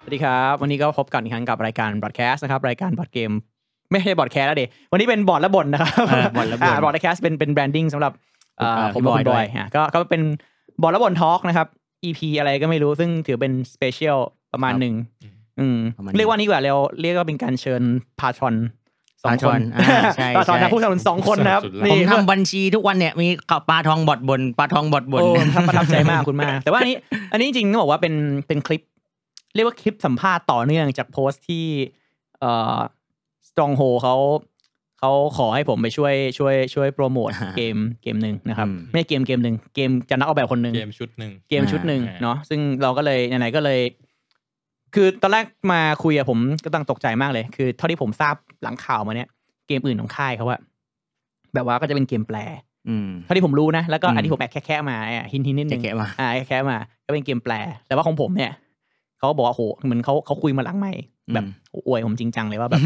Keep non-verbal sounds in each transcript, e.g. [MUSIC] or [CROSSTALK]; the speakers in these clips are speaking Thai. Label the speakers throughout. Speaker 1: สวัสดีครับ วันนี้ก็พบกันอีกครั้งกับรายการบอดแคสต์นะครับ รายการบอดเกม ไม่ใช่บอดแคสต์แล้วเดวันนี้เป็นบอดและบนนะครับ
Speaker 2: อ่าบอดและบ่น
Speaker 1: บอดแคสต์เป็นเป็นแบรนดิ้งสำหรับเอ่อ
Speaker 2: อ่า
Speaker 1: ผมกับคุณอย
Speaker 2: พี่บบ อ
Speaker 1: ย
Speaker 2: ด้วย
Speaker 1: อ่ะก็ก็เป็นบอดและบนทอล์กนะครับ EP อะไรก็ไม่รู้ซึ่งถือเป็นสเปเชียลประมาณหนึ่งอืม
Speaker 2: ประมาณ
Speaker 1: เรียกว่านี้ดีกว่าเราเรียกว่าเป็นการเชิญพาชอนสอง
Speaker 2: พาช
Speaker 1: ค
Speaker 2: อน
Speaker 1: น
Speaker 2: อ่าใช่
Speaker 1: พาชอน
Speaker 2: ใช่
Speaker 1: นะผู้สนับสนุนสองคนนะครับ
Speaker 2: ผ
Speaker 1: นี่
Speaker 2: ม
Speaker 1: เพื่อ
Speaker 2: ทำบัญชีทุกวันเนี่ยมีปลาทองบอดบนปลาทองบอดบน [LAUGHS]
Speaker 1: โอ้ครับประทับใจมากคุณมาก แต่ว่าอันนี้ อันนี้จริงๆต้องบอกว่าเป็นเป็นคลิป เรียกว่าคลิปสัมภาษณ์ต่อเนื่องจากโพสต์ที่เอ่อสตองโฮเขาเขาขอให้ผมไปช่วยช่วยช่วยโปรโมท
Speaker 2: อ่าฮะ
Speaker 1: เกมเกมหนึ่งนะครับ
Speaker 2: อืม
Speaker 1: ไม่ใช่เกมเกมหนึ่งเกมจะนักออกแบบคนหนึ่ง
Speaker 3: เกมชุดหนึ่ง
Speaker 1: เกมชุดหนึ่ง
Speaker 3: อ่า
Speaker 1: เนาะซึ่งเราก็เลยไหนๆก็เลย คือตอนแรกมาคุยอะผมก็ตั้งตกใจมากเลย คือเท่าที่ผมทราบหลังข่าวมาเนี่ยเกมอื่นของค่ายเขาอะแบบว่าก็จะเป็นเกมแปล เท่าที่ผมรู้นะ แล้วก็
Speaker 2: อืม
Speaker 1: อันที่ผมแอบแค่ๆมาอ่ะหินหินนิดนึ
Speaker 2: จะ
Speaker 1: ง
Speaker 2: แกะมา
Speaker 1: อ่าแค่ๆมา ก็เป็นเกมแปล แต่ว่าของผมเนี่ยเขาบอกว่าโหเหมือนเขาเขาคุยมาหลังใหม่ แบบ
Speaker 2: อืม
Speaker 1: โอ้อวยผมจริงจังเลย
Speaker 2: [LAUGHS]
Speaker 1: ว่าแบบ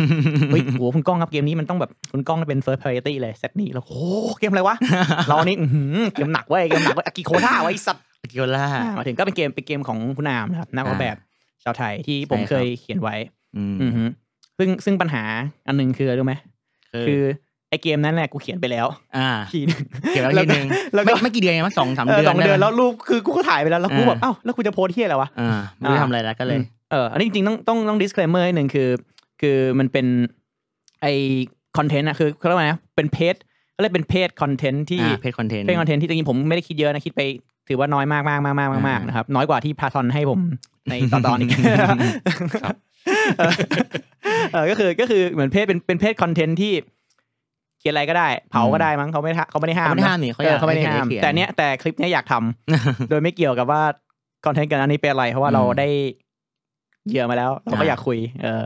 Speaker 1: เฮ้ยโหคุณก้องครับเกมนี้มันต้องแบบคุณก้องเป็น first priority เลยเซตนี้แล้วโหเกม
Speaker 2: [LAUGHS]
Speaker 1: อะไรวะ เรานี่อื้อหือเกมหนักเว้ยเกมหนักเว้ยอากิโคท่าไว้สัตว์
Speaker 2: กิโอล่า
Speaker 1: อ่ามาถึงก็เป็นเกมเป็นเกมของคุณนามนะครับนักออกแบบชาวไทยที่ผม
Speaker 2: ใช่ครับ
Speaker 1: เคยเขียนไว้
Speaker 2: อืม
Speaker 1: อือหือซึ่งซึ่งปัญหาอันหนึงคืออะไรรู้ไหม
Speaker 2: คื
Speaker 1: คือ อไอเกมนั้นแหละกูเขียนไปแล้ว [LAUGHS]
Speaker 2: อ่า
Speaker 1: ทีนึง
Speaker 2: เกี่ยวกับทีหนึ่ง
Speaker 1: แล้วก็
Speaker 2: ไม่ไม่กี่เดือนเองมั้งสองสามเดือน
Speaker 1: สองเดือน
Speaker 2: ได้
Speaker 1: แล้ว
Speaker 2: มั้
Speaker 1: ย รูปคือกูก็ถ่ายไปแล้วแล้วกู
Speaker 2: อ่า
Speaker 1: แบบเอ้าแล้วกูจะโพสต์ที่อะไรวะ
Speaker 2: อ่าไม่รู้
Speaker 1: อ่า
Speaker 2: ทำอะไรแล้วก็เลย
Speaker 1: เอออันนี้จริงๆต้องต้องต้อง disclaimer นิดหนึ่งคือ คือมันเป็นไอคอนเทนต์อะคือเขาเรียกว่าไงนะเป็นเพจเขาเรียกเป็นเพจคอนเทนต์ที่
Speaker 2: อ่าเพจคอนเทนต์
Speaker 1: เป็นคอนเทนต์ที่จริงๆผมไม่ได้คิดเยอะนะคิดไปถือว่าน้อยมากมากมากมากมากมาก
Speaker 2: อ่าน
Speaker 1: นะครับน้อยกว่าที่พาทอนให้ผมในตอนตอนอีกเออเออก็คือก็คือเหมือนเพจเป็นเป็นเพจคอนเทนต์ที่เขียนอะไรก็ได้ เผาก็ได้มั้งเขาไม่ได้เขาไม่ได้ห้าม
Speaker 2: เขาไม่
Speaker 1: นะ
Speaker 2: ได้ห้ามนี่เขา
Speaker 1: เอ
Speaker 2: อยา
Speaker 1: อก เขาไม่ได้ห้าม
Speaker 2: ให้ขี
Speaker 1: แต่เนี้ยแต่คลิปเนี้ยอยากทำ โดยไม่เกี่ยวกับว่าคอนเทนต์กันอันนี้เป็นอะไร เพราะว่าเราได้เหยื่อมาแล้ว เราก็อยากคุย เออ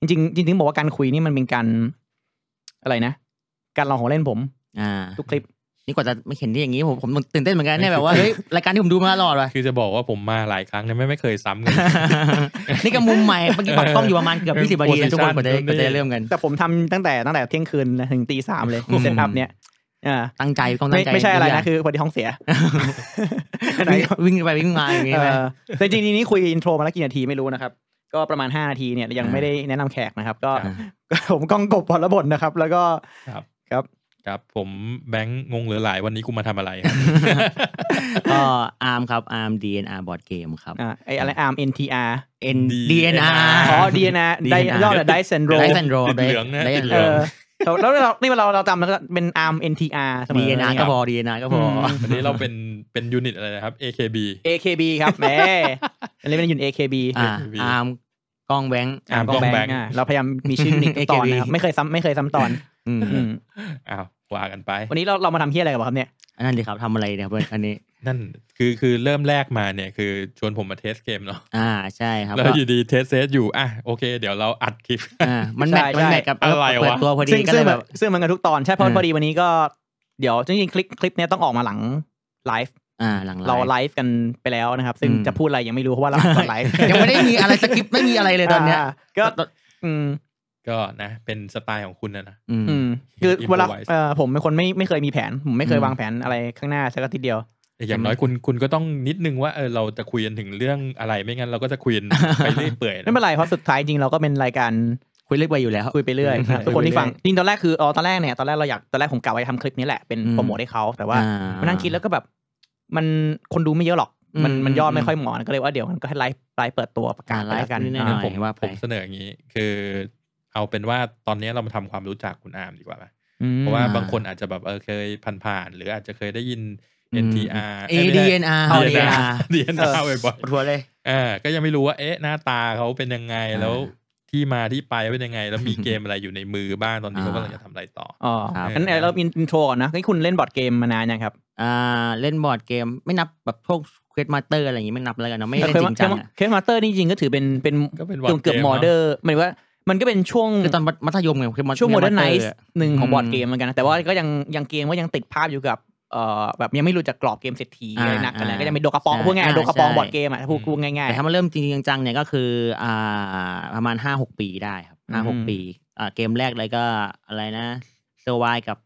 Speaker 1: จริงๆจริงๆบอกว่าการคุยนี่มันเป็นการอะไรนะ การลองของเล่นผม
Speaker 2: อ่า
Speaker 1: ทุกคลิป
Speaker 2: นี่กว่าจะไม่เห็นได้อย่างนี้ผมผมตื่นเต้นเหมือนกันเนี่ยแบบว่าเฮ้ยรายการที่ผมดูมาตลอด
Speaker 1: [LAUGHS]
Speaker 2: ว่ะ
Speaker 3: คือจะบอกว่าผมมาหลายครั้งแต่ไม่ไม่เคยซ้ำ
Speaker 2: [LAUGHS]
Speaker 3: กัน
Speaker 2: นี่ก็มุมใหม่เมื่อกี้ปักกล้องอยู่ประมาณเกือบ
Speaker 3: เออ
Speaker 2: ยี่สิบ20นาทีนะ
Speaker 3: position
Speaker 2: ทุกคนกว่าจะก
Speaker 3: นู่นนี่
Speaker 2: ว่าจะเริ่มกัน
Speaker 1: แต่ผมทำตั้งแต่ตั้งแต่เที่ยงคืนถึงตีสามเลย
Speaker 2: อืม
Speaker 1: เซตอัพเนี้ยอ่า
Speaker 2: ตั้งใจต้องตั้
Speaker 1: ไม่
Speaker 2: งใจ
Speaker 1: ไม่ใช่อะไรนะ
Speaker 2: ทุก
Speaker 1: คือพอดีท้องเสีย
Speaker 2: ย่างวิ่งวิ่งไปวิ่งมาอย่างงี้
Speaker 1: เอ
Speaker 2: ไหม
Speaker 1: อแต่จริงๆนี้คุยอินโทรมาแล้วกี่นาทีไม่รู้นะครับ ก็ประมาณห้านาทีเนี่ยยังไม่ได้แนะนำแขกนะครับ ก็
Speaker 3: ครับ
Speaker 1: ผมก้องกบพลบดนะครับ แล้วก็
Speaker 3: ครับ ผมแบงค์งงเหลือหลายวันนี้กูมาทำอะไรครับ [LAUGHS]
Speaker 2: ก็อาร์มครับอาร์ม DNR บอร์ดเกมครับ
Speaker 1: อ่าไออะไรอาร์ม NTR
Speaker 2: N DNR
Speaker 1: อ๋อ DNA ได้
Speaker 2: DNR
Speaker 1: ย่อจาก Dice and Roll
Speaker 2: ไดซันโร
Speaker 3: ติดเหลืองนะ
Speaker 2: ได
Speaker 3: ติ
Speaker 2: ซั
Speaker 3: ด
Speaker 2: น
Speaker 3: เห
Speaker 2: โร
Speaker 3: ลือง
Speaker 1: แล้วแล้วเรานี่เราเราจำแล้วก็เป็น ARM NTR เสมอ
Speaker 2: DNR ก็พอ DNR ก็พออ
Speaker 1: ม
Speaker 3: วันนี้เราเป็นเป็นยูนิตอะไรนะครับ AKB
Speaker 1: AKB ครับแหมอันนี้เป็นยูน AKB
Speaker 2: อ่าอาร์มกล้องแบงค์
Speaker 3: อ่า ร์ม
Speaker 1: กล้องแบ
Speaker 3: กล้
Speaker 1: ง
Speaker 3: องแบงค์
Speaker 1: ค์อ่ะเราพยายามมีชื่อนิกตอนนะครับ
Speaker 2: AKB
Speaker 1: ไม่เคยซ้ำไม่เคยซ้ำตอน
Speaker 2: อืม
Speaker 1: อืม
Speaker 3: อ้าวว่ากันไป
Speaker 1: วันนี้เราเรามาทำเฮียอะไรกันวะครับเนี่ย
Speaker 2: อันนั้นดีครับทำอะไรเนี่ยเพื่อนอันนี้
Speaker 3: นั่นคือคือเริ่มแรกมาเนี่ย คือชวนผมมาเทสเกมเนาะ
Speaker 2: อ่าใช่ครับ
Speaker 3: แล้วอยู่ดีเทสเซตอยู่อ่ะโอเค เดี๋ยวเราอัดคลิป [LAUGHS]
Speaker 2: อ่ามันแมท
Speaker 1: ใช่
Speaker 2: มัน
Speaker 1: ใช่
Speaker 2: แมทกับเ
Speaker 3: อะไรวะ
Speaker 2: เปิดตัวพอดี
Speaker 1: ซึ่ง
Speaker 2: ก็เล
Speaker 1: ซึ่ง
Speaker 2: ย
Speaker 1: แบ
Speaker 2: แบบ บ
Speaker 1: ซึ่งมันกันทุกตอนใช่เพราะ
Speaker 2: อืม
Speaker 1: พอดีวันนี้ก็เดี๋ยวจริงๆคลิปคลิปเนี้ยต้องออกมาหลังไลฟ์
Speaker 2: อ่าหลังๆ
Speaker 1: เราไลฟ์กันไปแล้วนะครับ ซึ่ง
Speaker 2: อืม
Speaker 1: จะพูดอะไรยังไม่รู้เพราะว่าเราอัดไลฟ์
Speaker 2: ยังไม่ได้มีอะไรสคริปต์ไม่มีอะไรเลยตอนเนี้ย
Speaker 1: าก็อืม
Speaker 3: ก็นะ เป็นสไตล์ของคุณนะนะ
Speaker 2: อืม
Speaker 1: อืมคือเวลา
Speaker 3: Improvise
Speaker 1: เอ่อผมเป็นคนไม่ไม่เคยมีแผน ผมไม่เคย
Speaker 2: อืม
Speaker 1: วางแผนอะไรข้างหน้าสักทีเดียว
Speaker 3: แต่อย่างน้อยคุณคุณก็ต้องนิดนึงว่าเออเราจะคุยกันถึงเรื่องอะไรไม่งั้นเราก็จะคุยกันไปเรื่อยเปื่อยนะ
Speaker 1: ไม่เป็นไรเพราะสุดท้ายจริงเราก็เป็นรายการ
Speaker 2: คุยเล็กไปอยู่แล้ว
Speaker 1: คุยไปเรื่อย
Speaker 3: อืม
Speaker 1: ทุกคนที่
Speaker 3: คุยไปเรื่อย
Speaker 1: ฟังจริงตอนแรกคืออ๋อตอนแรกเนี่ยตอนแรกเราอยากตอนแรกผมกะว่าจะทำคลิปนี้แหละเป็น
Speaker 2: อืม
Speaker 1: โปรโมทให้เขาแต่ว่า
Speaker 2: อ่
Speaker 1: มานั่งคิดแล้วก็แบบ มันคนดูไม่เยอะหรอก มัน
Speaker 2: อืม
Speaker 1: มันยอด
Speaker 2: อื
Speaker 1: ไม่
Speaker 2: ม
Speaker 1: ค่อยเหมาะก็เลยว่าเดี๋ยวมันก็ให้ไลฟ์ไลฟ์เปิดตัวประกาศ
Speaker 2: อ่า
Speaker 1: ไปแล้วกัน
Speaker 2: ไลฟ์นิดหน่อย
Speaker 1: อ่า
Speaker 3: ผม
Speaker 2: ว่าไป
Speaker 3: ผมเสนออย่างนี้ คือเอาเป็นว่าตอนนี้เรามาทำความรู้จักคุณอาร์มดีกว่าไหมเพราะว่าบางคนอาจจะแบบเออเคยผ่านๆหรืออาจจะเคยได้ยิน
Speaker 2: อืม
Speaker 3: NTR
Speaker 2: เอ DNR
Speaker 3: เอ้ยไม่ใช่
Speaker 2: DNR
Speaker 3: DNR บ่อย
Speaker 2: ปวดหัวเลย
Speaker 3: ๆเออก็ยังไม่รู้ว่าเอ๊ะหน้าตาเขาเป็นยังไง
Speaker 2: อ่า
Speaker 3: แล้วที่มาที่ไปเป็นยังไง แล้วมีเกมอะไรอยู่ในมือบ้างตอนนี้
Speaker 2: อ่า
Speaker 3: เขากำลังจะทำอะไรต่อ
Speaker 1: อ๋อ
Speaker 2: ครับ
Speaker 1: งั้นเอ่อเราอินโทรก่อนนะนี่คุณเล่นบอร์ดเกมมานานยังครับ
Speaker 2: อ่าเล่นบอร์ดเกมไม่นับแบบพวกเควสมาเตอร์อะไรอย่างงี้ไม่นับแล้วกันเนาะไม่
Speaker 1: เค
Speaker 2: เล่น
Speaker 1: ย
Speaker 2: จ
Speaker 1: มา
Speaker 2: ริงจังอะ
Speaker 1: เคยมาสเตอร์นี่จริงก็ถือเป็นเป็น
Speaker 3: ก็เป็น board
Speaker 1: เกือบ
Speaker 3: game
Speaker 1: ม
Speaker 3: เน
Speaker 1: อ
Speaker 3: อะ
Speaker 1: เดอร์หมายว่า มันก็เป็นช่วง
Speaker 2: คือตอนมัธยมไงเควสมา
Speaker 1: ช่วงโมเดิร์นไนท์หนึ่งของ
Speaker 2: อืม
Speaker 1: บอร์ดเกมเหมือนกันนะแต่ว่าก็ยังยังเกมก็ยังติดภาพอยู่กับเอ่อแบบยังไม่รู้จักกรอบเกมเศรษฐี
Speaker 2: อ่า
Speaker 1: อะไรนักกันนะ
Speaker 2: อ่า
Speaker 1: ก็ยังมีโดกระปอง
Speaker 2: ใช่
Speaker 1: พวกง่าย
Speaker 2: อ่า
Speaker 1: โดกระปอง
Speaker 2: ใช่
Speaker 1: บอร์ดเกมอ่ะถ้าพูด
Speaker 3: อืม
Speaker 1: พูดง่าย
Speaker 2: แต่ถ้ามาเริ่มจริงๆจังๆเนี่ยก็คืออ่าประมาณห้าหกปีได้ครับห้าห
Speaker 1: อื
Speaker 2: ก
Speaker 1: ม
Speaker 2: ปีอ่าเกมแรกเลยก็อะไรนะเซอร์ไวกับ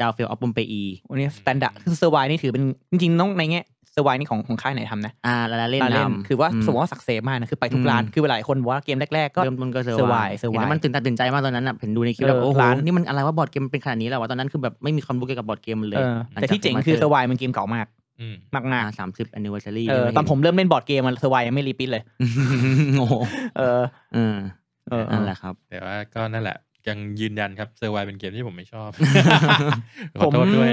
Speaker 2: ดาวเฟลออฟบอมเปอี
Speaker 1: ๆวันนี้สแตนดาร์ดคือเซอร์ไวนี่ถือเป็นจริงๆต้องในแง่เซ อร์ไวนี่ของของค่ายไหนทำนะ
Speaker 2: อ่าลาลาเล่น
Speaker 1: เล่น
Speaker 2: นำ
Speaker 1: คือว่า
Speaker 2: อืม
Speaker 1: สมมติว่าสักเซมากนะคือไปทุก
Speaker 2: อืม
Speaker 1: ร้านคือหลายคนบอกว่าเกมแรกๆก็
Speaker 2: เริ่มต้นก็เซอร์
Speaker 1: Survive
Speaker 2: วายเซอร์
Speaker 1: Survive
Speaker 2: วายมันตื่นตาตื่นใจมากตอนนั้นอ่ะเห็นดูในคลิปแล้ว
Speaker 1: เออ
Speaker 2: โอ้โห
Speaker 1: ร้าน
Speaker 2: นี่มันอะไรว่าบอร์ดเกมเป็นขนาดนี้แล้ววะตอนนั้นคือแบบไม่มีความรู้เกี่ยวกับบอร์ดเกมเลย
Speaker 1: เออแต่ที่เจ๋งคือเซอร์ไวมันเกมเก่ามาก
Speaker 3: อืม
Speaker 1: มากๆ
Speaker 2: สามสิบแอนนิวเซอรี่
Speaker 1: เออตอนผมเริ่มเล่นบอร์ดเกมมันเซอร์ไวยังไม่รีพิทเลย
Speaker 2: โอ้โห
Speaker 1: เออ
Speaker 2: เออ
Speaker 1: เออเอ
Speaker 2: นั่น
Speaker 1: อ
Speaker 2: แหละครับ
Speaker 3: แต่ว่าก็นั่นแหละ ยังยืนยันครับเซอร์ไวเป็นเกมที่ผมไม่ชอบ ข
Speaker 1: ผ
Speaker 3: อ
Speaker 1: ม
Speaker 3: โทษด้วย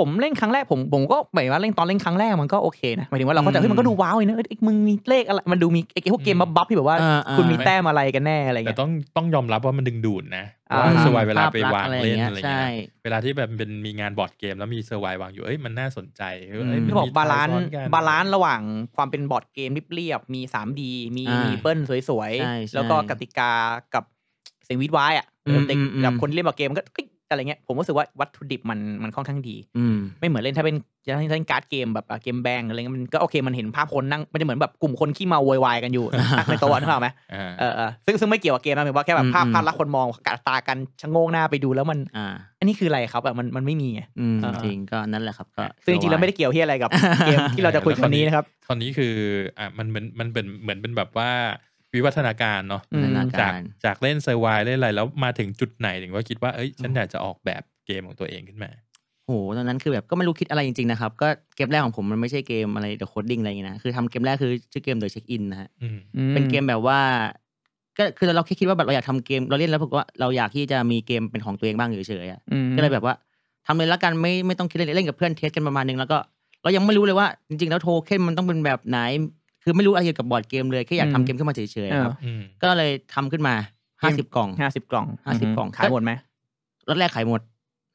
Speaker 1: ผมเล่นครั้งแรกผมผมก็หมายว่าเล่นตอนเล่นครั้งแรกมันก็โอเคนะหมายถึงว่าเราก็จะเฮ้ยมันก็ดูว้าวเลยนะเอ้ยมึงมีเลขอะไรมันดูมีไอ้พวกเกม
Speaker 3: อืม
Speaker 1: บับๆที่แบบว่า
Speaker 2: เออเออ
Speaker 1: คุณมีแต้มอะไรกันแน่อะไร
Speaker 3: แต่
Speaker 1: เงี้ย
Speaker 3: ต้องต้องยอมรับว่ามันดึงดูดนะ
Speaker 1: อ่า
Speaker 3: ว่าเซอร์ไวเวลา
Speaker 2: ภพ
Speaker 3: ไป
Speaker 2: กษณ์
Speaker 3: วางเล่นอะไร
Speaker 2: ใช่
Speaker 3: เงี้ยเวลาที่แบบเป็นมีงานบอร์ดเกมแล้วมีเซอร์ไววางอยู่เอ้ยมันน่าสนใจเอ้ย
Speaker 2: อืม
Speaker 3: มันมี
Speaker 1: จะบอกบาลาน
Speaker 3: ท
Speaker 1: ซ์
Speaker 3: ยซ้อกับ
Speaker 1: าลานซ์ระหว่างความเป็นบอร์ดเกมเรียบๆมี 3D มี
Speaker 2: อ่ามี
Speaker 1: มีเปิ้ลสวย
Speaker 2: ใช่ใช่
Speaker 1: ๆ แล้วก็กติกากับเสียงวิดวายอ่ะ
Speaker 2: อืม
Speaker 1: เด็ก
Speaker 2: อืมอืม
Speaker 1: กับคนเล่นบอร์ดเกมมันก็เอ้ยอะไรเงี้ยผมรู้สึกว่าวัตถุดิบมันมันค่อนข้างดี
Speaker 2: อืม
Speaker 1: ไม่เหมือนเล่นถ้าเป็นถ้าเล่นการ์ดเกมแบบอ่ะเกมแบงอะไรเงี้ยมันก็โอเคมันเห็นภาพคนนั่งมันจะเหมือนแบบกลุ่มคนขี้เมาโวยวายกันอยู่ [LAUGHS] นั่งในโต๊ะนึกออกไหม
Speaker 3: อ่า
Speaker 1: เออเออซึ่งซึ่งไม่เกี่ยวกับเกมนะหมายว่าแค่แบบภาพ
Speaker 2: อืม
Speaker 1: ภาพลักษณ์คนมองกัดตากันชะโงกหน้าไปดูแล้วมัน
Speaker 2: อ่า
Speaker 1: อันนี้คืออะไรครับแบบมันมันไม่มีไง
Speaker 2: อืม
Speaker 1: เออ
Speaker 2: จริงก็นั่นแหละครับก็
Speaker 1: ซึ่งจริงๆแล้วไม่ได้เกี่ยวที่อะไร
Speaker 2: [LAUGHS]
Speaker 1: กับเกมที่เราจะคุยกันวันนี้นะครับ
Speaker 3: ตอนนี้คืออ่ะมันเหมือนมันเป็นเหมือนเป็นแบบว่าวิวัฒนาการเนาะ
Speaker 1: อืม
Speaker 2: พัฒนา
Speaker 3: จา
Speaker 2: การ
Speaker 3: กจากเล่นเซอร์ไวเล่นอะไรแล้วมาถึงจุดไหนถึงว่าคิดว่าเอ้ยฉันอยากจะออกแบบเกมของตัวเองขึ้นมา
Speaker 2: โหตอนนั้นคือแบบก็ไม่รู้คิดอะไรจริงๆนะครับ ก็เกมแรกของผมมันไม่ใช่เกมอะไรเดอะโคดดิ้งอะไรอย่างงี้นะ คือทำเกมแรกคือชื่อเกมเดอะเช็คอินนะฮะ
Speaker 3: อืม
Speaker 1: อื
Speaker 2: เป็นเกมแบบว่า ก็คือเราแค่คิดว่าแบบเราอยากทำเกมเราเล่นแล้วผมว่าเราอยากที่จะมีเกมเป็นของตัวเองบ้างเฉยๆอะ
Speaker 1: อืม
Speaker 2: ก็เลยแบบว่าทำเลยละกันไม่ไม่ต้องคิดเลยเล่นกับเพื่อนเทสกันประมาณนึงแล้วก็เรายังไม่รู้เลยว่าจริงๆแล้วโทเค็นมันต้องเป็นแบบไหน คือไม่รู้อะไรเกี่ยวกับบอร์ดเกมเลยแค่อยากทำเกมขึ้นมาเฉยๆครับ
Speaker 3: อืม
Speaker 2: ก็เลยทำขึ้นมาห้าสิบกล่อง
Speaker 1: ห้าสิบกล่อง
Speaker 2: ห้าสิบกล่อง
Speaker 1: ขายหมดไหม
Speaker 2: รถแรกขายหมด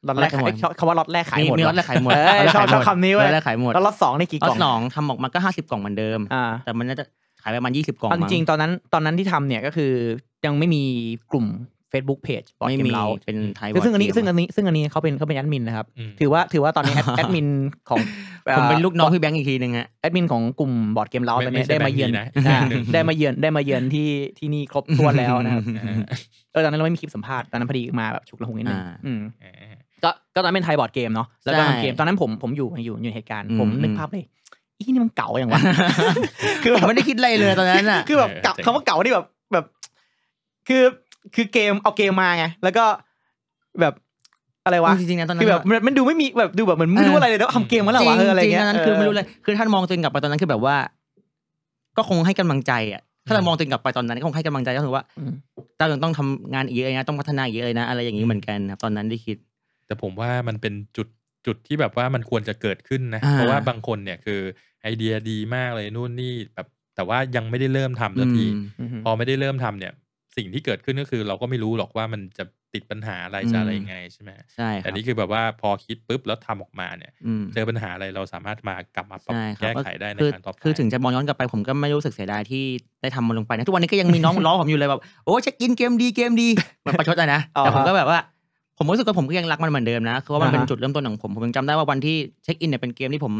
Speaker 1: ล็อตแรกขาย
Speaker 2: ขายหมด
Speaker 1: เอ้ยเขาเขาว่าล็อตแรกขายหมด
Speaker 2: มี
Speaker 1: เห
Speaker 2: ร
Speaker 1: ร
Speaker 2: ถ
Speaker 1: อ
Speaker 2: แรกขายหมด
Speaker 1: เออ
Speaker 2: รถแรก
Speaker 1: ชอบ
Speaker 2: ขาย
Speaker 1: ชอบ
Speaker 2: หมด
Speaker 1: คำนี้เว้ย
Speaker 2: รถแรกขายหมด
Speaker 1: แล้วล็อตสองนี่กี่
Speaker 2: ร
Speaker 1: ล่
Speaker 2: อก บ
Speaker 1: อง
Speaker 2: สองทำออกมาก็ห้าสิบกล่องเหมือนเดิม
Speaker 1: อ่า
Speaker 2: แต่มันน่าจะขายประมาณยี่สิบกล่อง
Speaker 1: เอาจริง
Speaker 2: มั้
Speaker 1: ๆตอนนั้นตอนนั้นที่ทำเนี่ยก็คือยังไม่มีกลุ่ม Facebook Page บอร์ด
Speaker 2: ไม่
Speaker 1: เก
Speaker 2: มี
Speaker 1: มเรา
Speaker 2: เป็นไทย
Speaker 1: ซึ่งอันนี้
Speaker 2: บร์ดเกม
Speaker 1: ซึ่งอันนี้ซึ่งอันนี้เขาเป็นเขาเป็นแอดมินนะครับ
Speaker 3: อืม
Speaker 1: ถือว่าถือว่าตอนนี้แอด แอดมินของอ่อ
Speaker 2: ผมเป็นลูกน้องพี่แบงค์อีกทีหนึ่งฮะ
Speaker 1: แอดมินของกลุ่มบอร์ดเกมเรา
Speaker 3: ไม่
Speaker 1: ตอน
Speaker 3: ไม่
Speaker 1: นี้
Speaker 3: ใช่
Speaker 1: ได้มาเยือน
Speaker 3: แบงค์นี้นะ
Speaker 1: อ่า
Speaker 3: อีกหนึ่ง
Speaker 1: ได้มาเยือนได้มาเยือนที่ที่นี่ครบถ้วนแล้ว
Speaker 2: [LAUGHS]
Speaker 1: นะครับ
Speaker 3: อ่า
Speaker 1: เออตอนนั้นเราไม่มีคลิปสัมภาษณ์ตอนนั้นพอดีมาแบบฉุกละหุกนิดนึง
Speaker 2: อ่า
Speaker 1: อืม
Speaker 3: อ่า
Speaker 1: ก็ก็ตอนนั้นเป็นไทยบอร์ดเกมเนาะแล้วก็
Speaker 2: ใช่
Speaker 1: ทำเกมตอนนั้นผมผมอยู่อยู่อยู่ในเหตุการณ์
Speaker 2: อืม
Speaker 1: ผมนึก
Speaker 2: อืม
Speaker 1: ภาพเลยอีนี่มันเก่าอย่างวะ
Speaker 2: คือผมไม่ได้คิดอะไรเลยตอนนั้นอ่ะ
Speaker 1: คือแบบเก่า
Speaker 3: เออ
Speaker 1: คำว่าเก่านี่แบบแบบ คือคือเกมเอาเกมมาไงแล้วก็แบบอะไรวะ
Speaker 2: จริงๆนะตอนนั้น
Speaker 1: คือแบบมันมันดูไม่มีแบบดูแบบเหมือนไม่รู้อะไรเลยแล้วทำเกมมาแล้ววะเอออะไร
Speaker 2: จริงๆ
Speaker 1: เงี้ย
Speaker 2: ตอนนั้นคือไม่รู้เลยคือท่านมองตัวเองกลับไปตอนนั้นคือแบบว่า ก็คงให้กำลังใจอ่ะถ้าเรามองตัวเองกลับไปตอนนั้นก็คงให้กำลังใจก็ถือว่า
Speaker 1: อืม
Speaker 2: เรายังต้องทำงานอีกเยอะนะต้องพัฒนาอีกเยอะเลยนะ อะไรอย่างนี้เหมือนกันครับตอนนั้นได้คิด
Speaker 3: แต่ผมว่ามันเป็นจุดจุดที่แบบว่ามันควรจะเกิดขึ้นนะ
Speaker 2: อ่า
Speaker 3: เพราะว่าบางคนเนี่ยคือไอเดียดีมากเลยนู่นนี่แบบแต่ว่ายังไม่ได้เริ่มทำสักที
Speaker 1: อืม
Speaker 3: พอไม่ได้เริ่มทำเนี่ยสิ่งที่เกิดขึ้นก็คือ เราก็ไม่รู้หรอกว่ามันจะติดปัญหาอะไร
Speaker 2: อืม
Speaker 3: จะอะไรยังไงใช่ไหม
Speaker 2: ใช่ค
Speaker 3: แต่
Speaker 2: รับ
Speaker 3: นี่คือแบบว่าพอคิดปุ๊บแล้วทำออกมาเนี่ย
Speaker 2: อืม
Speaker 3: เจอปัญหาอะไรเราสามารถมากลับมาปรับ
Speaker 2: ใช่ครับ
Speaker 3: แก้ไขได้ใน
Speaker 2: คือ
Speaker 3: ครั้งต่อไป
Speaker 2: คือถึงจะมองย้อนกลับไปผมก็ไม่รู้สึกเสียดายที่ได้ทำมันลงไปนะ ทุกวันนี้ก็ยังมีน้ [LAUGHS] อง ล้อผมอยู่เลยแบบโอ้เช็คอินเกมดีเกมดีมันประชดอะนะ แต่ผมก็แบบว่า ผมรู้สึกว่าผมก็ยังรักมันเหมือนเดิมนะคือว่ามันเป็นจุดเริ่มต้นของผมผมยังจำได้ว่าวันที่เช็คอินเนี่ยเป็นเกมที่ผม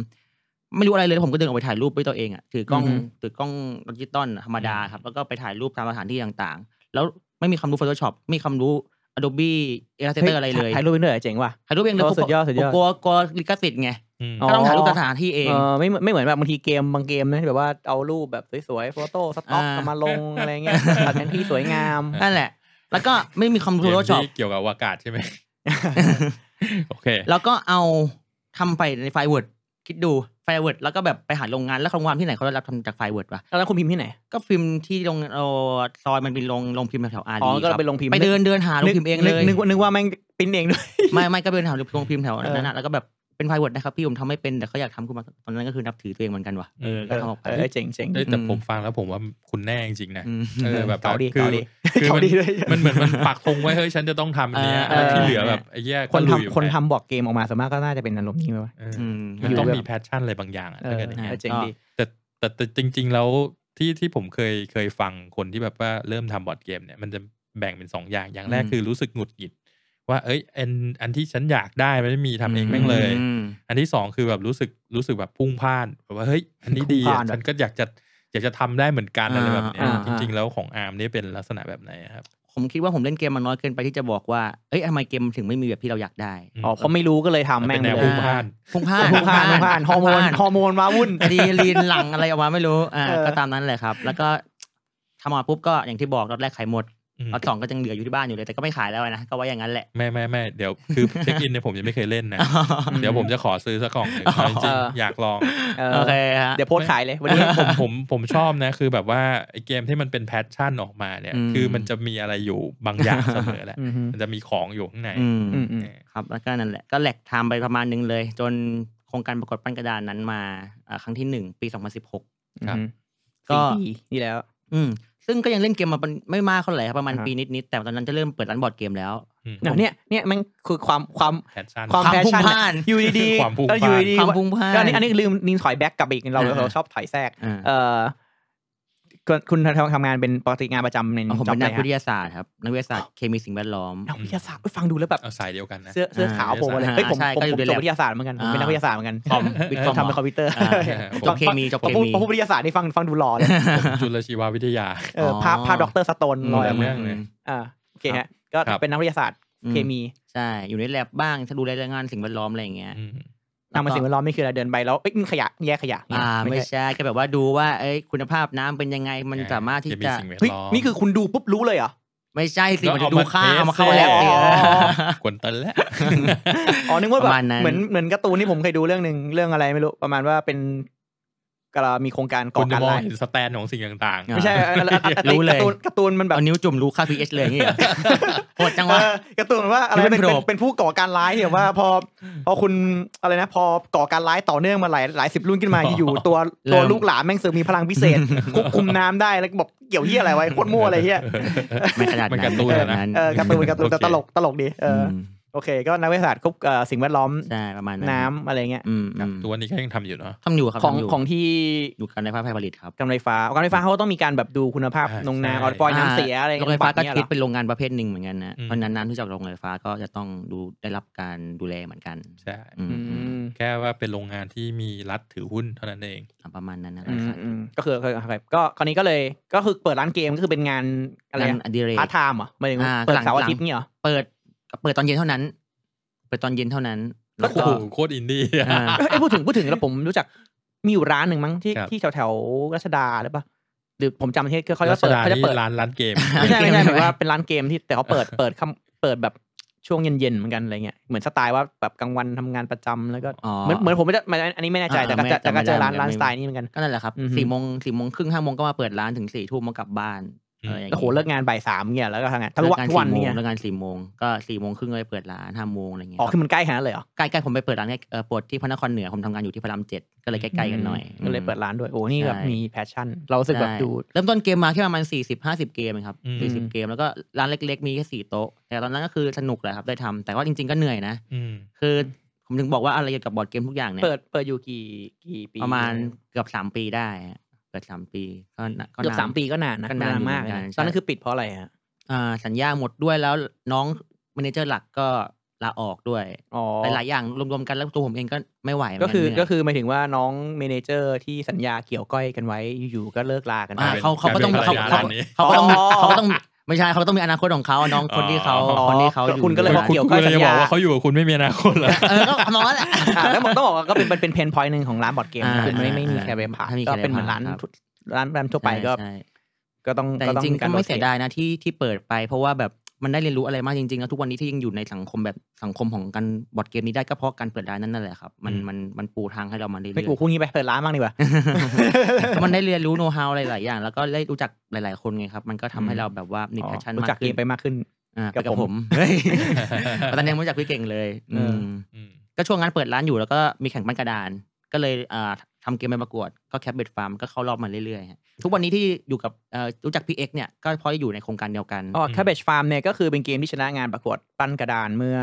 Speaker 2: ไม่รู้อะไรเลยแล้วผมก็เดินออกไปถ่ายรูปด้วยตัวเองอ่ะถือกล้องถือกล้องดิจิตอลธรรมดาครับแล้วก็ไปถ่ายรูปตามสถานที่ต่างๆ แล้วไม่มีความรู้ Photoshop ไม่มีความรู้ Adobe
Speaker 1: เฮ้ย
Speaker 2: Illustrator อะไรเลย
Speaker 1: ถ่ายรูปไปด้วยเหรอเจ๋งว่ะ
Speaker 2: ถ่ายรูปเองเลย
Speaker 1: โอ้สุดยอดสุดยอด
Speaker 2: ผมกลัวกลัวลิขสิทธิ์ไง
Speaker 3: อืม
Speaker 1: อ๋อ
Speaker 2: ก็ต้องถ่ายรูปตามสถานที่เอง
Speaker 1: เออไม่เหมือนไม่เหมือนแบบบางทีเกมบางเกมนะที่แบบว่าเอารูปแบบสวยๆโฟโต้สต็อก
Speaker 2: อ่า
Speaker 1: เอามาลงอะไรเงี้ยตัดแผนที่สวยงาม
Speaker 2: นั่นแหละ แล้วก็ไม่มีความรู้
Speaker 3: เกม
Speaker 2: Photoshop
Speaker 3: ที่เกี่ยวกับอากาศใช่ไหม โอเค
Speaker 2: [LAUGHS] แล้วก็เอาทำไปในไฟเวิร์ดคิดดูไฟเวิร์ดแล้วก็แบบไปหาโรงงาน แล้วโรงงานที่ไหนเขาได้รับทำจากไฟเวิร์ดวะ
Speaker 1: แล้วคุณพิมพ์ที่ไหน
Speaker 2: ก็พิมพ์ที่โรงเอ่อซอยมันเป็นโรงโรงพิมพ์แถวๆอารี
Speaker 1: อ๋อ ก็
Speaker 2: ครับ
Speaker 1: ไปลงพิมพ์
Speaker 2: ไปเดินเดินหาโรงพิมพ์เองเลย
Speaker 1: นึกนึกนึกว่าแม่งปิ้นเองด้วย
Speaker 2: ไม่ไม่ก็เดินหาโรงพิมพ์แถวนั้น
Speaker 1: เอ
Speaker 2: นะ
Speaker 1: อ
Speaker 2: แล้วก็แบบเป็นไฟเวิร์ดนะครับพี่ผมทำไม่เป็นแต่เขาอยากทำขึ้นมาตอนนั้นก็คือนับถือตัวเองเหมือนกันวะ
Speaker 3: เออ
Speaker 2: ก็ทำออกไป
Speaker 1: เออเจ๋งเจ๋ง
Speaker 3: เอ้ยแต่
Speaker 2: อืม
Speaker 3: ผมฟังแล้วผมว่าคุณแน่จริงๆนะ
Speaker 2: ม
Speaker 3: เออแบบ
Speaker 1: เก่าดี
Speaker 3: คื
Speaker 1: เก่าดี
Speaker 3: คือ
Speaker 1: เก่า
Speaker 3: มัน
Speaker 1: ดีด้วย
Speaker 3: มันเหมือนมันปักธงไว้เฮ้ยฉันจะต้องทำอันเนี้ย
Speaker 2: เออ
Speaker 3: ที่เหลือแบบไอ้แย่ก็
Speaker 1: คน
Speaker 3: ลุย
Speaker 1: ทำคนทำบอกเกมออกมาส่วนมากก็น่าจะเป็นอารมณ์นี้ไหมวะ
Speaker 3: เออ
Speaker 2: อืม
Speaker 3: มันต้อง
Speaker 1: อยู่แบบ
Speaker 3: มีแพชชั่นอะไรบางอย่างอะ
Speaker 1: เอ
Speaker 3: ถ้า
Speaker 1: อ
Speaker 3: เกิดอย่างเงี้ย
Speaker 1: เออเจ๋งดี
Speaker 3: แต่แต่แต่จริง ๆ แล้วที่ที่ผมเคยเคยฟังคนที่แบบว่าเริ่มทำบอร์ดเกมเนี่ยมันจะแบ่งเป็นสองอย่างอย่างแรก
Speaker 2: อืม
Speaker 3: คือรู้สึกหงุดหงิด ว่าเอ้ยอันอันที่ฉันอยากได้มันไม่มีทำเองแม่งเลย
Speaker 2: อืม
Speaker 3: อันที่สองคือแบบรู้สึกรู้สึกแบบพุ่งพล่านแบบว่าเฮ้ยอันนี้ดี
Speaker 1: พุ่งพ
Speaker 3: อะ
Speaker 1: ล่านเหรอ
Speaker 3: ฉันก็อยากจะอยากจะทำได้เหมือนกันอะไรแบบเนี้ย
Speaker 2: อ่า
Speaker 3: จ
Speaker 2: อ่า
Speaker 3: ริง ๆ แล้วของอาร์มนี่เป็นลักษณะแบบไหนอะครับ
Speaker 2: ผมคิดว่าผมเล่นเกมมันน้อยเกินไปที่จะบอกว่าเอ้ยทำไมเกมถึงไม่มีแบบที่เราอยากได้
Speaker 1: อ๋อเพราะไม่รู้ก็เลยทำ
Speaker 3: มัน
Speaker 1: แม่
Speaker 3: เป็
Speaker 1: ง
Speaker 3: นแนว
Speaker 1: เลย
Speaker 3: พุ่งพล่าน
Speaker 2: พงพลาด
Speaker 1: พุ่งพลานพุ่งพลานฮอร์โมนฮอร์โมนมาวุ่น
Speaker 2: อะดรีนาลีนหลั่งอะไรออกมาไม่รู้อ่า
Speaker 1: เออ
Speaker 2: ก็ตามนั้นแหละครับ แล้วก็ทำมาปุ๊บก็อย่างที่บอกรอบแรกขายหมด
Speaker 3: อืม
Speaker 2: รอบสองก็ยังเหลืออยู่ที่บ้านอยู่เลยแต่ก็ไม่ขายแล้วนะก็ไว้อย่างนั้นแหละ
Speaker 3: ไม่ไม่ไม่เดี๋ยวคือเช็คอินเนี่ยผมยังไม่เคยเล่น
Speaker 2: [LAUGHS]
Speaker 3: นะ เดี๋ยวผมจะขอซื้อสักกล่องหนึ่งเอาจริง
Speaker 1: เออ
Speaker 3: ๆ
Speaker 1: อ
Speaker 3: อยากลอง
Speaker 1: เออ
Speaker 2: โอเคฮะ
Speaker 1: เดี๋ยวโพสต์ขายเลย วันนี้
Speaker 3: ผมผมผมชอบนะ คือแบบว่าไอ้เกมที่มันเป็นแพชชั่นออกมาเนี่ย
Speaker 2: อืม
Speaker 3: คือมันจะมีอะไรอยู่บางอย่างเสมอแหละ
Speaker 1: อืมฮึ
Speaker 3: มันจะมีของอยู่ข้างใน
Speaker 2: อืม
Speaker 1: อืมอืม
Speaker 3: เออ
Speaker 2: ครับแล้วก็นั่นแหละก็แหลกไทม์ไปประมาณหนึงเลย จนโครงการประกวดปั้นกระดานนั้นมาอ่าครั้งที่หนึ่งปี 2016 ก็
Speaker 1: ก็นี่แล้ว
Speaker 2: อืมซึ่งก็ยังเล่นเกมมาเป็นไม่มากเท่าไหร่ครับประมาณ
Speaker 1: อ่าฮะ
Speaker 2: ปีนิดๆแต่ตอนนั้นจะเริ่มเปิดร้านบอร์ดเกมแล้ว
Speaker 3: อืม
Speaker 1: เนี่ยเนี่ยเนี่ยมันคือความความ
Speaker 3: แพชชั่น
Speaker 1: ความ
Speaker 2: ความ
Speaker 1: แพช
Speaker 2: พุ่ง
Speaker 1: ชั่น
Speaker 2: พล่าน
Speaker 1: อยู่ดี
Speaker 3: ความพุ่ง
Speaker 1: แล้วอยู่
Speaker 3: พล่าน
Speaker 1: ดี
Speaker 2: ความพุ่งพลาด
Speaker 1: ก็อันนี้อันนี้ลืมนินถอยแบ็กกลับไปอีกเรา
Speaker 2: อ่า
Speaker 1: เราชอบถอยแทรก
Speaker 2: อ่า
Speaker 1: เออคุณคุณทำทำงานเป็นปกติงานประจำใน
Speaker 2: เอาผม
Speaker 1: จ็อ
Speaker 2: เป็
Speaker 1: บ
Speaker 2: น
Speaker 1: ไหน
Speaker 2: นักวิท
Speaker 1: ฮะ
Speaker 2: ยาศาสตร์ครับนักวิทยาศาสตร์เคมีสิ่งแวดล้อม
Speaker 1: นักวิทยาศาสตร์เอ้ยฟังดูแล้วแบบ
Speaker 3: เอาสายเดียวกันนะ
Speaker 1: เสื้อเสื้อขาวโปรเลย
Speaker 2: อ่า
Speaker 1: เฮ้ยผม
Speaker 2: ใช่
Speaker 1: ผม
Speaker 2: ก็อยู่
Speaker 1: ผม
Speaker 2: ใน
Speaker 1: จ
Speaker 2: แล็
Speaker 1: บบ วิทยาศาสตร์เหมือนกันผมเป็น
Speaker 2: อ่า
Speaker 1: นักวิทยาศาสตร์เหมือนกัน
Speaker 2: คอ
Speaker 1: [LAUGHS]
Speaker 2: มวิทย์คอม
Speaker 1: ทำเป็นคอมพิวเตอร์
Speaker 2: อ่าจบเคมีจบเคมี
Speaker 1: พอพูดวิทยาศาสตร์นี่ฟังฟังดูหล่อเลย
Speaker 3: ผมจุลชีววิทยา
Speaker 1: เออภาพภาพด็อกเตอร์สโตนลอยออก
Speaker 3: เรื่
Speaker 1: มา
Speaker 3: องเลย
Speaker 1: อ่าโอเคฮะก็
Speaker 3: ครับ
Speaker 1: เป็นนักวิทยาศาสตร์
Speaker 2: อืม
Speaker 1: เคมี
Speaker 2: ใช่อยู่ในแลบบ้างถ้าดูแลเรื่องงานสิ่งแวดล้อมอะไรอย่างเงี้ย
Speaker 3: อืม
Speaker 1: นำมาสิ่งแวดล้อมไม่คืออะไรเดินไปแล้วเอ้ยมันขยะแยกขยะเนี่ย
Speaker 2: อ่า
Speaker 1: ไม่
Speaker 2: ไม่
Speaker 1: ใช่
Speaker 2: ใช่ก็แบบว่าดูว่าเอ้ยคุณภาพน้ำเป็นยังไงมันสามารถที่
Speaker 3: เคมี
Speaker 2: จะ
Speaker 3: สิ่งแวด
Speaker 1: เฮ้ย
Speaker 3: ล้อม
Speaker 1: นี่คือคุณดูปุ๊บรู้เลยเหรอ
Speaker 2: ไม่ใช่สิ
Speaker 3: แล้ว
Speaker 2: มัน
Speaker 3: เอา
Speaker 2: จะดู
Speaker 3: มา
Speaker 2: ค่า
Speaker 3: เทส
Speaker 2: เอามาเข้าแลบ
Speaker 1: อ๋อ
Speaker 2: สิเออ
Speaker 3: กวนเตนแล้ว
Speaker 1: อ๋อนึกว่าแบ
Speaker 2: ป
Speaker 1: บ
Speaker 2: ระมาณนั้น
Speaker 1: เหมือนเหมือนการ์ตูนที่ผมเคยดูเรื่องหนึ่งเรื่องอะไรไม่รู้ประมาณว่าเป็นกะลามีโครงการก่
Speaker 3: คุ
Speaker 1: อ
Speaker 3: ณจะ
Speaker 1: การ
Speaker 3: มอง
Speaker 1: ร้าย
Speaker 3: เห็นสแตนของสิ่งต่างๆ
Speaker 1: ไม่ใช่อันนั้นอันนั้น
Speaker 2: รู้เลย
Speaker 1: การ์ตูนการ์ตูนมันแบบ
Speaker 2: เอานิ้วจุ่มรู้ค่า pH เลยอย่างเงี้ยเหรอ โหดจังวะ
Speaker 1: เออการ์ตูนว่าอะไร
Speaker 2: หรือเป็
Speaker 1: เป็น
Speaker 2: นโปรบ
Speaker 1: เป็นผู้ก่อการร้ายเนี่ยว่าพอพอคุณอะไรนะ พอก่อการร้ายต่อเนื่องมาหลายหลายสิบรุ่นขึ้นมา
Speaker 3: อ๋อ
Speaker 1: อยู่ๆตัวตัวลูกหลานแม่งเสือมีพลังพิเศษ ควบคุมน้ำได้แล้วก็บอกเกี่ยวเหี้ยอะไรไว้โคตรมั่วอะไรเหี้ย
Speaker 2: ไม่ขนาด
Speaker 3: มัน
Speaker 2: นั้น
Speaker 3: การ์ตูนอะนะ
Speaker 1: เออการ์ตูนการ์ตูนแต่ต
Speaker 3: โอเค
Speaker 1: ลกตลกดีเอออ
Speaker 2: ม
Speaker 1: โอเค ก็นักวิทยาศาสตร์ควบเอ่อสิ่งแวดล้อม
Speaker 2: ใช่ประมาณนั้น
Speaker 1: น้ำอะไรเงี้ย
Speaker 2: อืมอืม
Speaker 3: ตัวนี้ก็ยังทำอยู่เนาะ
Speaker 2: ทำอยู่ครับ
Speaker 1: ของ
Speaker 2: ทำอยู่
Speaker 1: ของที่
Speaker 2: อยู่กันในภาคไฟผลิตครับ
Speaker 1: การไฟฟ้าการไฟฟ้าเขาก็ต้องมีการแบบดูคุณภาพ
Speaker 3: ใช่
Speaker 1: นงน้ำ
Speaker 3: ใช่
Speaker 1: ออยปล่อยน้ำเสียอะไร
Speaker 2: โรง
Speaker 1: เงี้ย
Speaker 2: ไฟฟ้าก็
Speaker 1: แบบเนี้ยเห
Speaker 2: คิ
Speaker 1: ร
Speaker 2: ด
Speaker 1: อ
Speaker 2: เป็นโรงงานประเภทหนึ่งเหมือนกันนะ
Speaker 3: อืม
Speaker 2: เพราะฉะนั้นน้ำที่จากโรงไฟฟ้าก็จะต้องดูได้รับการดูแลเหมือนกัน
Speaker 3: ใช่
Speaker 2: อืม
Speaker 1: อืม
Speaker 3: แค่ว่าเป็นโรงงานที่มีรัฐถือหุ้นเท่านั้นเอง
Speaker 2: อ่ะประมาณนั้นนะ
Speaker 1: อืมอืมก็คือคือครับก็คราวนี้ก็เลยก็คือเปิดร้านเกมก็คือเป็นงานอะไร
Speaker 2: งาน
Speaker 1: อะ
Speaker 2: อดิเรก
Speaker 1: พาร์ทไทม์เหรอหมายถึง
Speaker 2: อ่า
Speaker 1: เปิด
Speaker 2: หลัง
Speaker 1: เสาร์อาทิตย์เนี่ยเหรอ
Speaker 2: เปิดเปิดตอนเย็นเท่านั้น เปิดตอนเย็นเท่านั้น
Speaker 1: ก็
Speaker 2: แล้ว
Speaker 3: โอ้
Speaker 2: ก็
Speaker 3: โหโคตรอินดี้อะ
Speaker 2: อ่า
Speaker 1: เอ้ยพูดถึงพูดถึงแล้วผมรู้จักมีอยู่ร้านหนึ่งมั้งที่
Speaker 3: ครับ
Speaker 1: ที่แถวแถวๆรัชดาหรือเปล่าหรือผมจำที่เขาจะ
Speaker 3: รัช
Speaker 1: เปิด
Speaker 3: ดา
Speaker 1: เขาจะ
Speaker 3: นี่
Speaker 1: เปิด
Speaker 3: ร้านร้านเกม
Speaker 1: ไม่ใช่ไม่ใช่ห
Speaker 2: เกม
Speaker 1: มา
Speaker 2: ใช่ไหม
Speaker 1: ยว่าเป็นร้านเกมที่แต่เขาเปิดเปิดคำเปิดแบบช่วงเย็นๆเหมือนกันอะไรเงี้ยเหมือนสไตล์ว่าแบบกลางวันทำงานประจำแล้วก็
Speaker 2: อ๋อ
Speaker 1: เหมือนเหมือนผมไม่ได้อันนี้ไม่แน่ใจแต่ก็จะแต่ก็เจอร้านร้านสไตล์นี้เหมือนกัน
Speaker 2: ก็นั่นแหละครับ
Speaker 1: อือฮึ
Speaker 2: สี่โมงสี่โมงครึ่งห้าโมงก็มาเปิดร้านถึงสี่ทุ่มมากลับบ้าน
Speaker 3: อืม
Speaker 2: อะไรอย่าง
Speaker 1: โอ้โหเลิกงานบ่ายสามเนี่ยแล้วก็ทำงานทั้ง
Speaker 2: เลิก
Speaker 1: วัน
Speaker 2: งาน
Speaker 1: ทุกวัน
Speaker 2: สี่โมง
Speaker 1: เนี่ย
Speaker 2: เลิกงานสี่โมงก็สี่โมงครึ่งเลยเปิดร้านห้าโมงอะไรอย่างเงี้ย
Speaker 1: อ๋อคือมันใกล้ขนาดนั้นเลยเหรอ
Speaker 2: ใกล้ๆผมไปเปิดร้านใกล้เอ่อปวดที่พระนครเหนือผมทำงานอยู่ที่พระรามเจ็ดก็เลยใกล้ๆกันหน่อย
Speaker 1: ก็เลยเปิดร้านด้วย โอ้ นี่แบบ
Speaker 2: ใช่
Speaker 1: มีแพชชั่น เรารู้สึกแบบ
Speaker 2: ใช่
Speaker 1: ดู
Speaker 2: เริ่มต้นเกมมาแค่ประมาณสี่สิบห้าสิบเกมเองครับ
Speaker 3: อืม
Speaker 2: สี่สิบเกมแล้วก็ร้านเล็ก ๆ มีแค่สี่โต๊ะ แต่ตอนนั้นก็คือสนุกแหละครับได้ทำแต่ว่าจริง ๆก็เหนื่อยนะ
Speaker 3: อืม
Speaker 2: คือผมถึงบอกว่าอะไรเกี่ยวกับบอร์ดเกมทุกอย่างเนี่ย
Speaker 1: เปิดเปิดอยู่กี่กี่ปี
Speaker 2: ประมาณเกือบสามปีได้ฮะเกือบสามปีก็น่ะนน
Speaker 1: เกือบสามปีก็นานนะ
Speaker 2: ก็นานอยู่
Speaker 1: มากเลย
Speaker 2: เหมือนกั
Speaker 1: นะ
Speaker 2: น
Speaker 1: ตอนนั้นคือปิดเพราะอะไรฮะ
Speaker 2: อ่าสัญญาหมดด้วยแล้วน้องแมเนเจอร์หลักก็ลาออกด้วย
Speaker 1: อ๋อ
Speaker 2: หลาย ๆ อย่างรวม ๆ กันแล้วตัวผมเองก็ไม่ไหวเหมืน
Speaker 1: ก็
Speaker 2: น
Speaker 1: คือ
Speaker 2: เหนื่ย
Speaker 1: ก็คือหมายถึงว่าน้องเมเนเจอร์ที่สัญญาเกี่ยวก้อยกันไว้อยู่ๆก็เลิกลากันไป
Speaker 2: อ่าเขาเขาก็ต้อง
Speaker 3: การเป็
Speaker 2: เขา
Speaker 3: นภรร
Speaker 2: เขา
Speaker 3: ยาร้านนี้
Speaker 2: เขาก็ต้อง
Speaker 1: อ๋อ
Speaker 2: เขาก็ต้องไม่ใช่เขาก็ต้องมีอนาคตของเขาน้องคนที่เขา
Speaker 1: อ๋อ
Speaker 2: คนที่เขา
Speaker 1: ก็คุณก็เลยบ
Speaker 2: ด้ว
Speaker 1: อก
Speaker 2: กัน
Speaker 1: เกี่ยว
Speaker 3: คุ
Speaker 1: ก้อ
Speaker 3: ณ
Speaker 1: ยสัญ
Speaker 3: จะบอ
Speaker 1: ญาก
Speaker 3: ว่าเขาอยู่กับคุณไม่มีอนาคตเหรอ
Speaker 2: เออก็ประมาณนั้นแหละ
Speaker 1: อ่ะแล้วบอกต้องบอกว่าก็เป็นเป็นเป็นเพนพอยต์หนึ่งของร้านบอร์ดเกมนะ
Speaker 2: อ่า
Speaker 1: คือไม่ไม่มี
Speaker 2: อ่า
Speaker 1: ใครไปผ่าน
Speaker 2: ไม่มีใค
Speaker 1: ก็
Speaker 2: รไป
Speaker 1: เป็นเหมือนร้าน
Speaker 2: ผ่านครับ
Speaker 1: ร้านร้านทั่วไปก็
Speaker 2: ใช่
Speaker 1: ก็ต้อง
Speaker 2: แต่
Speaker 1: ก็
Speaker 2: จ
Speaker 1: ต้อง
Speaker 2: ริง ๆ ก็ไม่เสีย
Speaker 1: การ
Speaker 2: ดายนะที่ที่เปิดไป เพราะว่าแบบมันได้เรียนรู้อะไรมากจริง ๆ แล้วทุกวันนี้ที่ยังอยู่ในสังคมแบบสังคมของการบอร์ดเกมนี้ได้ก็เพราะการเปิดร้านนั่นนั่นแหละครับมัน
Speaker 3: อืม
Speaker 2: มันมันปูทางให้เรามาเรื่อย
Speaker 1: rotate ไม่กู
Speaker 2: ๆ
Speaker 1: พรุ่งนี้ไปเปิดร้านบ้างดีกว่า
Speaker 2: [LAUGHS] มันได้เรียนรู้โน้ตฮาวหลาย ๆ อย่าง แล้วก็ได้รู้จักหลาย ๆ คนไงครับ มันก็ทำให้
Speaker 1: อืม
Speaker 2: เราแบบว่ามีแพชชั่น
Speaker 1: รู้
Speaker 2: มา
Speaker 1: จัก
Speaker 2: ก
Speaker 1: เก
Speaker 2: ขึ้น
Speaker 1: มไปมากขึ้น
Speaker 2: อ่าไป
Speaker 1: กั
Speaker 2: กั
Speaker 1: บบ ผ
Speaker 2: ผม มเฮ้ [LAUGHS] ยตอนนี้ยังไม่รู้จักพี่เก่งเลย
Speaker 1: เอออื
Speaker 2: มก็ช่วงนั้นเปิดร้านอยู่แล้วก็มีแข่งปั้นกระดาน ก็เลยอ่าทำเกมไปประกวด ก็แคปเบ็ดฟาร์มก็เข้ารอบมาเรื่อยๆฮะทุกวันนี้ที่อยู่กับเอ่อรู้จักพี่เอ็กเนี่ยก็เพราะอยู่ในโครงการเดียวกัน
Speaker 1: อ๋อ
Speaker 3: อืม
Speaker 1: Cabbage Farm เนี่ยก็คือเป็นเกมที่ชนะงานประกวดปั้นกระดานเมื่อ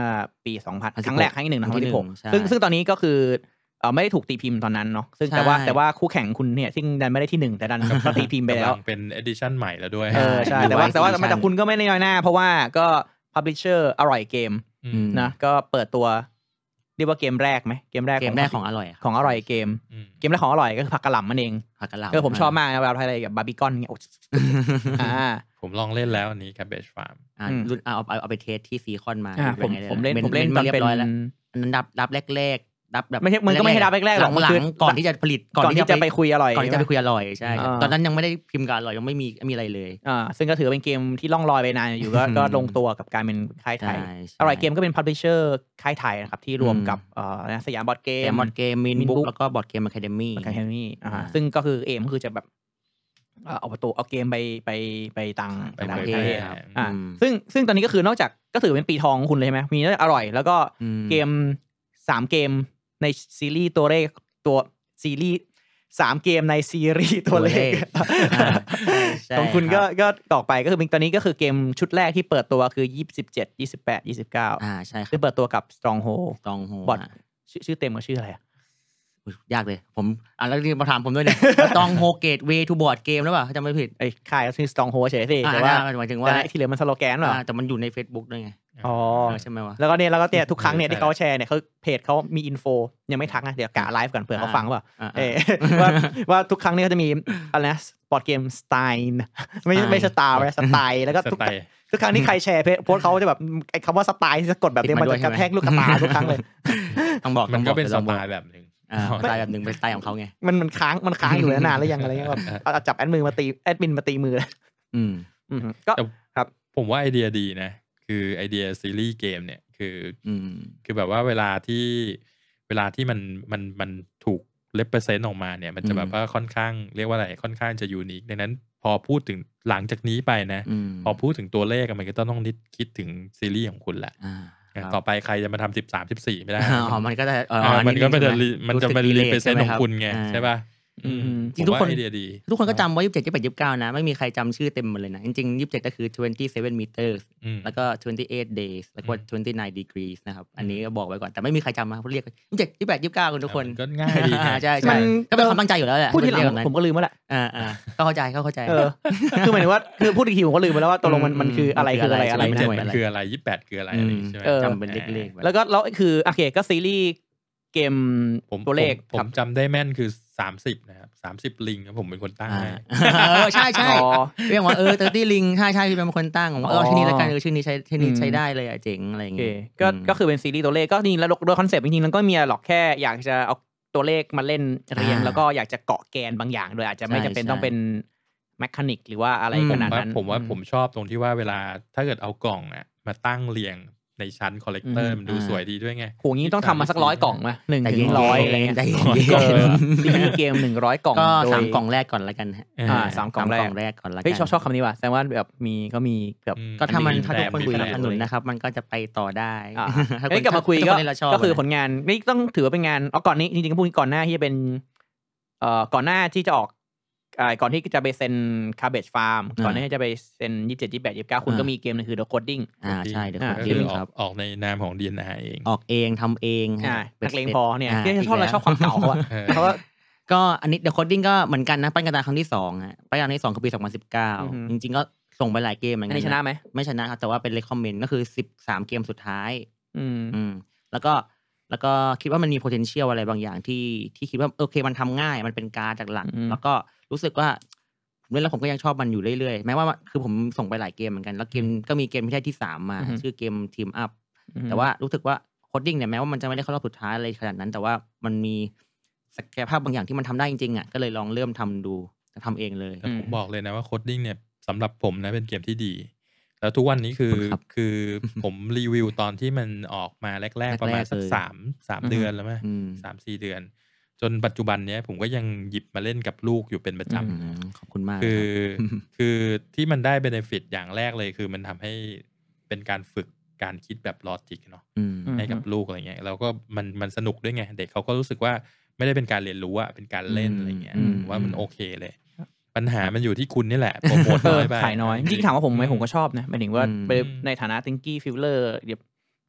Speaker 1: ปี 2000
Speaker 2: 2016
Speaker 1: ครั้งแรกครั้งที่หนึ่งนะครั้งที่หก
Speaker 2: ใช่
Speaker 1: ซึ่งซึ่งตอนนี้ก็คือเอ่อไม่ได้ถูกตีพิมพ์ตอนนั้นเนาะซึ่งแต่
Speaker 2: ใช่
Speaker 1: ว่าแต่ว่าคู่แข่งคุณเนี่ยซึ่งดันไม่ได้ที่หนึ่งแต่ดันก็ตีพิมพ์ไป [LAUGHS] แล้ว
Speaker 3: เป็นเอดิชั่นใหม่แล้วด้วย
Speaker 1: เออใช่แต่ว่าแต่ว่าแต่ว่าแต่คุณก็ไม่ได้น้อยหน้า เพราะว่าก็ Publisher อร่อยเกม
Speaker 3: อื
Speaker 2: อื
Speaker 3: ม
Speaker 2: ม
Speaker 1: นะก็เปิดตัว เรียกว่าเกมแรกไหมเกมแรก
Speaker 2: เกมแรกของอร่อยะ
Speaker 1: ของอร่อยเกม
Speaker 3: อืม
Speaker 1: เกมแรกของอร่อยก็คือผักกะหล่ำมันเอง
Speaker 2: ผักกะหล่ำ
Speaker 1: เออผมชอบมากนะเวลาไทยอะไรกับบาร์บีคอนเงี้ยโอ้ [LAUGHS] อ่า
Speaker 3: ผมลองเล่นแล้วอันนี้ Cabbage Farm
Speaker 2: อ่า
Speaker 1: อืม
Speaker 2: รุ่นเอาเอาเอาไปเทสที่ซีคอนมา
Speaker 1: อ่าผ
Speaker 2: ป็น
Speaker 1: ม
Speaker 2: ไง
Speaker 1: ผมเล่น
Speaker 2: ยะ
Speaker 1: ผมเล่น
Speaker 2: ป็
Speaker 1: ตอน
Speaker 2: เรีย
Speaker 1: เป็
Speaker 2: บ
Speaker 1: น
Speaker 2: ร้อยแล้วอันนั้นดับดับแรกๆดับแบบ
Speaker 1: ไม่ใช่มันก็ไม่ใช่ดับแรกๆหรอกมัน
Speaker 2: หลั
Speaker 1: คือ
Speaker 2: งๆก่อนที่จะผลิต
Speaker 1: ก่อนที่จะไปคุยอร่อย
Speaker 2: ก่อนที่จะไปคุยอร่อยใช่
Speaker 1: อ่า
Speaker 2: ตอนนั้นยังไม่ได้พิมพ์การอร่อยยังไม่มีมีอะไรเลย
Speaker 1: อ่าซึ่งก็ถือเป็นเกมที่ล่องลอยไปนานอยู่ [LAUGHS] ก็
Speaker 2: อืม
Speaker 1: ก็ลงตัวกับการเป็นค่ายไทย
Speaker 2: ใช่ใช่
Speaker 1: อร่อยเกมก็เป็นพับลิเชอร์ค่ายไทยนะครับ ที่รวม
Speaker 2: อืม
Speaker 1: กับเอ่อนะสยามบอร์ดเก
Speaker 2: เก
Speaker 1: ม
Speaker 2: มบอร์ดเกมมิน
Speaker 1: Mint
Speaker 2: บุ๊
Speaker 1: Book
Speaker 2: กแล้วก็บอร์ดเกมอะคาเดมี่
Speaker 1: แคนนี่า
Speaker 2: อ่า
Speaker 1: ซึ่งก็คือเอมก็คือจะแบบเอ่อเอาประตูเอาเกมไปไปไปตัง
Speaker 3: ไป
Speaker 1: ต่าง
Speaker 3: เผ
Speaker 1: ป
Speaker 3: ย
Speaker 1: ระ
Speaker 3: แพ
Speaker 1: เท
Speaker 3: ร่
Speaker 1: ศ
Speaker 2: ครับ
Speaker 1: อ่า
Speaker 2: อืม
Speaker 1: ซึ่งซึ่งตอนนี้ก็คือนอกจากก็ถือเป็นปีทองของคุณเลยใช่ไหมมีนอกจากอร่อย แล้วก็เกมสามเกมในซีรีส์ตัวเลขตัวซีรีส์สามเกมในซีรีส์ [LAUGHS] ตัวเลข
Speaker 2: อ่าใช่
Speaker 1: ของคุณก็
Speaker 2: รับ
Speaker 1: ก็ต่อไปก็คือเป็นตอนนี้ก็คือเกมชุดแรกที่เปิดตัวคือ 27 28 29
Speaker 2: อ่าใช่ครั
Speaker 1: ซึ่
Speaker 2: บ
Speaker 1: งเปิดตัวกับ Stronghold
Speaker 2: ตองโฮ
Speaker 1: บอร์ด ชื่อชื่อเต็มก็ชื่ออะไรอะ
Speaker 2: ยากเลย ผมอ่ะแล้วนี่มาถามผมด้วยเนี่ย [LAUGHS] ตองโฮเกตเวทูบอร์ดเกมหรือเปล่าถ้าจำไม่ผิด
Speaker 1: ไอ้ค่ายก็ชื่อ Stronghold เฉยสิ
Speaker 2: อ่า
Speaker 1: แต่ว่า
Speaker 2: ได้หมายถึง
Speaker 1: แต่
Speaker 2: ว่า
Speaker 1: ในที่เหลือมันสโลแกนเหรอ
Speaker 2: อ่าแต่มันอยู่ใน Facebook ด้วยไง
Speaker 1: อ๋อ
Speaker 2: เออใช่ไหมวะ
Speaker 1: แล้วก็เนี่ยแล้วก็เนี่ยทุกครั้งเนี่ย
Speaker 3: ใช่
Speaker 1: ที่เขาแชร์เนี่ยเขาเพจเขามีอินโฟยังไม่ทักนะ เดี๋ยวกะไลฟ์ก่อนเผื่อเขา
Speaker 2: อ่า
Speaker 1: ฟังว่า
Speaker 2: อ่า
Speaker 1: เออว่าว่าทุกครั้งเนี่ยเขาจะมีอะไรนะบอร์ดเกมสไตน์ไม่ใช่
Speaker 2: Stein
Speaker 1: ไม่สตาร์นะสไตล์แล้วก็
Speaker 3: ส
Speaker 1: ทุก
Speaker 3: ไตล์
Speaker 1: ทุกครั้งที่ใครแชร์เพจโพสต์เขาจะแบบไอ้คำว่าสไตล์ที่สะกดแบบเนี้ย
Speaker 2: ติด
Speaker 1: มัน
Speaker 2: มาด้ว
Speaker 1: จะกระ
Speaker 2: ยใช่ไหม
Speaker 1: แทกลูกกระ
Speaker 2: [LAUGHS]
Speaker 1: ตาทุกครั้งเลย
Speaker 2: ต้องบอก
Speaker 3: มันก็เป็นส
Speaker 2: ต้อง
Speaker 3: ไต
Speaker 2: บอก
Speaker 3: ล์แบบหนึ่ง [LAUGHS]
Speaker 2: อ่าสไตล์แบบหนึ่งเป็นสไตล์ของเขาไง
Speaker 1: มันมันค้างมันค้างอยู่นานๆแล้วยังอะไรเงี้ยแบบเอาเอาจับแอดมือมาตีแอดมินมาตีมือเลย
Speaker 2: อืม
Speaker 1: อืมก็
Speaker 3: แต่
Speaker 1: ครับ
Speaker 3: ผมว่าไอเดียดีนะ คือไอเดียซีรีส์เกมเนี่ยคือ
Speaker 2: อืม
Speaker 3: คือแบบว่าเวลาที่เวลาที่มันมันมันถูกเลเปอร์เซนต์ออกมาเนี่ย มันจะ
Speaker 2: อืม
Speaker 3: แบบว่าค่อนข้างเรียกว่าอะไรค่อนข้างจะยูนิคดังนั้นพอพูดถึงหลังจากนี้ไปนะ
Speaker 2: อืม
Speaker 3: พอพูดถึงตัวเลขอะมันก็ต้องนิดคิดถึงซีรีส์ของคุณแหละ
Speaker 2: อ่า
Speaker 3: อย่างต่อไปใครจะมาทำสิบสามสิบสี่ไม่ได้นะ
Speaker 2: อ๋อมันก็จะเอ่อ
Speaker 3: เออมันก็เป็น
Speaker 2: ใช่ไห
Speaker 3: มันจะเป็น
Speaker 2: รู้สึ
Speaker 3: รี
Speaker 2: ก
Speaker 3: เปอร์เซน
Speaker 2: relate
Speaker 3: ต์
Speaker 2: ใช่
Speaker 3: ข
Speaker 2: ไหม
Speaker 3: อง
Speaker 2: รับ
Speaker 3: คุณไง
Speaker 2: อ่า
Speaker 3: ใช่ป่ะอืม
Speaker 1: อืม
Speaker 2: จริงๆทุกคน
Speaker 3: ผมว่าไอเดียดี
Speaker 2: ทุกคนก็จำว่า 27 28 29 นะ ไม่มีใครจำชื่อเต็มหมดเลยนะ จริงๆ 27 ก็คือ 27 meters
Speaker 3: อืม
Speaker 2: แล้วก็ 28 days แล้วก็
Speaker 3: อื
Speaker 2: 29 degrees นะครับ อันนี้ก็บอกไว้ก่อน แต่ไม่มีใครจำนะเขาเรียก27 28 29กันทุกคน
Speaker 3: อ่ะมันก็ง่ายดีไง
Speaker 2: ใช่
Speaker 1: มั
Speaker 2: ใช่
Speaker 1: น
Speaker 2: ก็เป็นความตั้งใจอยู่แล้วแหละ
Speaker 1: พูดทีหลัง
Speaker 2: เรียกแบบนั้น
Speaker 1: ผมก็ลืมแล้วแหละ
Speaker 2: อ่าอ่าก็เข้าใจก็เข้าใจ
Speaker 1: เออคือหมายถึงว่าคือพูดอีกทีผมก็ลืมไปแล้วว่าตกลงมันมันคืออะไรคืออะไรอะไร
Speaker 3: ยี่
Speaker 1: ไม่
Speaker 3: สิบ
Speaker 1: ได้
Speaker 2: หน่วย
Speaker 3: เจ็ดมั
Speaker 2: อะ
Speaker 3: น
Speaker 2: ไร
Speaker 3: คืออะไรยี่สิบแปดคืออะไรอะไรอย่างงี้ใช่ไหม
Speaker 1: เออ
Speaker 2: จำเป็นเลขๆไว้
Speaker 1: แล้วก็แล้วคือโอเคก็ซีรีส์เกม
Speaker 3: ผม
Speaker 1: ตัวเลข
Speaker 3: ผม
Speaker 1: ครับ
Speaker 3: ผมจำได้แม่นคือสามสิบนะครับสามสิบลิงครับผมเป็นคนตั้ง
Speaker 2: อ่า
Speaker 3: ให้
Speaker 2: เออใช่ใช่
Speaker 1: อ๋อ
Speaker 2: เรียกว่าเออเตอร์ตี้ลิงใช่ใช่ที่เป็นคนตั้งผมว่าเออ
Speaker 1: อ๋อ
Speaker 2: ชื่อนี้แล้วกันเออชื่อนี้ใช้ชื่อนี้
Speaker 1: อืม
Speaker 2: ใช้ได้เลยอะเจ๋งอะไรอ
Speaker 1: โอย่าง เค
Speaker 2: เงี้ย
Speaker 1: ก็
Speaker 2: อืม
Speaker 1: ก็คือเป็นซีรีส์ตัวเลขก็นี่แล้วโดยคอนเซปต์จริงๆแล้วก็มีอะไรหรอกแค่อยากจะเอาตัวเลขมาเล่นเรียง
Speaker 2: อ่า
Speaker 1: แล้วก็อยากจะเกาะแกนบางอย่างโดยอาจจะไม่
Speaker 2: ใช่
Speaker 1: จำเป็น
Speaker 2: ใช่
Speaker 1: ต้องเป็นแมคานิกหรือว่าอะไร
Speaker 2: อืม
Speaker 1: ข
Speaker 3: ผม
Speaker 1: นาด
Speaker 3: ว่า
Speaker 1: นั้น
Speaker 3: ผมว่า
Speaker 1: อื
Speaker 3: ผมชอบตรงที่ว่าเวลาถ้าเกิดเอากล่องอะมาตั้งเรียงในชั้นคอลเลกเตอ
Speaker 1: อื
Speaker 3: ร์
Speaker 1: ม
Speaker 3: มันดู
Speaker 2: อ่า
Speaker 3: สวยดีด้วยไง
Speaker 1: โหงี้ต้องทำมาสักร้อยกล่องไหมหนึ่ง
Speaker 2: แต่
Speaker 1: ถึ
Speaker 2: เย็
Speaker 1: ง
Speaker 2: นร้
Speaker 1: ร้
Speaker 2: อ
Speaker 1: อย ย
Speaker 2: ๆ
Speaker 1: อะไรเงี้ย
Speaker 2: แต่เย็น
Speaker 1: เก
Speaker 2: ๆ
Speaker 1: ม
Speaker 2: เออ
Speaker 1: ซีรีส์เกมหนึ่งร้อยกล่อง
Speaker 2: ก็
Speaker 1: โดย
Speaker 2: สามกล่องแรกก่อนละกันฮะ
Speaker 3: อ่า
Speaker 1: สามกล่องแรก
Speaker 2: สามแรกก่อนละกั
Speaker 1: เฮ้ยชอบชอบคำนี้ว่ะแสดงว่าแบบมีก็มีเกือบ
Speaker 3: ม
Speaker 2: ก็ถ้ามัน
Speaker 3: อั
Speaker 2: ถ้าทุกคนส
Speaker 3: แปล
Speaker 2: นับสนุน
Speaker 3: มีแปล
Speaker 2: นะครับ มันก็จะไปต่อได้
Speaker 1: อ่า
Speaker 2: ถ้
Speaker 1: เอ้ยกลับมาคุย
Speaker 2: ถ้
Speaker 1: ก็
Speaker 2: นเราชบ
Speaker 1: ก็คือผ
Speaker 2: ะ
Speaker 1: ลงานนี่ต้องถือว่าเป็นงานเอาก่อนนี้จริงๆก็พูดก่อนหน้าที่จะเป็นเอ่อก่อนหน้าที่จะออกอ่าก่อนที่จะไปเซ็นคาเบจฟาร์ม
Speaker 2: อ่า
Speaker 1: ก่อนหน้าที่จะไปเซ็นยี่สิบเจ็ดยี่สิบแปดยี่สิบเก้าคุณ
Speaker 2: อ่า
Speaker 1: ก็มีเกมหนึงคือ The Coding
Speaker 2: อ่าใช่เดี๋ยว
Speaker 1: อ่า
Speaker 2: คน
Speaker 3: ก็
Speaker 2: เก
Speaker 3: คือ
Speaker 2: ม
Speaker 3: อ
Speaker 2: ค
Speaker 3: อ
Speaker 2: รั
Speaker 3: ก
Speaker 2: บ
Speaker 3: ออกในนามของ DNA เอง
Speaker 2: ออกเองทำเองฮะ
Speaker 1: อ่า
Speaker 2: ป็
Speaker 1: นักเลงพอเนี่ย
Speaker 2: า
Speaker 1: ที่ชอบ
Speaker 2: ก
Speaker 1: เรา
Speaker 2: แล้ว
Speaker 1: ชอบความเก่าเขาอะ
Speaker 3: เออ
Speaker 1: เขาก็
Speaker 2: ก็อันนี้เดี๋ยวโคดดิ้งก็เหมือนกันนะปั้นกระดานครั้งที่สองฮะปั้นกระดานครั้งที่สองคือปี
Speaker 1: อือหือ
Speaker 2: 2019 จริง ๆ ก็ส่งไปหลายเกมเหมือน
Speaker 1: อั
Speaker 2: กัน น
Speaker 1: นี้ชนะไหม
Speaker 2: ไม่ชนะครับแต่ว่าเป็นเลคคอมเมนต์ก็คือ 13 เกมสุดท้าย
Speaker 1: อืม
Speaker 2: อืมแล้วก็แล้วก็คิดว่ามันมี potential อะไรบางอย่างที่ที่คิดว่าโอเคมันทำง่ายมันเป็นการดจากหลัง
Speaker 1: อืม
Speaker 2: แล้วก็รู้สึกว่าผมเล่นแล้วผมก็ยังชอบมันอยู่เรื่อยๆแม้ว่าคือผมส่งไปหลายเกมเหมือนกัน แล้วเกมก็มีเกมที่ได้ที่สามมา ชื่อเกมทีมอัพแต่ว่ารู้สึกว่าโคดดิ้งเนี่ยแม้ว่ามันจะไม่ได้เข้ารอบสุดท้ายอะไรขนาดนั้น แต่ว่ามันมีศักยภาพบางอย่างที่มันทำได้จริงๆอ่ะก็เลยลองเริ่มทำดูทำเองเลย
Speaker 3: แต่ผม
Speaker 1: อืม
Speaker 3: บอกเลยนะว่าโคดดิ้งเนี่ยสำหรับผมนะเป็นเกมที่ดี แล้วทุกวันนี้คือ
Speaker 2: ขอบคุณครับ
Speaker 3: คือผมรีวิวตอนที่มันออกมาแรก ๆ ประมาณสัก
Speaker 2: แรกๆเลย
Speaker 3: สามสาม
Speaker 2: อือฮึ
Speaker 3: เดือนแล้วมั้ย
Speaker 2: อืม
Speaker 3: สามสี่เดือน จนปัจจุบันเนี้ยผมก็ยังหยิบมาเล่นกับลูกอยู่เป็นประจำ
Speaker 2: อืมขอบคุณมาก
Speaker 3: คื
Speaker 1: [LAUGHS]
Speaker 3: อ
Speaker 2: รับ
Speaker 3: คือที่มันได้เบนฟิตอย่างแรกเลยคือมันทำให้เป็นการฝึกการคิดแบบลอจิกเนาะ
Speaker 2: อืม
Speaker 1: อืม
Speaker 3: ให้กับลูกอะไรเงี้ยแล้วก็มันมันสนุกด้วยไง เด็กเขาก็รู้สึกว่าไม่ได้เป็นการเรียนรู้อะเป็นการเล่น
Speaker 2: อืม
Speaker 3: อะไรเงี้ย
Speaker 2: อืม
Speaker 3: ว่ามันโอเคเลย ปัญหามันอยู่ที่คุณนี่
Speaker 1: [LAUGHS]
Speaker 3: แหละโปรโมท
Speaker 1: เอ
Speaker 3: น้
Speaker 1: อ
Speaker 3: อยไป
Speaker 1: ขายน้อยจริงๆถามว่าผมไหมผมก็ชอบนะหมายถึงว่า
Speaker 2: อืม
Speaker 1: ไปในฐานะทิงกี้ฟิลเลอร์หยิบ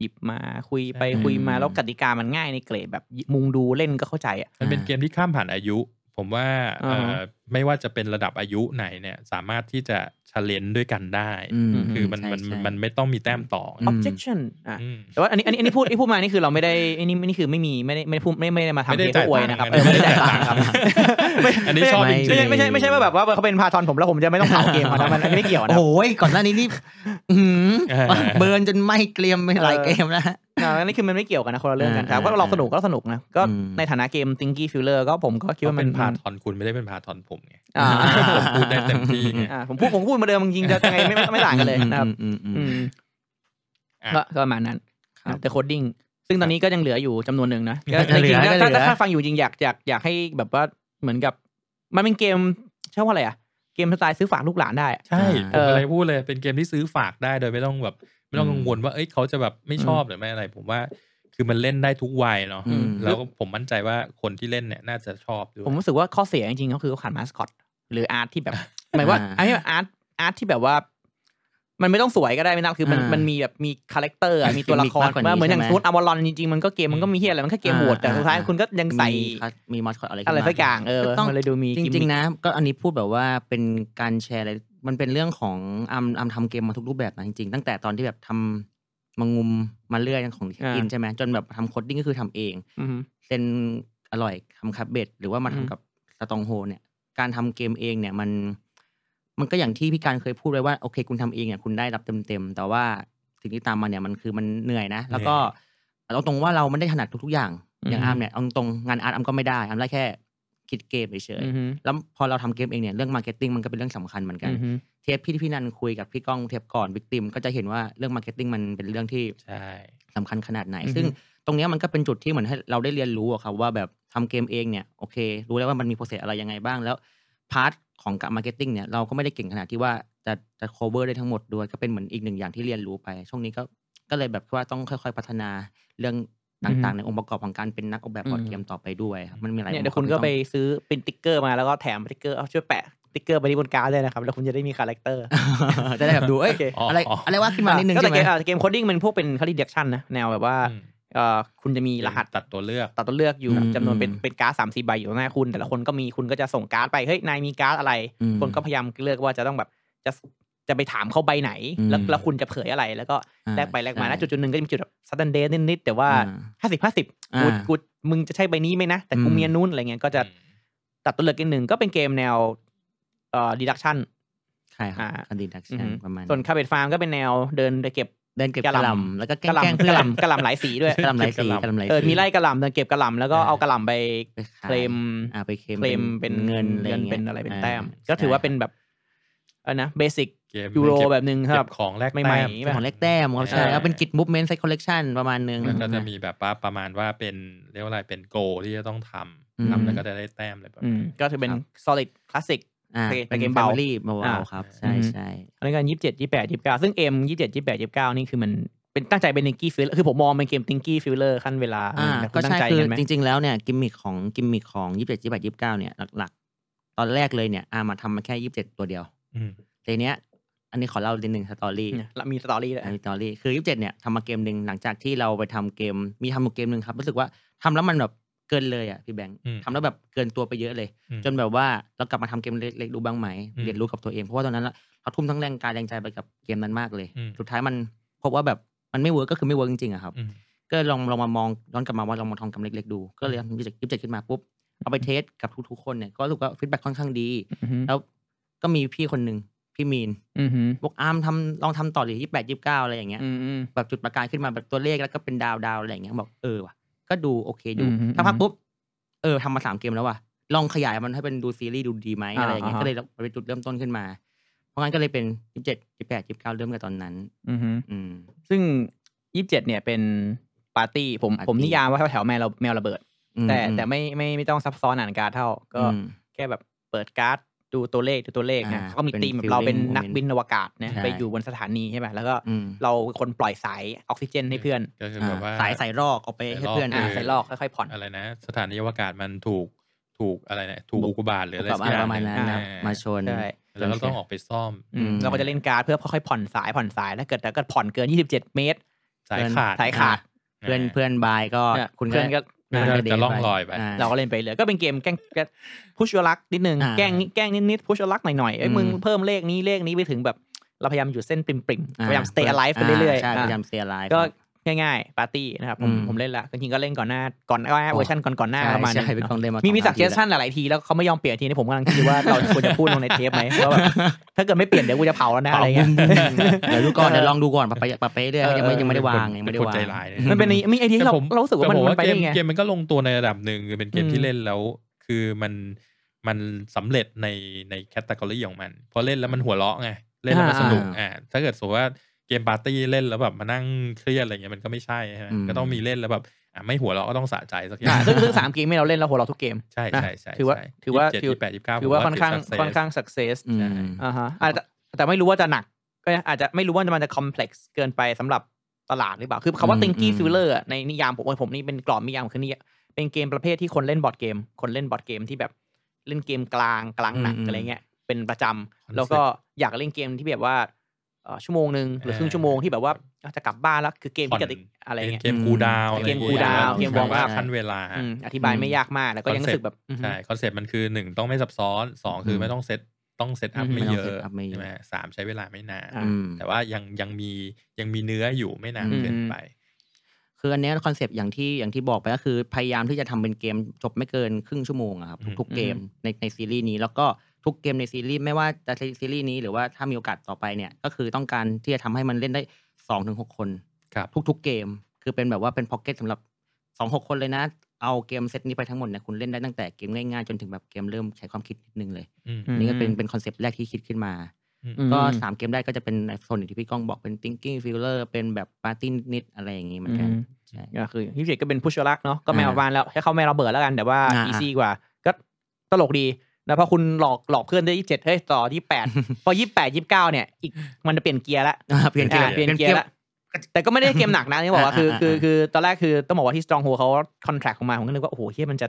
Speaker 1: หยิบมาคุยไปคุยมา
Speaker 2: อืม
Speaker 1: แล้วกติกามันง่ายในเกรดแบบมุงดูเล่นก็เข้าใจอะ
Speaker 3: มันเป็นเกมที่ข้ามผ่านอายุ ผมว่า
Speaker 1: อ่าฮะ
Speaker 3: เอ่อ ไม่ว่าจะเป็นระดับอายุไหนเนี่ย สามารถที่จะชเลนด้วยกันได้
Speaker 2: ม
Speaker 3: คือมัน
Speaker 2: ใช่
Speaker 3: มัน
Speaker 2: ใช่
Speaker 3: มันไม่ต้องมีแต้มต่อไง
Speaker 1: objection อ่ะ
Speaker 3: อืม
Speaker 1: แต่ว่าอันนี้อันนี้อันนี้พูดที่พูดมานี่คือเราไม่ได้อันนี้อันนี่คือไม่มีไม่ได้ไม่ได้พูดไม่ไม่ได้มา
Speaker 3: ไม่
Speaker 1: ทำ
Speaker 3: ได้
Speaker 1: เพื่ออวยนะครับ
Speaker 3: จ่าย
Speaker 1: เออไม่ได้
Speaker 3: ตังค์
Speaker 1: จ่ายตังค์ครับไม่
Speaker 3: อันนี้ชอบจริงๆ
Speaker 1: ไม่ใช่ไม่ใช่ไม่ใช่ว่าแบบว่าเขาเป็นพาทอนผมแล้วผมจะไม่ต้องเผาเกมเขานะมันอันนี้ไม่เกี่ยวนะ
Speaker 2: โอ้ยก่อนหน้านี้นี่ [LAUGHS] อื้อ
Speaker 3: เอ
Speaker 2: หื
Speaker 3: อ
Speaker 2: อเบิร์นจนไหม่เกรียมไปหลาย
Speaker 1: เออ
Speaker 2: เกมแล้วฮะ
Speaker 1: อ่าอันนี้คือมันไม่เกี่ยวกันนะคนละเรื่องกันแต่
Speaker 2: อ่า
Speaker 1: ว่าเราสนุกก็สนุกนะก็
Speaker 2: อืม
Speaker 1: ในฐานะเกม Tinky Filler ก็ผมก็คิดว่ามั
Speaker 3: เป็น นพาทอนคุณไม่ได้เป็นพาทอนผมไง
Speaker 1: อ่า
Speaker 3: ผมพูดได้เต็มที่ไง
Speaker 1: อ่าผมพูดผมพูดมาเดิมจริงๆจะยังไงไม่ไม่ไม่ต่างกันเลยนะครับ
Speaker 2: อืมอืม
Speaker 1: อื
Speaker 2: อืม
Speaker 1: ม
Speaker 3: อ่ะ
Speaker 1: ก็ก็ประมาณนั้น
Speaker 2: ครับ
Speaker 1: แต่โคดดิ้งซึ่งตอนนี้ก็ยังเหลืออยู่จำนวนหนึ่งนะก็
Speaker 2: ยังเหลื
Speaker 1: จริ
Speaker 2: อง
Speaker 1: ๆ
Speaker 2: ยังเหลื
Speaker 1: ถ้า
Speaker 2: อ
Speaker 1: ถ้าถ้าฟังอยู่จริงอยากอยากอยากให้แบบว่าเหมือนกับ มันเป็นเกมใช่ว่าอะไรอ่ะ เกมสไตล์ซื้อฝากลูกหลานได้อะ
Speaker 3: ใช่ผ
Speaker 1: เอ
Speaker 3: ม
Speaker 1: ออ
Speaker 3: อะไรพูดเลยเป็นเกมที่ซื้อฝากได้โดยไม่ต้องแบบ ไม่ต้อง
Speaker 2: อืม
Speaker 3: กังวลว่าเอ้ยเขาจะแบบไม่ชอบหรือไม่อะไร ผมว่าคือมันเล่นได้ทุกวัยเนาะ
Speaker 1: อืม
Speaker 3: แล้วก็ผมมั่นใจว่าคนที่เล่นเนี่ยน่าจะชอบด้วย
Speaker 1: ผมรู้สึกว่าข้อเสียจริงๆก็คือขาดมาสคอตหรืออาร์ตที่แบบ หมายว่า
Speaker 2: อ่า
Speaker 1: ไอ้อาร์ตอาร์ตที่แบบว่า มันไม่ต้องสวยก็ได้ไม่นับคือมัน
Speaker 2: อ่ามั
Speaker 1: มันมีแบบมีคาแรคเตอ
Speaker 2: [LAUGHS]
Speaker 1: ร์อะมีตัวละคร
Speaker 2: มีมากกว่านี้
Speaker 1: ว่าเหมือนอย่าง
Speaker 2: ใช่ไหม
Speaker 1: ซูดอวอลอนจริงๆมันก็เกมมันก็มีเฮียอะไรมันแค่เกม
Speaker 2: อ่า
Speaker 1: โหวตแต่สุดท้าย
Speaker 2: อ่า
Speaker 1: คุณก็ยังใส่
Speaker 2: มีคัสมีมอสคอตอะไรขึ้น
Speaker 1: อะไร
Speaker 2: ม
Speaker 1: สักอย่างเออ
Speaker 2: ก็ต้อง
Speaker 1: มันเลยดูมี
Speaker 2: จ
Speaker 1: กิม
Speaker 2: ริ
Speaker 1: มิ
Speaker 2: ง
Speaker 1: ค
Speaker 2: ๆนะก็อันนี้พูดแบบว่าเป็นการแชร์อะไรมันเป็นเรื่องของอัมอัมทำเกมมาทุกรูปแบบนะจริงๆ ตั้งแต่ตอนที่แบบทำมังงุมมาเรื่อยของ
Speaker 1: อ่า
Speaker 2: อินใช่ไหมจนแบบทำโคดดิ้งก็คือทำเอง
Speaker 1: อือฮึ
Speaker 2: เซนอร่อยทำคับเบดหรือว่ามา
Speaker 1: อืม
Speaker 2: ทำกับสตองโฮเนี่ย การทำเกมเองเนี่ยมัน มันก็อย่างที่พี่การเคยพูดไว้ว่าโอเค คุณทำเองเนี่ยคุณได้รับเต็มๆแต่ว่าสิ่งที่ตามมาเนี่ยมันคือมันเหนื่อยนะ แล้วก็เราตรงว่าเราไม่ได้ถนัดทุกๆ อย่าง อย่างอาร์มเนี่ยเอาตรงงานอาร์ตอาร์มก็ไม่ได้อาร์มได้แค่คิดเกมเฉยๆ
Speaker 1: อือฮึ
Speaker 2: แล้วพอเราทำเกมเองเนี่ยเรื่องมาร์เก็ตติ้งมันก็เป็นเรื่องสำคัญเหมือนกัน
Speaker 1: อือฮึ
Speaker 2: เทปพี่ที่พี่นันคุยกับพี่ก้องเทปก่อนวิกติมก็จะเห็นว่าเรื่องมาร์เก็ตติ้งมันเป็นเรื่องที่
Speaker 3: ใช่
Speaker 2: สำคัญขนาดไหน
Speaker 1: อือฮึ
Speaker 2: ซึ่งตรงเนี้ยมันก็เป็นจุดที่เหมือนให้เราได้เรียนรู้อะครับว่าแบบทำเกมเองเนี่ยโอเค รู้แล้วว่ามันมีโปรเซสอะไรยังไงบ้างแล้วพาร์ทของการมาร์เก็ตติ้งเนี่ยเราก็ไม่ได้เก่งขนาดที่ว่าจะจะ cover ได้ทั้งหมดด้วยก็เป็นเหมือนอีกหนึ่งอย่างที่เรียนรู้ไป ช่วงนี้ก็ก็เลยแบบว่าต้องค่อย ๆ พัฒนาเรื่องต่างๆ ในองค์ประกอบของการเป็นนักออกแบบบอร์ดเกมต่อไปด้วยครับมันมีหลาย
Speaker 1: เนี่ย
Speaker 2: อง
Speaker 1: เดี๋ยว
Speaker 2: ค์ประอบ
Speaker 1: คุณก็
Speaker 2: ที่ต้อง
Speaker 1: ไปซื้อเป็นติ๊กเกอร์มาแล้วก็แถมติ๊กเกอร์เอาช่วยแปะติ๊กเกอร์ไปที่บนการ์ดเลยนะครับ แล้วคุณจะได้มีคาแรคเต [LAUGHS] อร์
Speaker 2: จะได้แบบดูเอ้ย
Speaker 1: โอเค
Speaker 2: อะไร [LAUGHS] อะไรว่าขึ้นมานิดนึง
Speaker 1: ก็
Speaker 2: ใช่
Speaker 1: แต่เกม
Speaker 2: ไหม
Speaker 1: อ่ะเกมโคดดิ้งมันพวกเป็นคาลิเดชันนะแนวแบบว่า
Speaker 3: อืม
Speaker 1: เออคุณจะมีรหัส
Speaker 3: ตัดตัวเลือก
Speaker 1: ตัดตัวเลือกอยู่
Speaker 2: อืม
Speaker 1: จำนวนเป็น
Speaker 2: อืม
Speaker 1: เป็นการ์ดสามสี่ใบอยู่หน้าคุณ แต่ละคนก็มีคุณก็จะส่งการ์ดไปเฮ้ยนายมีการ์ดอะไร
Speaker 2: อืม
Speaker 1: คนก็พยายามเลือกว่าจะต้องแบบจะจะไปถามเขาใบไหน แล้ว
Speaker 2: อืม
Speaker 1: แล้วคุณจะเผยอะไร แล้วก็
Speaker 2: อ่า
Speaker 1: แลกไปแลกมา
Speaker 2: ใช่
Speaker 1: นะจุดจุดหนึ่งก็จะมีจุดแบบซัตเดนเดย์นิดๆแต่ว่า
Speaker 2: อ่า
Speaker 1: ห้าสิบห้าสิบกู
Speaker 2: อ่ากู
Speaker 1: กูมึงจะใช่ใบนี้ไหมนะ แต่กู
Speaker 2: อืม
Speaker 1: มีอันนู้นอะไรเงี้ยก็จะตัดตัวเลือกอีกหนึ่งก็เป็นเกมแนวเอ่อดีดักชัน
Speaker 2: ใช่ครับ
Speaker 1: อ่า
Speaker 2: คดีดัก
Speaker 1: อือ
Speaker 2: ชั
Speaker 1: ฮึ
Speaker 2: นประมาณ
Speaker 1: ส่วนคาเบตฟาร์มก็เป็นแนวเดินไปเก็บ
Speaker 2: เดินเก็บ
Speaker 1: กะ
Speaker 2: กะ
Speaker 1: ห
Speaker 2: ห
Speaker 1: ล่ำ
Speaker 2: ล่ำแล้วก็แก
Speaker 1: กระห
Speaker 2: ล้ง
Speaker 1: ล่ำ
Speaker 2: ๆ
Speaker 1: กระหล่ำก
Speaker 2: เพื่อน
Speaker 1: ระหล่ำหลายสีด้วย
Speaker 2: กะหล่ำหลายสี
Speaker 3: กะหล่ำ
Speaker 2: กะหล่ำหลายสี
Speaker 1: เออมีไล่กระหล่ำเดินเก็บกระหล่ำแล้วก็เอากระหล่ำไป
Speaker 2: ไปขาย
Speaker 1: เคลม
Speaker 2: อ่าไปเคลม
Speaker 1: เคลมเป็นเงิน
Speaker 2: อะไร
Speaker 1: เงิน
Speaker 2: งี้ย
Speaker 1: เป็นอะไรเป็นแต้ม
Speaker 2: า
Speaker 1: ก็ถือว่า
Speaker 2: ใช่
Speaker 1: เป็นแบบอะไรนะเบสิก
Speaker 3: เกม
Speaker 1: ยูโร
Speaker 3: เก็
Speaker 1: แบบหนึ่งค
Speaker 3: เก็
Speaker 1: รั
Speaker 3: บบ ของแลก
Speaker 1: ใหม่ๆ
Speaker 3: แต้ม
Speaker 2: เป็นของเล็กแต้มครับใช่
Speaker 3: อ่า
Speaker 2: แล้วเป็นกิจมูฟเมนต์ไซคอลเลคชันประมาณนึง
Speaker 3: แล้วก็จะ
Speaker 2: น
Speaker 3: มีแบบว่าประมาณว่าเป็นเรียกว่าอะไรเป็นโกที่จะต้องทำ
Speaker 2: อืม
Speaker 3: ทำแล้วก็จะได้แต้มอะไรแบบ
Speaker 1: อืม
Speaker 3: นี้
Speaker 1: ก็ถือเป็น
Speaker 2: ครับ
Speaker 1: solid classic
Speaker 2: อ่า
Speaker 1: เป็น
Speaker 2: เป็น
Speaker 1: เก
Speaker 2: เก
Speaker 1: ม
Speaker 2: ม
Speaker 1: เบา
Speaker 2: เบาลี่เบ
Speaker 1: อ่า
Speaker 2: าๆครับใช่
Speaker 1: อือฮึ
Speaker 2: ใช่
Speaker 1: อันนั้นกันยี่สิบเจ็ดยี่แปดยี่เก้าซึ่งเอ็มยี่สิบเจ็ดยี่แปดยี่เก้านี่คือมันเป็นตั้งใจเป็นนิงกี้ฟิลคือผมมองเป็นเกมติงกี้ฟิลเลอร์ขั้นเวลา
Speaker 2: อ่า
Speaker 1: แบบ
Speaker 2: ก็
Speaker 1: คุณตั้
Speaker 2: ใช่
Speaker 1: งใจ
Speaker 2: คือ
Speaker 1: กันไหม
Speaker 2: จริง ๆ แล้วเนี่ยกิมมิคของกิมมิคของยี่สิบเจ็ดยี่แปดยี่สิบเก้าเนี่ยหลักๆ ตอนแรกเลยเนี่ยอ่ามาทำมาแค่ยี่สิบเจ็ดตัวเดียว
Speaker 3: อืม
Speaker 2: ทีเนี้ย อันนี้ขอเล่านิดนึงสตอรี่
Speaker 1: เนี่ยแล้วมีสตอรี่
Speaker 2: [LAUGHS]
Speaker 1: ด้วย
Speaker 2: อันนี้สตอรี่คือยี่สิบเจ็ดเนี่ยทำมาเกมหนึ่งหลังจากที่เราไปทำเกมมีทำอยู่เกมหนึ่งครับ รู้สึกว่าทำแล้วมันแบบเกินเลยอ่ะพี่แบงค์
Speaker 3: อืม
Speaker 2: ทำแล้วแบบเกินตัวไปเยอะเลย
Speaker 3: อืม
Speaker 2: จนแบบว่าเรากลับมาทำเกมเล็กๆดูบ้างไหม
Speaker 3: อืม
Speaker 2: เรียนรู้กับตัวเองเพราะว่าตอนนั้นเราทุ่มทั้งแรงกายแรงใจไปกับเกมนั้นมากเลย
Speaker 3: อืม
Speaker 2: สุดท้ายมันพบว่าแบบมันไม่เวิร์กก็คือไม่เวิร์กจริงๆอะครับ
Speaker 3: อืม
Speaker 2: ก็ลองลองมามองย้อนกลับมาว่าลองมาทำกำเล็กๆดูก็เลยทำยี่สิบเจ็ดขึ้นมาปุ๊บเอาไปเทสกับทุกๆคนเนี่ยก็รู้สึกว่าฟีดแบ็ค่อนข้างดี แล้วก็มีพี่คนหนึ่งพี่มีน
Speaker 1: อือหือ
Speaker 2: บอกอาร์มทำลองทำต่อดิยี่แปดยี่เก้าอะไรอย่างเงี้ย
Speaker 1: อืมอืม
Speaker 2: แบบจุดประกายขึ้นมาแบบตัวเลขแล้วก็เป็นดาวดาวอะไรอย่างเงี้ยบอกเออว่ะก็ดูโอเคอ
Speaker 1: อื
Speaker 2: ยู่
Speaker 1: มอืม
Speaker 2: ถ้าพักปุ๊บเออทำมาสามเกมแล้วว่ะลองขยายมันให้เป็นดูซีรีส์ดูดีไหม
Speaker 1: อ่า
Speaker 2: อะไรอย่างเงี้ย
Speaker 1: อ่า
Speaker 2: ก็เลยเป็นจุดเริ่มต้นขึ้นมา เพราะงั้นก็เลยเป็นยี่เจ็ดยี่แปดยี่เก้าเริ่มกันตอนนั้น
Speaker 1: อือหือ
Speaker 2: อืม
Speaker 1: ซึ่งยี่สิบเจ็ดเนี่ยเป็นปาร์ตี้ผม
Speaker 2: ปาร์ตี้
Speaker 1: ผมนิยามว่าแถวแถวๆแมวแมวระเบิด
Speaker 2: อืม
Speaker 1: แต่
Speaker 2: อืม
Speaker 1: แต่ไม่ไม่ไม่ต้องซับซ้อนอ่านการ์ดเท่าก็
Speaker 2: อืม
Speaker 1: แค่แบบเปิดการ์ดดูตัวเลขดูตัวเลขนะ
Speaker 2: อ่า
Speaker 1: เขาก็มี
Speaker 2: เป็น
Speaker 1: ธีมแบ
Speaker 2: feeling
Speaker 1: บเราเป็น
Speaker 2: moment
Speaker 1: นักบินอวกาศนะ
Speaker 2: ใช่
Speaker 1: ไปอยู่บนสถานีใช่ไหมแล้วก็
Speaker 2: อืม
Speaker 1: เราเป็นคนปล่อยสายออกซิเจนให้เพื่อน
Speaker 3: ก็คือแบบว่า
Speaker 2: สายสายรอกออกไปให้เพื่อน
Speaker 3: เ
Speaker 1: อ่า
Speaker 2: อ่า
Speaker 1: ใส่
Speaker 2: สาย
Speaker 1: ล
Speaker 2: ร
Speaker 1: อ
Speaker 2: อก ก
Speaker 1: ค่อยๆผ่อน
Speaker 3: อะไรนะ สถานีอวกาศมันถูกถูกอะไรนะถูก
Speaker 2: บุก
Speaker 3: อุกกาบาตหรืออะไร
Speaker 2: กับ
Speaker 3: สัก
Speaker 2: อะไรป
Speaker 3: อย่าง
Speaker 2: ระมาณนั้น
Speaker 3: อ่
Speaker 2: นะครับมาชน
Speaker 1: ใช่
Speaker 3: แล้วก็ต้องออกไปซ่อม
Speaker 1: อืม
Speaker 2: อืม
Speaker 1: เราก็จะเล่นการ์ดเพื่อค่อยๆผ่อนสายผ่อนสายแล้วเกิดแต่เกิดผ่อนเกิน 27 เมตร
Speaker 3: สายขาด
Speaker 1: สายขาด
Speaker 2: เพื่อนเพื่อนบายก็
Speaker 1: เนี่ย
Speaker 2: คุณ
Speaker 1: เพื่อนก็
Speaker 3: มันจะจะล่องลอยไป
Speaker 2: า
Speaker 1: เราก็เล่นไปเลยก็เป็นเกมแกล้งพุชลักนิดนึง
Speaker 2: อ่า
Speaker 1: แกล้งแกล้งนิดๆพุชลักหน่อยๆเอ้ย
Speaker 2: อืม
Speaker 1: มึงเพิ่มเลขนี้เลขนี้ไปถึงแบบเราพยายามอยู่เส้นปริม
Speaker 2: อ่
Speaker 1: ๆพยายาม stay alive ไปเรื่อย
Speaker 2: าใช่
Speaker 1: ๆอ่า
Speaker 2: พยายาม stay alive
Speaker 1: ก็ง่ายๆ ปาร์ตี้นะครับผม
Speaker 2: อืม
Speaker 1: ผมเล่นละจริงๆก็เล่นก่อนหน้าก่อนว่า
Speaker 2: อ๋อ
Speaker 1: เวอร์ชันก่อนก่อนๆหน้า
Speaker 2: ใช่
Speaker 1: ประมาณนึ
Speaker 2: ใช่เป็น
Speaker 1: ง
Speaker 2: กองเล่นมา
Speaker 1: มี
Speaker 2: มี
Speaker 1: มีสักเจสันหลายๆทีแล้วเขาไม่ยอมเปลี่ยนทีนี้ผมกำลังคิดว่าเราควรจะพูดลงในเทปไหมว่าแบบถ้าเกิดไม่เปลี่ยนเดี๋ยวกูจะเผาแล้วนะอะไรเงี้ย
Speaker 2: เดี๋ยวดูก่อนเดี๋ยวลองดูก่อนปะไปปะไปเรื่อย
Speaker 1: เออ
Speaker 2: ยังไม่ยังไม่ได้วางยัง
Speaker 3: เป็นคน
Speaker 2: ไม่ได้วาง
Speaker 3: เป็นคนใจร้ายเนี่ย
Speaker 1: มันเป็นมีไอเดียที่เราเรารู้สึกว่ามัน
Speaker 3: แต่ผ
Speaker 1: มันไป
Speaker 3: เก
Speaker 1: ได้
Speaker 3: ม
Speaker 1: ไง
Speaker 3: เกมมันก็ลงตัวในระดับหนึ่งคือเป็นเกม
Speaker 1: อืม
Speaker 3: ที่เล่นแล้ว คือมันมันสำเร็จในในแคตตากรีของมันพอเล่นแล้วมันหัวเราะไงเล่นแล้วมันสนุก
Speaker 2: อ่า
Speaker 3: อ่าถ้าเกิดสมมติว่าเกมปาร์ตี้เล่นแล้วแบบมานั่งเครียดอะไรเงี้ยมันก็ไม่ใช่ใช่ไหม
Speaker 2: อืม
Speaker 3: ก็ต้องมีเล่นแล้วแบบอ่ะไม่หัวเราะก็ต้องสะใจสักอย่า
Speaker 1: อ่าง ซึ่งซึ่งสามเกมที่เราเล่นเราหัวเราะทุกเกม
Speaker 3: ใช่ใช่ใช่
Speaker 1: ถือว่า
Speaker 3: ใช่
Speaker 1: ถือว่า
Speaker 3: 27 28 29
Speaker 1: ถือว่า
Speaker 3: ผม
Speaker 1: ค่อนข้าง
Speaker 3: ติด success
Speaker 1: ค่อนข้าง success
Speaker 2: อืม
Speaker 1: อ่าฮะอาจจะแต่ไม่รู้ว่าจะหนักก็อาจจะไม่รู้ว่ามันจะ complex เกินไปสำหรับตลาดหรือเปล่า คือคำว่า
Speaker 2: อืม
Speaker 1: thinky
Speaker 2: อืม
Speaker 1: filler อะในนิยามผมโอ้ยผมนี่เป็นกรอบนิยามคือนี่เป็นเกมประเภทที่คนเล่นบอร์ดเกม คนเล่นบอร์ดเกมที่แบบเล่นเกมกลางกลางหนัก
Speaker 2: อืม
Speaker 1: อะไรเงี้ยเป็นประจำแล้วก็อยากเล่นเกมที่แบบว่าเอ่อชั่วโมงหนึ่งหรือครึ่งชั่วโมงที่แบบว่าจะกลับบ้านแล้วคือเกมที่กติกอะไร
Speaker 3: เป็น
Speaker 1: เงี้ย
Speaker 3: เกมกูดาว
Speaker 1: เกม cool down เกม warm up
Speaker 3: ขั้นเวลา
Speaker 1: อืมอธิบายไม่ยากมากแล้วก็ยังรู้สึกแบบอือฮึ
Speaker 3: ใช่คอนเซ็ปต์มันคือหนึ่งต้องไม่ซับซ้อนสองคือ
Speaker 2: ม
Speaker 3: ไม่ต้องเซตต้องเซตอัพ
Speaker 1: อืม
Speaker 3: ไม่เย
Speaker 2: ไม่ต้อ
Speaker 3: อะ
Speaker 2: ง set up ไม่เยอะ
Speaker 3: ใช่ไหมสามใช้เวลาไม่นาน
Speaker 1: อ่ะ
Speaker 2: อืม
Speaker 3: แต่ว่ายังยังมียังมีเนื้ออยู่ไม่นาน
Speaker 2: อืม
Speaker 3: เกินไป
Speaker 2: คืออันเนี้คอนเซปต์อย่างที่อย่างที่บอกไปก็คือพยายามที่จะทำเป็นเกมจบไม่เกินครึ่งชั่วโมงอะครับ
Speaker 3: อืม
Speaker 2: ทุกๆเกมในในซีรีส์นี้แล้วก็ทุกเกมในซีรีส์ไม่ว่าจะซีรีส์นี้หรือว่าถ้ามีโอกาสต่อไปเนี่ยก็คือต้องการที่จะทำให้มันเล่นได้สองถึงหกคน
Speaker 3: ครับ
Speaker 2: ทุกๆเกม คือเป็นแบบว่าเป็นพ็อกเก็ตสำหรับสองหกคนเลยนะ เอาเกมเซตนี้ไปทั้งหมดเนี่ยคุณเล่นได้ตั้งแต่เกมง่ายๆ จนถึงแบบเกมเริ่มใช้ความคิดนิดนึงเลย
Speaker 3: อืม
Speaker 1: อืม
Speaker 2: นี่ก็เป็นเป็นคอนเซปต์แรกที่คิดขึ้นมา
Speaker 1: อืม
Speaker 2: ก็สามเกมแรกก็จะเป็นโซนอย่างที่พี่ก้องบอกเป็น thinking filler เป็นแบบ party นิดๆอะไรอย่างงี้เหมือนกัน
Speaker 1: อืม
Speaker 2: ใช่ [LAUGHS]
Speaker 1: ก็คือฮิปเจ็ก็เป็นพุชลักเนาะก็ไม่
Speaker 2: อ่า
Speaker 1: ประมาณแล้วให้เขาไม่ระเบิดแล้วกัน แต่ว่า
Speaker 2: อ่า
Speaker 1: อีซี่กว่า ก็ตลกดีนะเพราะคุณหลอกหลอกเพื่อนได้ยี่เจ็ดเฮ้ยต่อยี่แป
Speaker 2: [LAUGHS]
Speaker 1: ด พอยี่แปดยี่เก้าเนี่ยอีกมันจะเปลี่ยนเกียร์ละ
Speaker 2: อ่าเปลี่ยนเกียร์
Speaker 1: อ่าเปลี่ยนเกียร์ละแต่ก็ไม่ได้เกมหนักนะนี่บอกว่าคือ
Speaker 2: อ่าอ่า
Speaker 1: คือคือตอนแรกคือต้องบอกว่าที่ Strong Hold เขาคอนแทรคออกมาผมก็นึกว่า โอ้โหเฮียมันจะ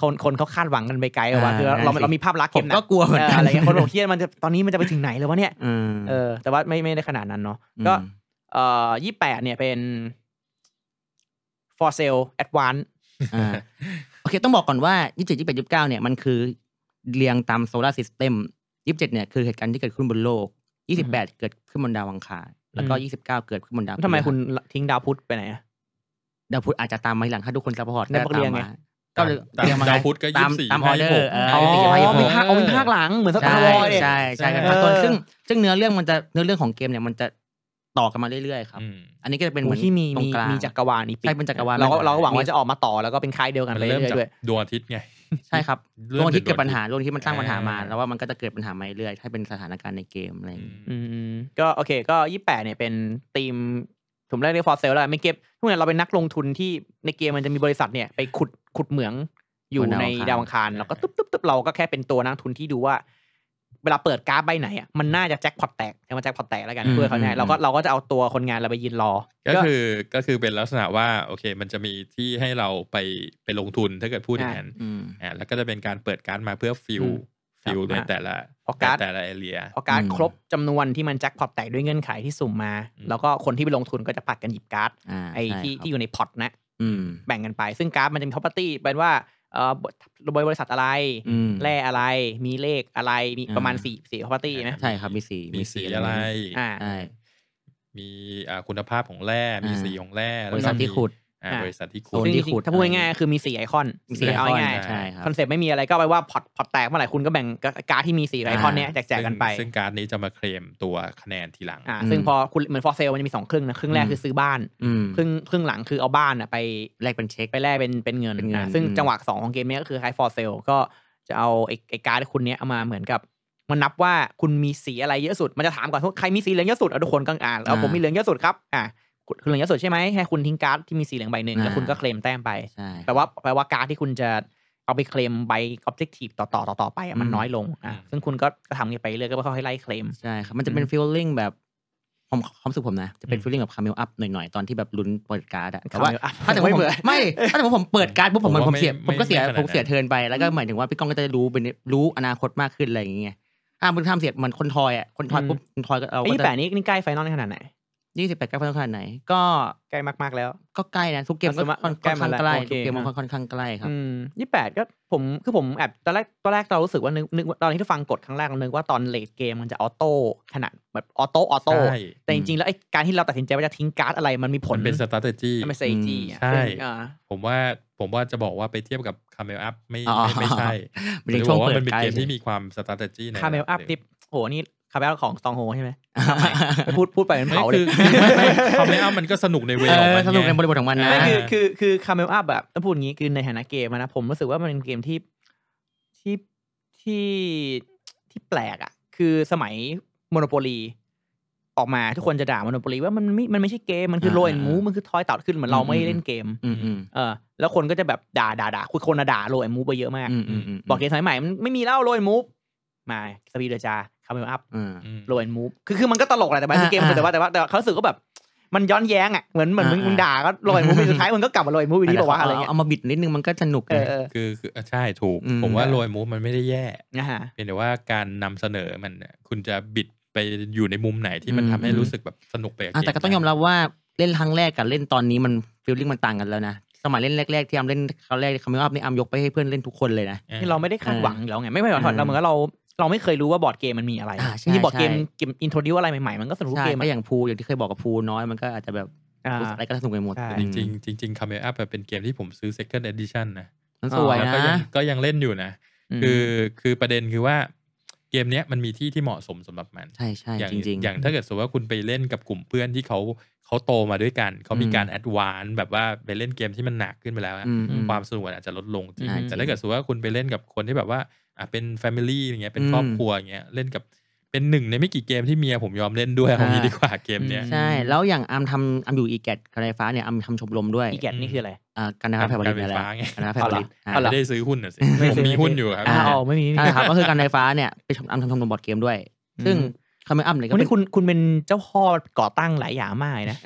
Speaker 1: คนคนเขาคาดหวังกันไปไกลอะวะ
Speaker 2: อ่า
Speaker 1: คือเรา
Speaker 2: นั่นสิ
Speaker 1: เรามีภาพลักษณ์
Speaker 2: ผ
Speaker 1: เก
Speaker 2: ม
Speaker 1: มหนั
Speaker 2: ก็
Speaker 1: ก
Speaker 2: กลัวเหมือน
Speaker 1: เออ
Speaker 2: กัน
Speaker 1: อะไรเงี้ยคนบอกเฮียมันจะตอนนี้มันจะไปถึงไหนเลยวะเนี่ย
Speaker 2: [LAUGHS] เออ
Speaker 1: เออแต่ว่าไม่ไม่ได้ขนาดนั้นเนาะก็
Speaker 2: ก็
Speaker 1: เอ่อยี่แปดเนี่ยเป็น for sale advance
Speaker 2: อ่าโอเค ต้องบอกก่อนว่า 27 28 29 เนี่ย มันคือเรียงตามโซลาร์ซิสเต็ม 27 เนี่ย คือเหตุการณ์ที่เกิดขึ้นบนโลก 28 เกิดขึ้นบนดาวอังคาร แล้วก็
Speaker 1: อืม
Speaker 2: 29 เกิดขึ้นบนดาว
Speaker 1: ทำไม
Speaker 2: พฤหัส
Speaker 1: คุณทิ้งดาวพุธไปไหนอะ
Speaker 2: ดาวพุธอาจจะตามมาทีหลัง ถ้าทุกคนซัพพอร์ต
Speaker 1: ได้บักเรียงไง
Speaker 2: ก็เลย
Speaker 3: ตาม
Speaker 2: เรียงมา
Speaker 3: ดาวพุธก็
Speaker 2: ตาม
Speaker 3: 24
Speaker 2: ตามออเดอร์เอ
Speaker 3: 25
Speaker 1: อ๋อ
Speaker 2: อ24 25
Speaker 1: เป็นภาคเอาเป็นภาคหลังเหมือนสตาร์วอ
Speaker 2: ใช่
Speaker 1: s เลย
Speaker 2: ใช่ใช่ใช่ค
Speaker 3: เออ
Speaker 2: รับต้น
Speaker 1: เออ
Speaker 2: ซึ่งซึ่งเนื้อเรื่องมันจะเนื้อเรื่องของเกมเนี่ยมันจะต่อกันมาเรื่อยๆครับ
Speaker 3: อืม
Speaker 2: อันนี้ก็จะเป็นเห
Speaker 1: โอ้
Speaker 2: มือน
Speaker 1: ที่มี
Speaker 2: ตร
Speaker 1: มี
Speaker 2: งกลาง
Speaker 1: มีจักรวาลนี้
Speaker 2: ใช่เป็นจักรวาล
Speaker 1: เราก็
Speaker 2: มัน
Speaker 1: เราก็หวัง
Speaker 2: มี
Speaker 1: ว่าจะออกมาต่อแล้วก็เป็นค่ายเดียวกัน
Speaker 3: มั
Speaker 1: ไป
Speaker 3: น
Speaker 1: เรื่อ
Speaker 3: เริ่ม
Speaker 1: ยๆ
Speaker 3: จาก
Speaker 1: ด้วย
Speaker 3: ดวงอาทิตย์ไง
Speaker 2: ใช่ครับ
Speaker 3: เริ่
Speaker 2: โลก
Speaker 3: มจาก
Speaker 2: ที่เกิดปัญหา
Speaker 3: โลกที่
Speaker 2: โลกที่มันสร้างปัญหามา
Speaker 3: อ่า
Speaker 2: แล้วว่ามันก็จะเกิดปัญหามาเรื่อยๆถ้าเป็นสถานการณ์ในเกมอะไรอย่าง
Speaker 3: อื
Speaker 2: งี้
Speaker 3: ม
Speaker 1: อืมก็โอเคก็ยี่แปดเนี่ยเป็นทีมผมเรียกเรียกฟอร์เซลแล้วไม่เก็บทุกอย่างเราเป็นนักลงทุนที่ในเกมมันจะมีบริษัทเนี่ยไปขุดขุดเหมืองอยู่
Speaker 2: บนดาว
Speaker 1: ใน
Speaker 2: อังคาร
Speaker 1: ดาวอังคารแล้วก็ตึ๊บตึ๊บตึ๊บเราก็แค่เป็นตัวนักทุนที่ดูว่า เวลาเปิดการ์ดใบไหนอ่ะมันน่าจะแจ็คพอตแตกใช่ไหมแจ็คพอตแตกแล้วกัน
Speaker 2: อืม
Speaker 1: เพื่อเขาเนี่
Speaker 2: อื
Speaker 1: ย
Speaker 2: ม
Speaker 1: เราก็เราก็จะเอาตัวคนงานเราไปยืนรอ
Speaker 3: ก็คือก็คือเป็นลักษณะว่าโอเค มันจะมีที่ให้เราไปไปลงทุนถ้าเกิดพูดอย่างนั้น
Speaker 2: อืม
Speaker 3: อ่าแล้วก็จะเป็นการเปิดการดมาเพื่อฟิล
Speaker 1: อืม
Speaker 3: ฟิล
Speaker 1: ครับ
Speaker 3: ในแต่ละ
Speaker 1: พอการ์ด
Speaker 3: แต่ละเอเรีย
Speaker 1: พอการ์ด
Speaker 2: อืม
Speaker 1: ครบจำนวนที่มันแจ็คพอตแตกด้วยเงื่อนไขที่สุ่มมา
Speaker 3: อืม
Speaker 1: แล้วก็คนที่ไปลงทุนก็จะผลัดกันหยิบการ์ด
Speaker 2: อ่า
Speaker 1: ไอ้ที่ที่
Speaker 2: ใช่ครับ
Speaker 1: อยู่ในพอตนะ
Speaker 2: อืม
Speaker 1: แบ่งกันไป ซึ่งกราฟมันจะมี property เป็นว่าเอ่อบริบริษัทอะไร
Speaker 2: อืม
Speaker 1: แร่อะไร มีเลขอะไร มีประมาณ
Speaker 2: อ่า
Speaker 1: สี่สี่ property ไหม
Speaker 2: ใช่ครับมีสี
Speaker 3: มีสีอะไร
Speaker 1: อ่า
Speaker 2: ใช่
Speaker 3: มีอ่าคุณภาพของแร่ มีสีของแร่
Speaker 2: บ
Speaker 3: แล้ว
Speaker 2: ริ
Speaker 3: ก็
Speaker 2: ษัทที่
Speaker 3: มี
Speaker 2: ขุด
Speaker 3: อ่า
Speaker 1: อ่า
Speaker 3: บริษัทที่
Speaker 2: โซ
Speaker 3: ขุด
Speaker 2: น
Speaker 1: ซึ่ง
Speaker 2: ที่
Speaker 1: จริง
Speaker 2: ขุด
Speaker 1: ๆถ้าพูดง่ายๆคือมีสี่ไอคอน
Speaker 2: มีสี่
Speaker 1: เอา
Speaker 2: ไอคอน
Speaker 1: ง่าย
Speaker 2: ใช่ครับ
Speaker 1: คอนเซ็ปต์ไม่มีอะไรก็ไปว่าพอตพอตแตกเมื่อไหร่คุณก็แบ่งการ์ดที่มีสี่ไอคอนเนี้ยแจกแจกกันไป
Speaker 3: ซึ่งซึ่งการ์ดนี้จะมาเคลมตัวคะแนนทีหลัง
Speaker 1: อ่า
Speaker 2: อืม
Speaker 1: ซึ่งพอคุณเหมือนฟอร์เซลมันจะมีสองครึ่งนะ ครึ่งแรก
Speaker 2: อืม
Speaker 1: คือซื้อบ้าน
Speaker 2: อืม
Speaker 1: ครึ่งครึ่งหลังคือเอาบ้านอ่ะไป
Speaker 2: แลกเป็นเช็ค
Speaker 1: ไปแลกเป็นเป็นเงิน
Speaker 2: เป็นเงิน
Speaker 1: อ่ะซึ่ง
Speaker 2: อืม
Speaker 1: จังหวะสองของเกมเนี้ยก็คือไฮฟอร์เซลก็จะเอาไอ้ไอ้การ์ดคุณเนี้ยเอามาเหมือนกับ มันนับว่าคุณมีสีอะไรเยอะสุด มันจะถามก่อนว่าใครมีสีเหลืองเยอะสุดเอาทุกคนก็อ่านแล้ว
Speaker 2: อ่า
Speaker 1: ผมมีเหลืองเยอะสุดครับอ่ะคุณคุณเหลืองเยอะสุดใช่ไหมให้คุณทิ้งการ์ดที่มีสีเหลืองใบหนึ่ง
Speaker 2: อ่า
Speaker 1: แล้วคุณก็เคลมแต้มไป
Speaker 2: ใช่
Speaker 1: แปลว่าแปลว่าการ์ดที่คุณจะเอาไปเคลมใบออบเจกตีฟต่อต่อต่อต่อไปอ่ะมัน
Speaker 2: อืม
Speaker 1: น้อยลงอ่ะ
Speaker 3: อืม
Speaker 1: ซึ่งคุณก็ก็ทำกันไปเรื่อยก็ค่อยๆไล่เคลม
Speaker 2: ใช่ครับ มันจะเป็น
Speaker 1: อืม
Speaker 2: ฟีลลิ่งแบบผมความรู้สึกผมนะ จะเป็น
Speaker 3: อืม
Speaker 2: ฟีลลิ่งแบบคาเมลอัพหน่อยๆ ตอนที่แบบลุ้นเปิดการ์ดอะแต่ว่า
Speaker 1: อ่ะ
Speaker 2: ถ้าสมมติ
Speaker 1: ไม่
Speaker 2: ผม
Speaker 1: เบื่อ
Speaker 2: ไม่ถ้าสมมติผมเปิดการ์ดปุ๊บผมมัน
Speaker 3: ผม
Speaker 2: ผม
Speaker 3: ว่า
Speaker 2: เสีย
Speaker 3: ไม่
Speaker 2: ผมก็เสีย
Speaker 3: ไม่ขนาด
Speaker 2: ผ
Speaker 3: นั้น
Speaker 2: มเสียเทิร์นไปแล้วก็หมายถึงว่าพี่ก้องก็จะรู้เป็นรู้อนาคตมากขึ้นอะไรอย่างเงี้ยอ่ามึงทำเสียเหมือนคนทอยอ่ะคนทอย
Speaker 1: อืม
Speaker 2: ปุ๊บคนทอยก็เรา
Speaker 1: ไอ้ยี่
Speaker 2: ก็จะ
Speaker 1: แปดนี้นี่ใกล้ไฟนอลขนาดไหน
Speaker 2: ยี่สิบแปดใกล้ขนาดไหน ก็
Speaker 1: ใกล้มากๆแล้ว
Speaker 2: ก็ใกล้นะทุกเกม
Speaker 1: ก็
Speaker 2: ก็
Speaker 1: สามารถ
Speaker 2: ค่อน
Speaker 1: ใกล้
Speaker 2: ข้าง
Speaker 1: มาแล้ว
Speaker 2: ใกล้
Speaker 1: โอเค
Speaker 2: ทุกเกมมัน
Speaker 1: อ่ะ
Speaker 2: ค่อนข้างใกล้ครับ
Speaker 1: อืมยี่แปดก็ผมคือผมแอบตอนแรกตอนแรกเรารู้สึกว่านึกนึกตอนที่ฟังกดครั้งแรกเรานึกว่าตอนเลดเกมมันจะออโต้ขนาดแบบออโต้ออโต้
Speaker 3: ใช่
Speaker 1: แต่จริงๆแล้วไอ้การที่เราตัดสินใจว่าจะทิ้งการ์ดอะไรมันมีผ
Speaker 3: ผ
Speaker 1: ล
Speaker 3: ลเป็น strategy
Speaker 1: มันเป็นไซจี
Speaker 3: ใช่ ผมว่าผมว่าจะบอกว่าไปเทียบกับคาเมลอัพไม่
Speaker 2: อ๋อ
Speaker 3: ไม่ไม่ใช่
Speaker 2: เป็น
Speaker 3: จะ
Speaker 2: ช่ว
Speaker 3: บอง กว่า
Speaker 2: เปิด
Speaker 3: มันเป็น
Speaker 2: ใกล้
Speaker 3: เกมที่มีความ strategy ใน
Speaker 1: คาเมลอัพทิปโหนี่คาเมลของสตองโฮใช่ไหมไปพูดพูด [LAUGHS] ไปมัน
Speaker 3: ไม่
Speaker 1: เผาเล
Speaker 3: คื
Speaker 1: ย
Speaker 3: อคือไม่ไม่คาเมลอัพมันก็สนุกในเว
Speaker 2: เอ
Speaker 3: ของ
Speaker 2: อ
Speaker 3: มัน
Speaker 2: สนุกในบ
Speaker 3: ไง
Speaker 2: ริบทของมันนะ
Speaker 1: ไม่คือ
Speaker 3: อ่า
Speaker 1: คือคือคาเมลอัพแบบต้องพูดอย่างนี้คือในฐานะเกมอะนะผมรู้สึกว่ามันเป็นเกมที่ที่ที่ที่แปลกอะคือสมัยโมโนโปลีออกมาทุกคนจะด่าโมโนโปลีว่ามันไม่มันไม่ใช่เกม มันคือ
Speaker 2: อ่า
Speaker 1: โรยมูมันคือทอยเต่าขึ้นเหมือนเรา
Speaker 2: อืม
Speaker 1: ไม่เล่นเกม
Speaker 2: อืมอืม
Speaker 1: เออแล้วคนก็จะแบบด่าด่าด่าคุยคนน่ะด่าโรยมูไปเยอะมาก
Speaker 2: อืมอืมอืม
Speaker 1: บอกเกมสมัยใหม่มันไม่มีแล้วโรยมูมาสปีดเดอร์จาคาเมลอัพ
Speaker 2: อืม
Speaker 3: อืม
Speaker 1: โรยมูฟคือคือมันก็ตลกแหละแต่ว่า
Speaker 2: อ่า
Speaker 1: คือเกมมันแต่ว่าแต่ว่าแต่ว่าเขารู้สึกก็แบบ มันย้อนแย้งอ่ะเหมือนเหมือนมึง
Speaker 2: อ่า
Speaker 1: มึงด่าก็โรยมูฟ
Speaker 2: อ่า
Speaker 1: สุดท้ายมึงก็กลับมาโรยมูฟอีกทีบอกว่าอะไรเงี้ย
Speaker 2: เอามาบิดนิดนึงมันก็สนุก
Speaker 1: เอ
Speaker 2: ไง
Speaker 1: อเออ
Speaker 3: คือคืออ่ะใช่ถูก
Speaker 2: อืม
Speaker 3: ผมว่าโรยมูฟมันไม่ได้แย่
Speaker 1: นะฮะ
Speaker 3: เพียงแต่ว่าการนำเสนอมันเนี่ยคุณจะบิดไปอยู่ในมุมไหนที่มัน
Speaker 2: อืม
Speaker 3: ทำให้รู้สึกแบบสนุกไปบ
Speaker 2: อ่ะแต่ก็ต้องยอม
Speaker 3: เ
Speaker 2: รับว่าเล่นครั้งแรกกับเล่นตอนนี้มันฟีลลิ่งมันต่างกันแล้วนะ สมัยเล่นแรก ๆ ที่อามเล่นครั้งแรกคำว่านี่อามยกไปให้เพื่อนเล่นทุกคนเลยนะ
Speaker 3: ออ
Speaker 1: นี่เราไม่ได้คาดหวังอยู่แล้วไงไม่ไม่หวังเราเหมือนกับเราเราไม่เคยรู้ว่าบอร์ดเกมมันมีอะไร
Speaker 2: อ่าใช่
Speaker 1: จริงๆบอร์ดเกม
Speaker 2: ใช่
Speaker 1: เกมอินโทรดิวอะไรใหม่ๆมันก็สนุกทุก
Speaker 2: ใช่
Speaker 1: เกม
Speaker 2: ก็อย่างพูอย่างที่เคยบอกกับพูน้อยมันก็อาจจะแบบ
Speaker 1: อ่า
Speaker 2: อะไรก็สนุกไปหมด
Speaker 1: ใช่
Speaker 3: จริงๆจริงจริงคาเมอัพเป็นเกมที่ผมซื้อ second edition นะ
Speaker 2: มันสวย
Speaker 3: แล้ว
Speaker 2: นะ
Speaker 3: ก็ยังก็ยังเล่นอยู่นะ คือคือประเด็นคือว่าเกมเนี้ยมันมีที่ที่เหมาะสมสำหรับมัน
Speaker 2: ใช่ใช่
Speaker 3: อย่าง
Speaker 2: จริง
Speaker 3: อย่างถ้าเกิดสมมติว่าคุณไปเล่นกับกลุ่มเพื่อนที่เขาเขาโตมาด้วยกัน เขามีการแอดวานแบบว่าไปเล่นเกมที่มันหนักขึ้นไปแล้วอะ
Speaker 2: อืมอืม
Speaker 3: ความสนุกอาจจะลดลงจริง
Speaker 2: ใช่
Speaker 3: แต่ถ้าเกิดสมมติว่าคุณไปเล่นกับคนที่แบบว่าอ่ะเป็นแฟมิลี่อย่างเงี้ยเป็นครอบ
Speaker 2: อืม
Speaker 3: ครัวอย่างเงี้ยเล่นกับเป็นหนึ่งในไม่กี่เกมที่เมียผมยอมเล่นด้วยเอางี้ดีกว่าเกมเนี้ย
Speaker 2: ใช่ แล้วอย่างอามทำอามอยู่อีแกตการไฟฟ้าเนี่ยอามทำชมรมด้วย
Speaker 1: อีแกตนี่คืออะไร
Speaker 2: อ่าการไฟฟ้าแผ่นดินอะไร
Speaker 3: การไฟฟ้าไง
Speaker 2: การไฟฟ้าแผ่นดินอ่า
Speaker 1: เอา หร
Speaker 3: ไม่ได้ซื้อหุ้นอ่ะสิ
Speaker 1: ไม่
Speaker 3: ผม
Speaker 1: ซื้อ
Speaker 3: มีหุ้นอยู่ครับ
Speaker 1: อ่า
Speaker 2: อ่า
Speaker 1: อ๋อไม่มีไม่
Speaker 2: ใช่
Speaker 1: มี
Speaker 2: ครับก็คือการไฟฟ้าเนี่ยไปทำทำชมรมบอร์ดเกมด้วย ซึ่งคำอัพเนี่ยก็
Speaker 1: วัน
Speaker 2: เป็
Speaker 1: นี้
Speaker 2: น
Speaker 1: คุณคุณเป็นเจ้าพ่อก่อตั้งหลายอย่างมากเลยนะ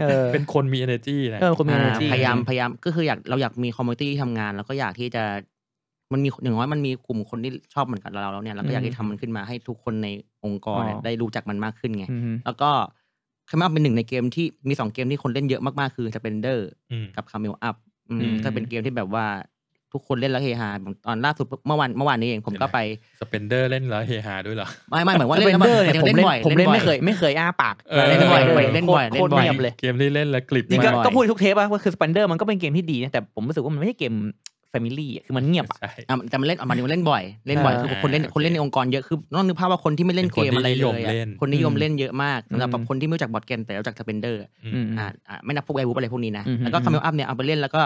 Speaker 1: เออ
Speaker 3: เป็นคนมี energy นะ
Speaker 1: เออคนมี
Speaker 2: อ่า
Speaker 1: energy
Speaker 2: พยายามพยายามก็คืออยากเราอยากมีคอมมูนิตี้ที่ทำงาน แล้วก็อยากที่จะมันมีอย่างน้อยมันมีกลุ่มคนที่ชอบเหมือนกับเราแล้วเนี่ยเราก็อยาก
Speaker 1: อืม
Speaker 2: ที่ทำมันขึ้นมาให้ทุกคนในองค์กรเนี่ย
Speaker 1: อ๋อ
Speaker 2: ได้รู้จักมันมากขึ้นไง
Speaker 1: อืม
Speaker 2: แล้วก็คาเมลอัพเป็นหนึ่งในเกมที่มีสองเกมที่คนเล่นเยอะมากๆคือสเปนเดอร์กับคาเมลอัพ
Speaker 3: อืม
Speaker 2: ก็เป็นเกมที่แบบว่าทุกคนเล่นแล้วเฮฮาผมตอนล่าสุดเมื่อวันเมื่อวานนี้เองผมก็ไป
Speaker 3: สเปนเดอร์เล่นแล้วเฮฮาด้วยเหรอ
Speaker 2: ไม่ไม่เหมือนว่า
Speaker 1: ส
Speaker 2: เล่น
Speaker 1: เปน
Speaker 2: แล้ว
Speaker 1: เดอร์เนี่ย
Speaker 2: ยัง
Speaker 1: ผม
Speaker 2: เล่น
Speaker 1: เล่น
Speaker 2: บ่อย
Speaker 1: ผมเล่น
Speaker 2: บ่อ
Speaker 1: ไม่
Speaker 2: ย
Speaker 1: เคยไม่เคยอ้าปาก
Speaker 3: เออเล่นบ่อย
Speaker 2: เล่นบ่อย
Speaker 1: โคตร
Speaker 2: เล่นบ่อย
Speaker 1: เงียบเลย
Speaker 3: เกมที่เล่นแล้วกลิบ
Speaker 1: จริงก็
Speaker 3: มาก
Speaker 2: บ่อย
Speaker 1: ก็พูดทุกเทปอะว่าคือส p ปนเดอร์มันก็เป็นเกมที่ดีนะแต่ผมรู้สึกว่ามันไม่ใช่เกมแฟมิลี่คือมันเงียบอะ
Speaker 3: ใช่
Speaker 2: อ่ะแต่มันเล่นอ่ะมันเล่นบ่อยเล่นบ่อย
Speaker 1: เออ
Speaker 2: คือคนเล่น
Speaker 3: โอเค
Speaker 2: คนเล่นในองค์กรเยอะคือต้องนึกภาพว่าคนที่ไม่เล่น
Speaker 3: เป็
Speaker 2: เก
Speaker 3: นคน
Speaker 2: มอะไรเล
Speaker 3: ที่นิ
Speaker 2: ย ย
Speaker 3: ม
Speaker 2: อะ
Speaker 3: เล่น
Speaker 2: คนนิยมเล่นเยอะมาก
Speaker 1: อืม
Speaker 2: สำหรับแบบคนที่ไม่รู้จักบอร์ดเกมแต่รู้จักสเปนเดอร์
Speaker 3: อื
Speaker 1: อื
Speaker 3: ม
Speaker 1: ม
Speaker 2: อ่ะอ่ะไม่นับพวกไอวูอะไรพวกนี้นะ
Speaker 1: อืม
Speaker 2: แล้วก็
Speaker 1: อืม
Speaker 2: คาเมลอัพเนี่ยเอาไปเล่นแล้วก็